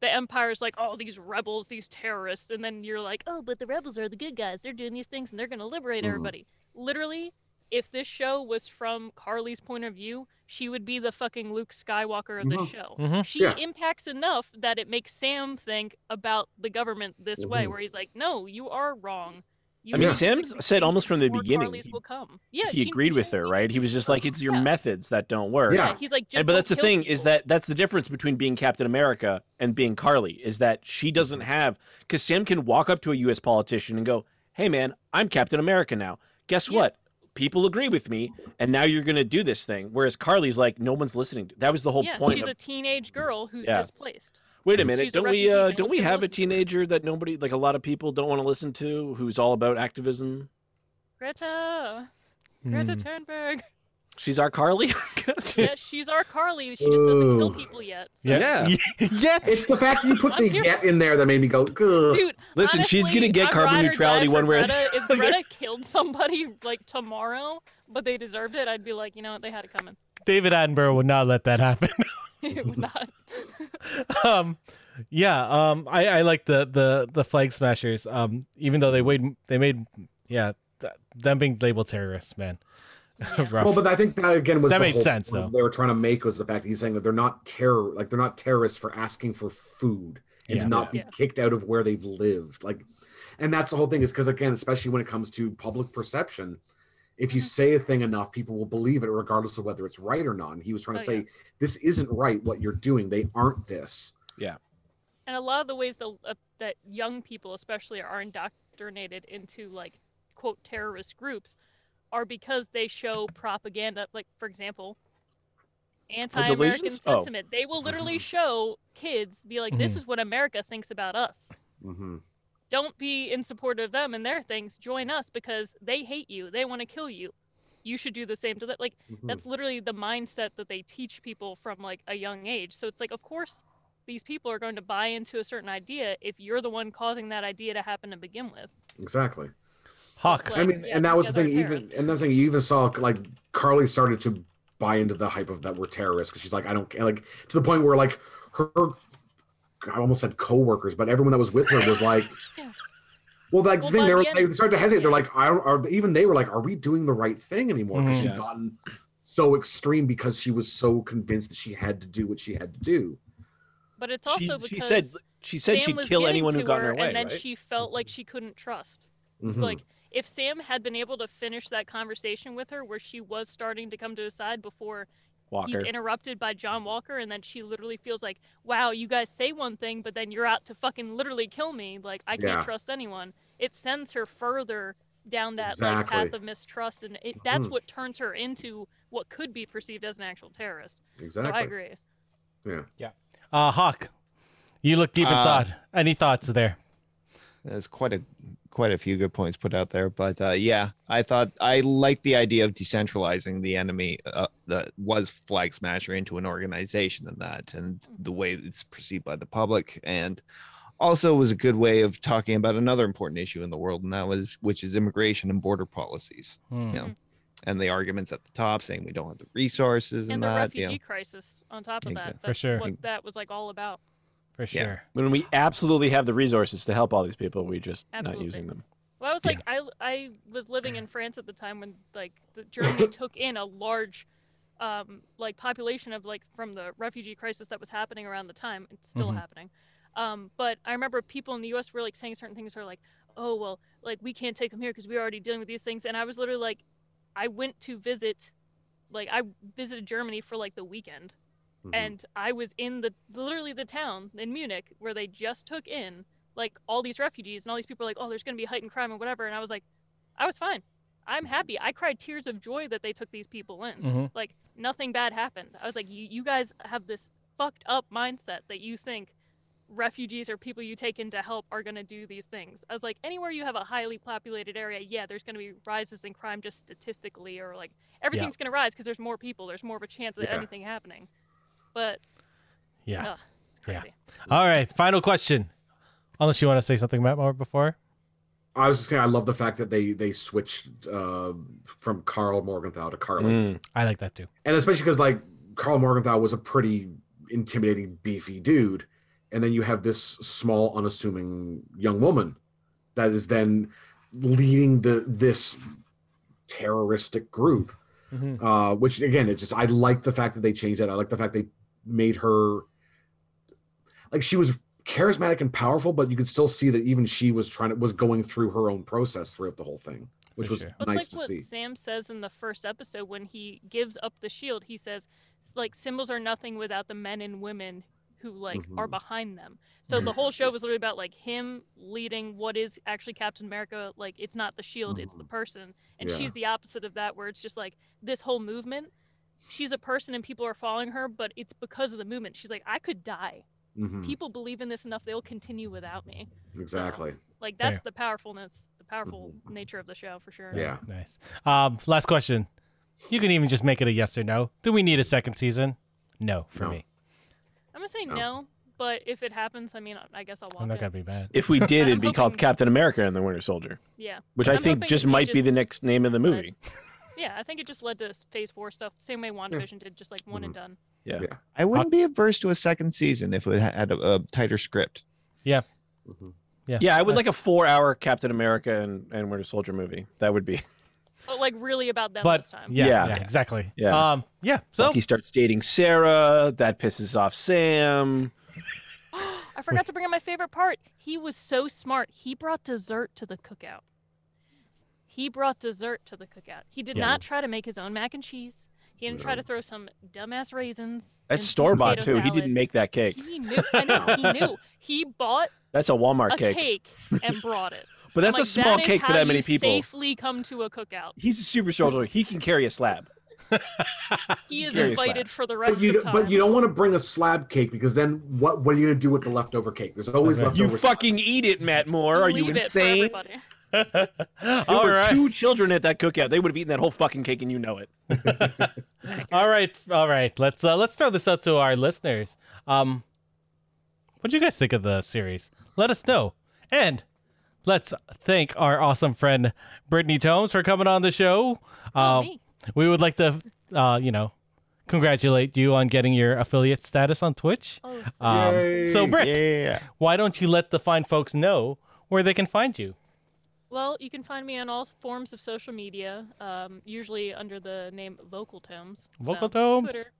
B: the Empire's like, oh, these rebels, these terrorists, and then you're like, oh, but the rebels are the good guys. They're doing these things and they're gonna liberate
D: Mhm.
B: everybody. Literally, if this show was from Carly's point of view, she would be the fucking Luke Skywalker of the
D: Mhm.
B: show.
C: Mm-hmm.
A: Mhm.
B: She
D: Yeah.
B: impacts enough that it makes Sam think about the government this way,
D: Mhm.
B: where he's like, no, you are wrong. You
C: I mean,
B: will
C: Sims
B: succeed
C: said almost from the
B: or
C: beginning
B: Charlie's will come. Yeah,
C: he
B: she
C: agreed
B: knew
C: with her,
B: he-
C: right? He was just like, "It's your
B: Yeah.
C: methods that don't work."
D: Yeah.
B: Yeah, he's like, just
C: And- but
B: don't
C: that's the
B: kill
C: thing is
B: people.
C: that that's the difference between being Captain America and being Carly is that she doesn't have because Sam can walk up to a U.S. politician and go, "Hey, man, I'm Captain America now. Guess
B: Yeah.
C: what? People agree with me, and now you're gonna do this thing." Whereas Carly's like, "No one's listening." to- That was the whole
B: yeah,
C: point.
B: she's
C: of-
B: a teenage girl who's
C: Yeah.
B: displaced.
C: Wait a minute,
B: she's a
C: don't we
B: refugee, no
C: uh,
B: one's
C: don't we
B: gonna
C: have a
B: listen to her.
C: teenager that nobody like a lot of people don't want to listen to who's all about activism?
B: Greta,
A: Hmm.
B: Greta Turnberg.
C: She's our Carly. I guess.
B: yeah, she's our Carly. She just doesn't kill
D: Ooh.
B: people yet. So.
C: Yeah.
D: It's
A: yes.
D: the fact that you put the
B: Here-
D: yet in there that made me go. "Ugh."
B: Dude,
C: Listen, she's
B: honestly,
C: gonna get
B: I'd
C: carbon
B: ride or die
C: neutrality
B: for
C: one way or the
B: Greta. If Greta killed somebody like tomorrow, but they deserved it, I'd be like, you know what, they had it coming.
A: David Attenborough would not let that happen.
B: It would not.
A: um yeah um i i like the the the flag smashers um even though they weighed they made yeah th- them being labeled terrorists man Rough.
D: Well, but I think that again was
A: That
D: the
A: made
D: whole
A: sense,
D: point
A: though.
D: They were trying to make was the fact that he's saying that they're not terror, like they're not terrorists for asking for food and
A: Yeah.
D: to not be
B: Yeah.
D: kicked out of where they've lived. Like, and that's the whole thing is because again, especially when it comes to public perception, if you
B: Mhm.
D: say a thing enough, people will believe it, regardless of whether it's right or not. And he was trying to
B: Oh,
D: say,
B: yeah.
D: "This isn't right. What you're doing, they aren't this."
B: and a lot of the ways that uh, that young people especially are indoctrinated into like quote terrorist groups are because they show propaganda like for example anti-american
C: delusions? Oh. Mm-hmm.
B: sentiment they will literally show kids be like this is what america thinks about us
D: Mm-hmm.
B: don't be in support of them and their things join us because they hate you they want to kill you you should do the same to that like
D: Mm-hmm. Mm.
B: that's literally the mindset that they teach people from like a young age so it's like of course these people are going to buy into a certain idea if you're the one causing that idea to happen to begin with
D: Exactly.
A: hawk
B: Like,
D: I mean,
B: yeah,
D: and that was the
B: together
D: thing.
B: in
D: Even
B: Paris.
D: and that's the thing. You even saw like Carly started to buy into the hype of that we're terrorists because she's like, I don't care. Like to the point where like her, I almost said coworkers, but everyone that was with her was like,
B: Yeah.
D: well, that
B: Well,
D: thing
B: by
D: they,
B: the
D: were,
B: end-
D: they started to hesitate. They're
B: yeah.
D: like, I don't. Are, even they were like, are we doing the right thing anymore? Because
A: Mhm.
D: she'd
C: Yeah.
D: gotten so extreme because she was so convinced that she had to do what she had to do.
B: but it's
C: she,
B: also because
C: she said she said
B: Sam
C: she'd
B: was
C: kill
B: getting
C: anyone who
B: to
C: got in
B: her,
C: her way.
B: and then
C: right?
B: she felt like
D: Mm-hmm.
B: she couldn't trust
D: Mhm.
B: like if sam had been able to finish that conversation with her where she was starting to come to his side before
C: Walker.
B: he's interrupted by John Walker, and then she literally feels like, "Wow, you guys say one thing, but then you're out to fucking literally kill me. Like I can't
D: Yeah.
B: trust anyone." It sends her further down that like,
D: Exactly.
B: path of mistrust, and it, that's
D: Mhm.
B: what turns her into what could be perceived as an actual terrorist.
D: exactly.
B: So I agree.
A: uh hawk you look deep in
F: Uh,
A: thought any thoughts there
F: There's quite a quite a few good points put out there, but uh, yeah, I thought I liked the idea of decentralizing the enemy uh, that was Flag Smasher into an organization and that, and the way it's perceived by the public, and also was a good way of talking about another important issue in the world, and that was which is immigration and border policies,
A: Hmm.
F: yeah. and the arguments at the top saying we don't have the resources and,
B: And the
F: that,
B: refugee
F: you know,
B: crisis on top of
F: Exact-
B: that.
F: for
B: That's
A: sure.
B: What that was like all about.
A: for
F: Yeah.
A: sure
C: when we absolutely have the resources to help all these people, we just not
B: Absolutely.
C: using them.
B: Well, I was
F: Yeah.
B: like, I I was living in France at the time when like the Germany took in a large, um, like population of like from the refugee crisis that was happening around the time. It's still
A: Mhm.
B: happening. Um, but I remember people in the U.S. were like saying certain things are like, oh well, like we can't take them here because we're already dealing with these things. And I was literally like, I went to visit, like I visited Germany for like the weekend
D: Mhm.
B: and I was in the literally the town in Munich where they just took in like all these refugees and all these people are like, oh, there's going to be heightened crime and whatever, and I was like, I was fine. I'm happy. I cried tears of joy that they took these people in.
A: Mhm.
B: Like nothing bad happened. I was like, you you guys have this fucked up mindset that you think refugees or people you take in to help are going to do these things. I was like, anywhere you have a highly populated area, yeah, there's going to be rises in crime just statistically or like everything's going to rise because there's more people, there's more of a chance of
D: Yeah.
B: anything happening. But
A: yeah
B: Ugh, it's
A: Yeah.
B: crazy.
A: all right final question unless you want to say something about more before
D: I was just saying, I love the fact that they they switched uh, from Carl Morgenthau to
C: Mm.
D: Carly.
A: i like that too
D: and especially because like Carl Morgenthau was a pretty intimidating, beefy dude, and then you have this small, unassuming young woman that is then leading the this terroristic group.
A: Mhm.
D: Uh, which again, it's just I like the fact that they changed that. I like the fact they made her like she was charismatic and powerful, but you could still see that even she was trying to was going through her own process throughout the whole thing, which
A: For
D: was
A: sure.
B: Well,
D: nice
B: it's like what
D: to see.
B: Sam says in the first episode when he gives up the shield. He says, s- like, symbols are nothing without the men and women who, like, are
D: Mhm.
B: behind them. So the whole show was literally about, like, him leading what is actually Captain America. Like, it's not the shield, it's the person. And
D: Mm-hmm. Yeah.
B: she's the opposite of that, where it's just like this whole movement. She's a person and people are following her, but it's because of the movement. She's like, I could die.
D: Mhm.
B: People believe in this enough, they'll continue without me.
D: Exactly.
B: Like,
A: Fair.
B: that's the powerfulness, the powerful nature of the show for sure.
D: Mm-hmm. Yeah.
A: Nice. Um, last question. You can even just make it a yes or no. Do we need a second season? No, for
D: No.
A: me.
B: I'm gonna say
C: Oh.
D: No.
B: no. but if it happens, I mean, I guess I'll walk
A: I'm not
B: it.
A: gonna be mad.
C: If we did, it'd be called
B: hoping-
C: Captain America and the Winter Soldier,
B: Yeah,
C: which I
B: I'm
C: think
B: hoping
C: just
B: we
C: might be
B: just-
C: the next name of the movie.
B: yeah. I think it just led to phase four stuff, same way WandaVision did, just like one and
C: Mm-hmm.
B: done.
F: I wouldn't be averse to a second season if it had a, a tighter script.
A: Yeah.
C: Yeah, I would like a four-hour Captain America and, and Winter Soldier movie. That would be.
B: But Oh, like really about them
A: But
B: this time.
A: yeah, yeah,
C: Yeah.
A: exactly.
C: Yeah.
A: Um, yeah. So
C: Like he starts dating Sarah. That pisses off Sam.
B: I forgot to bring up my favorite part. He was so smart. He brought dessert to the cookout. He brought dessert to the cookout. He did
A: Yeah.
B: not try to make his own mac and cheese. He didn't try to throw some dumbass raisins.
C: That's
B: in some
C: store bought
B: potato
C: too. He didn't
B: salad.
C: make that cake.
B: He knew. I know. He knew. He bought
C: That's a Walmart
B: a
C: cake.
B: cake and brought it.
C: But that's
B: Like,
C: a small
B: that is
C: cake for
B: how
C: that many
B: you
C: people.
B: Safely come to a cookout.
C: He's a super soldier. He can carry a slab.
B: He is
C: Curious
B: invited
C: lad.
B: for the
D: But
B: rest
D: you,
B: of
D: don't-
B: time.
D: but you don't want to bring a slab cake because then what what are you gonna do with the leftover cake? There's always
A: Okay.
D: leftover.
C: You fucking eat it, Matt Moore. Are you
B: Leave it for
C: insane? Uh,
B: everybody.
C: There
A: all
C: were
A: right.
C: two children at that cookout. They would have eaten that whole fucking cake, and you know it.
A: all right. All right. Let's uh, let's throw this out to our listeners. Um, what do you guys think of the series? Let us know. And let's thank our awesome friend Brittany Tomes for coming on the show.
B: Oh,
A: Um,
B: me.
A: we would like to, uh, you know, congratulate you on getting your affiliate status on Twitch.
B: Oh.
A: Um, so,
D: Yay.
A: Britt,
F: Yeah.
A: why don't you let the fine folks know where they can find you?
B: Well, you can find me on all forms of social media, um, usually under the name Vocal Tomes. So,
A: Vocal Tomes.
B: Twitter,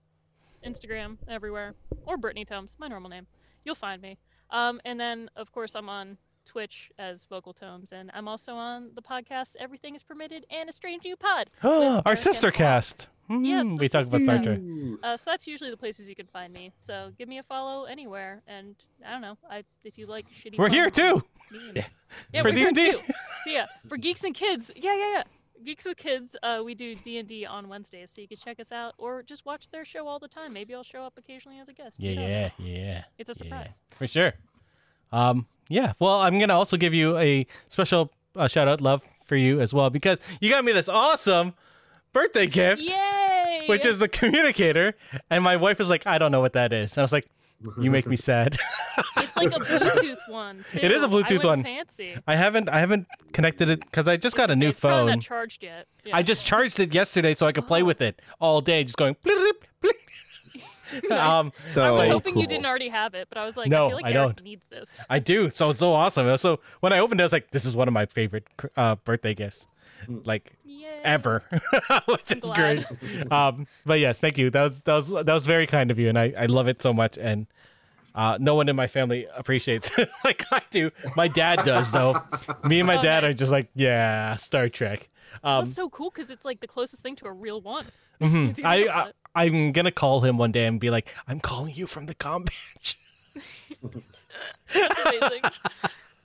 B: Instagram, everywhere, or Brittany Tomes, my normal name. You'll find me. Um, and then, of course, I'm on Twitch as Vocal Tomes, and I'm also on the podcast Everything Is Permitted and A Strange New Pod.
A: our
B: Eric
A: sister
B: and Paul.
A: cast.
B: Yes,
A: Hmm,
B: the
A: we talked about
B: sister
A: Star
B: cast.
A: Trek.
B: Uh, so that's usually the places you can find me. So give me a follow anywhere, and I don't know. I if you like shitty.
A: We're
B: fun
A: here too.
B: memes. Yeah,
A: For
B: we're here
A: D&D.
B: too. So yeah, for geeks and kids. Yeah, yeah, yeah. Geeks with kids. Uh, we do D and D on Wednesdays, so you can check us out or just watch their show all the time. Maybe I'll show up occasionally as a guest.
A: Yeah,
B: You don't know.
A: yeah, yeah.
B: It's a
A: yeah, yeah.
B: surprise.
A: for sure. Um, yeah. Well, I'm gonna also give you a special uh, shout out, love for you as well, because you got me this awesome birthday gift,
B: Yay!
A: which is the communicator. And my wife was like, "I don't know what that is," and I was like, "You make me sad."
B: it's like a Bluetooth one.
A: It is a
B: too. I
A: Bluetooth
B: went
A: one.
B: Fancy.
A: I haven't, I haven't connected it because I just got a new
B: it's probably
A: phone.
B: Not charged yet. Yeah.
A: I just charged it yesterday so I could play
B: Oh.
A: with it all day, just going. Bleep, bleep, bleep. Um,
B: I
F: So
B: was hoping you
F: cool.
B: didn't already have it, but I was like,
A: No,
B: I feel like
A: I
B: Eric
A: don't.
B: needs this.
A: I do. So it's so awesome. So when I opened it, I was like, this is one of my favorite uh, birthday gifts, like
B: Yay.
A: ever, which is
B: glad.
A: great. Um, but yes, thank you. That was that was that was very kind of you, and I, I love it so much. And uh, no one in my family appreciates it like I do. My dad does though. Me and my
B: Oh,
A: dad are
B: nice.
A: just like, yeah, Star Trek.
B: Well,
A: Um,
B: it's so cool because it's like the closest thing to a real one.
A: mhm.
B: if you
A: I,
B: think about
A: I
B: it.
A: I'm gonna call him one day and be like, I'm calling you from the com bench.
B: That's amazing.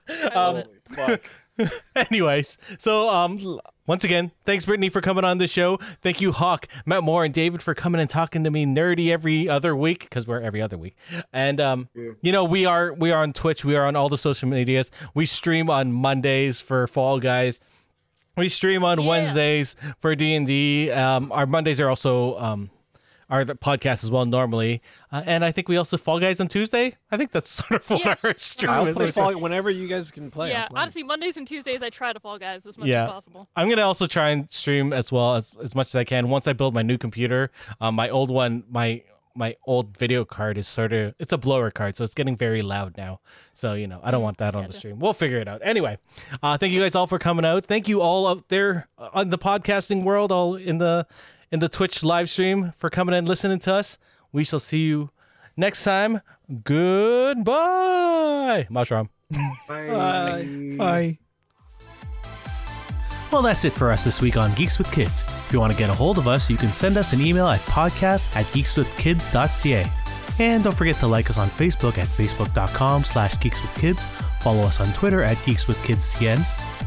B: I
A: Um,
B: love it.
A: Anyways, so um, l- once again, thanks Brittany for coming on the show. Thank you Hawk, Matt Moore, and David for coming and talking to me nerdy every other week because we're every other week. And um, you know we are we are on Twitch, we are on all the social medias. We stream on Mondays for Fall Guys. We stream on
B: Yeah.
A: Wednesdays for D and D. Um, our Mondays are also um, our the podcast as well normally, uh, and I think we also Fall Guys on Tuesday. I think that's sort of what
B: Yeah.
A: our stream
C: I'll
A: is.
C: play Fall whenever you guys can play.
B: yeah,
C: I'll play.
B: honestly, Mondays and Tuesdays I try to fall guys as much
A: Yeah.
B: as possible.
A: I'm gonna also try and stream as well as as much as I can once I build my new computer. Um, my old one, my my old video card is sort of it's a blower card, so it's getting very loud now. So you know, I don't want that on the
B: Gotcha.
A: stream. We'll figure it out. Anyway, uh, thank you guys all for coming out. Thank you all out there on the podcasting world, all in the in the Twitch live stream for coming and listening to us. We shall see you next time.
G: Goodbye, Mushroom.
A: Uh,
D: Bye.
F: Bye.
A: Well, that's it for us this week on Geeks with Kids. If you want to get a hold of us, you can send us an email at podcast at geekswithkids.ca. And don't forget to like us on Facebook at facebook.com slash geekswithkids. Follow us on Twitter at geekswithkidscn.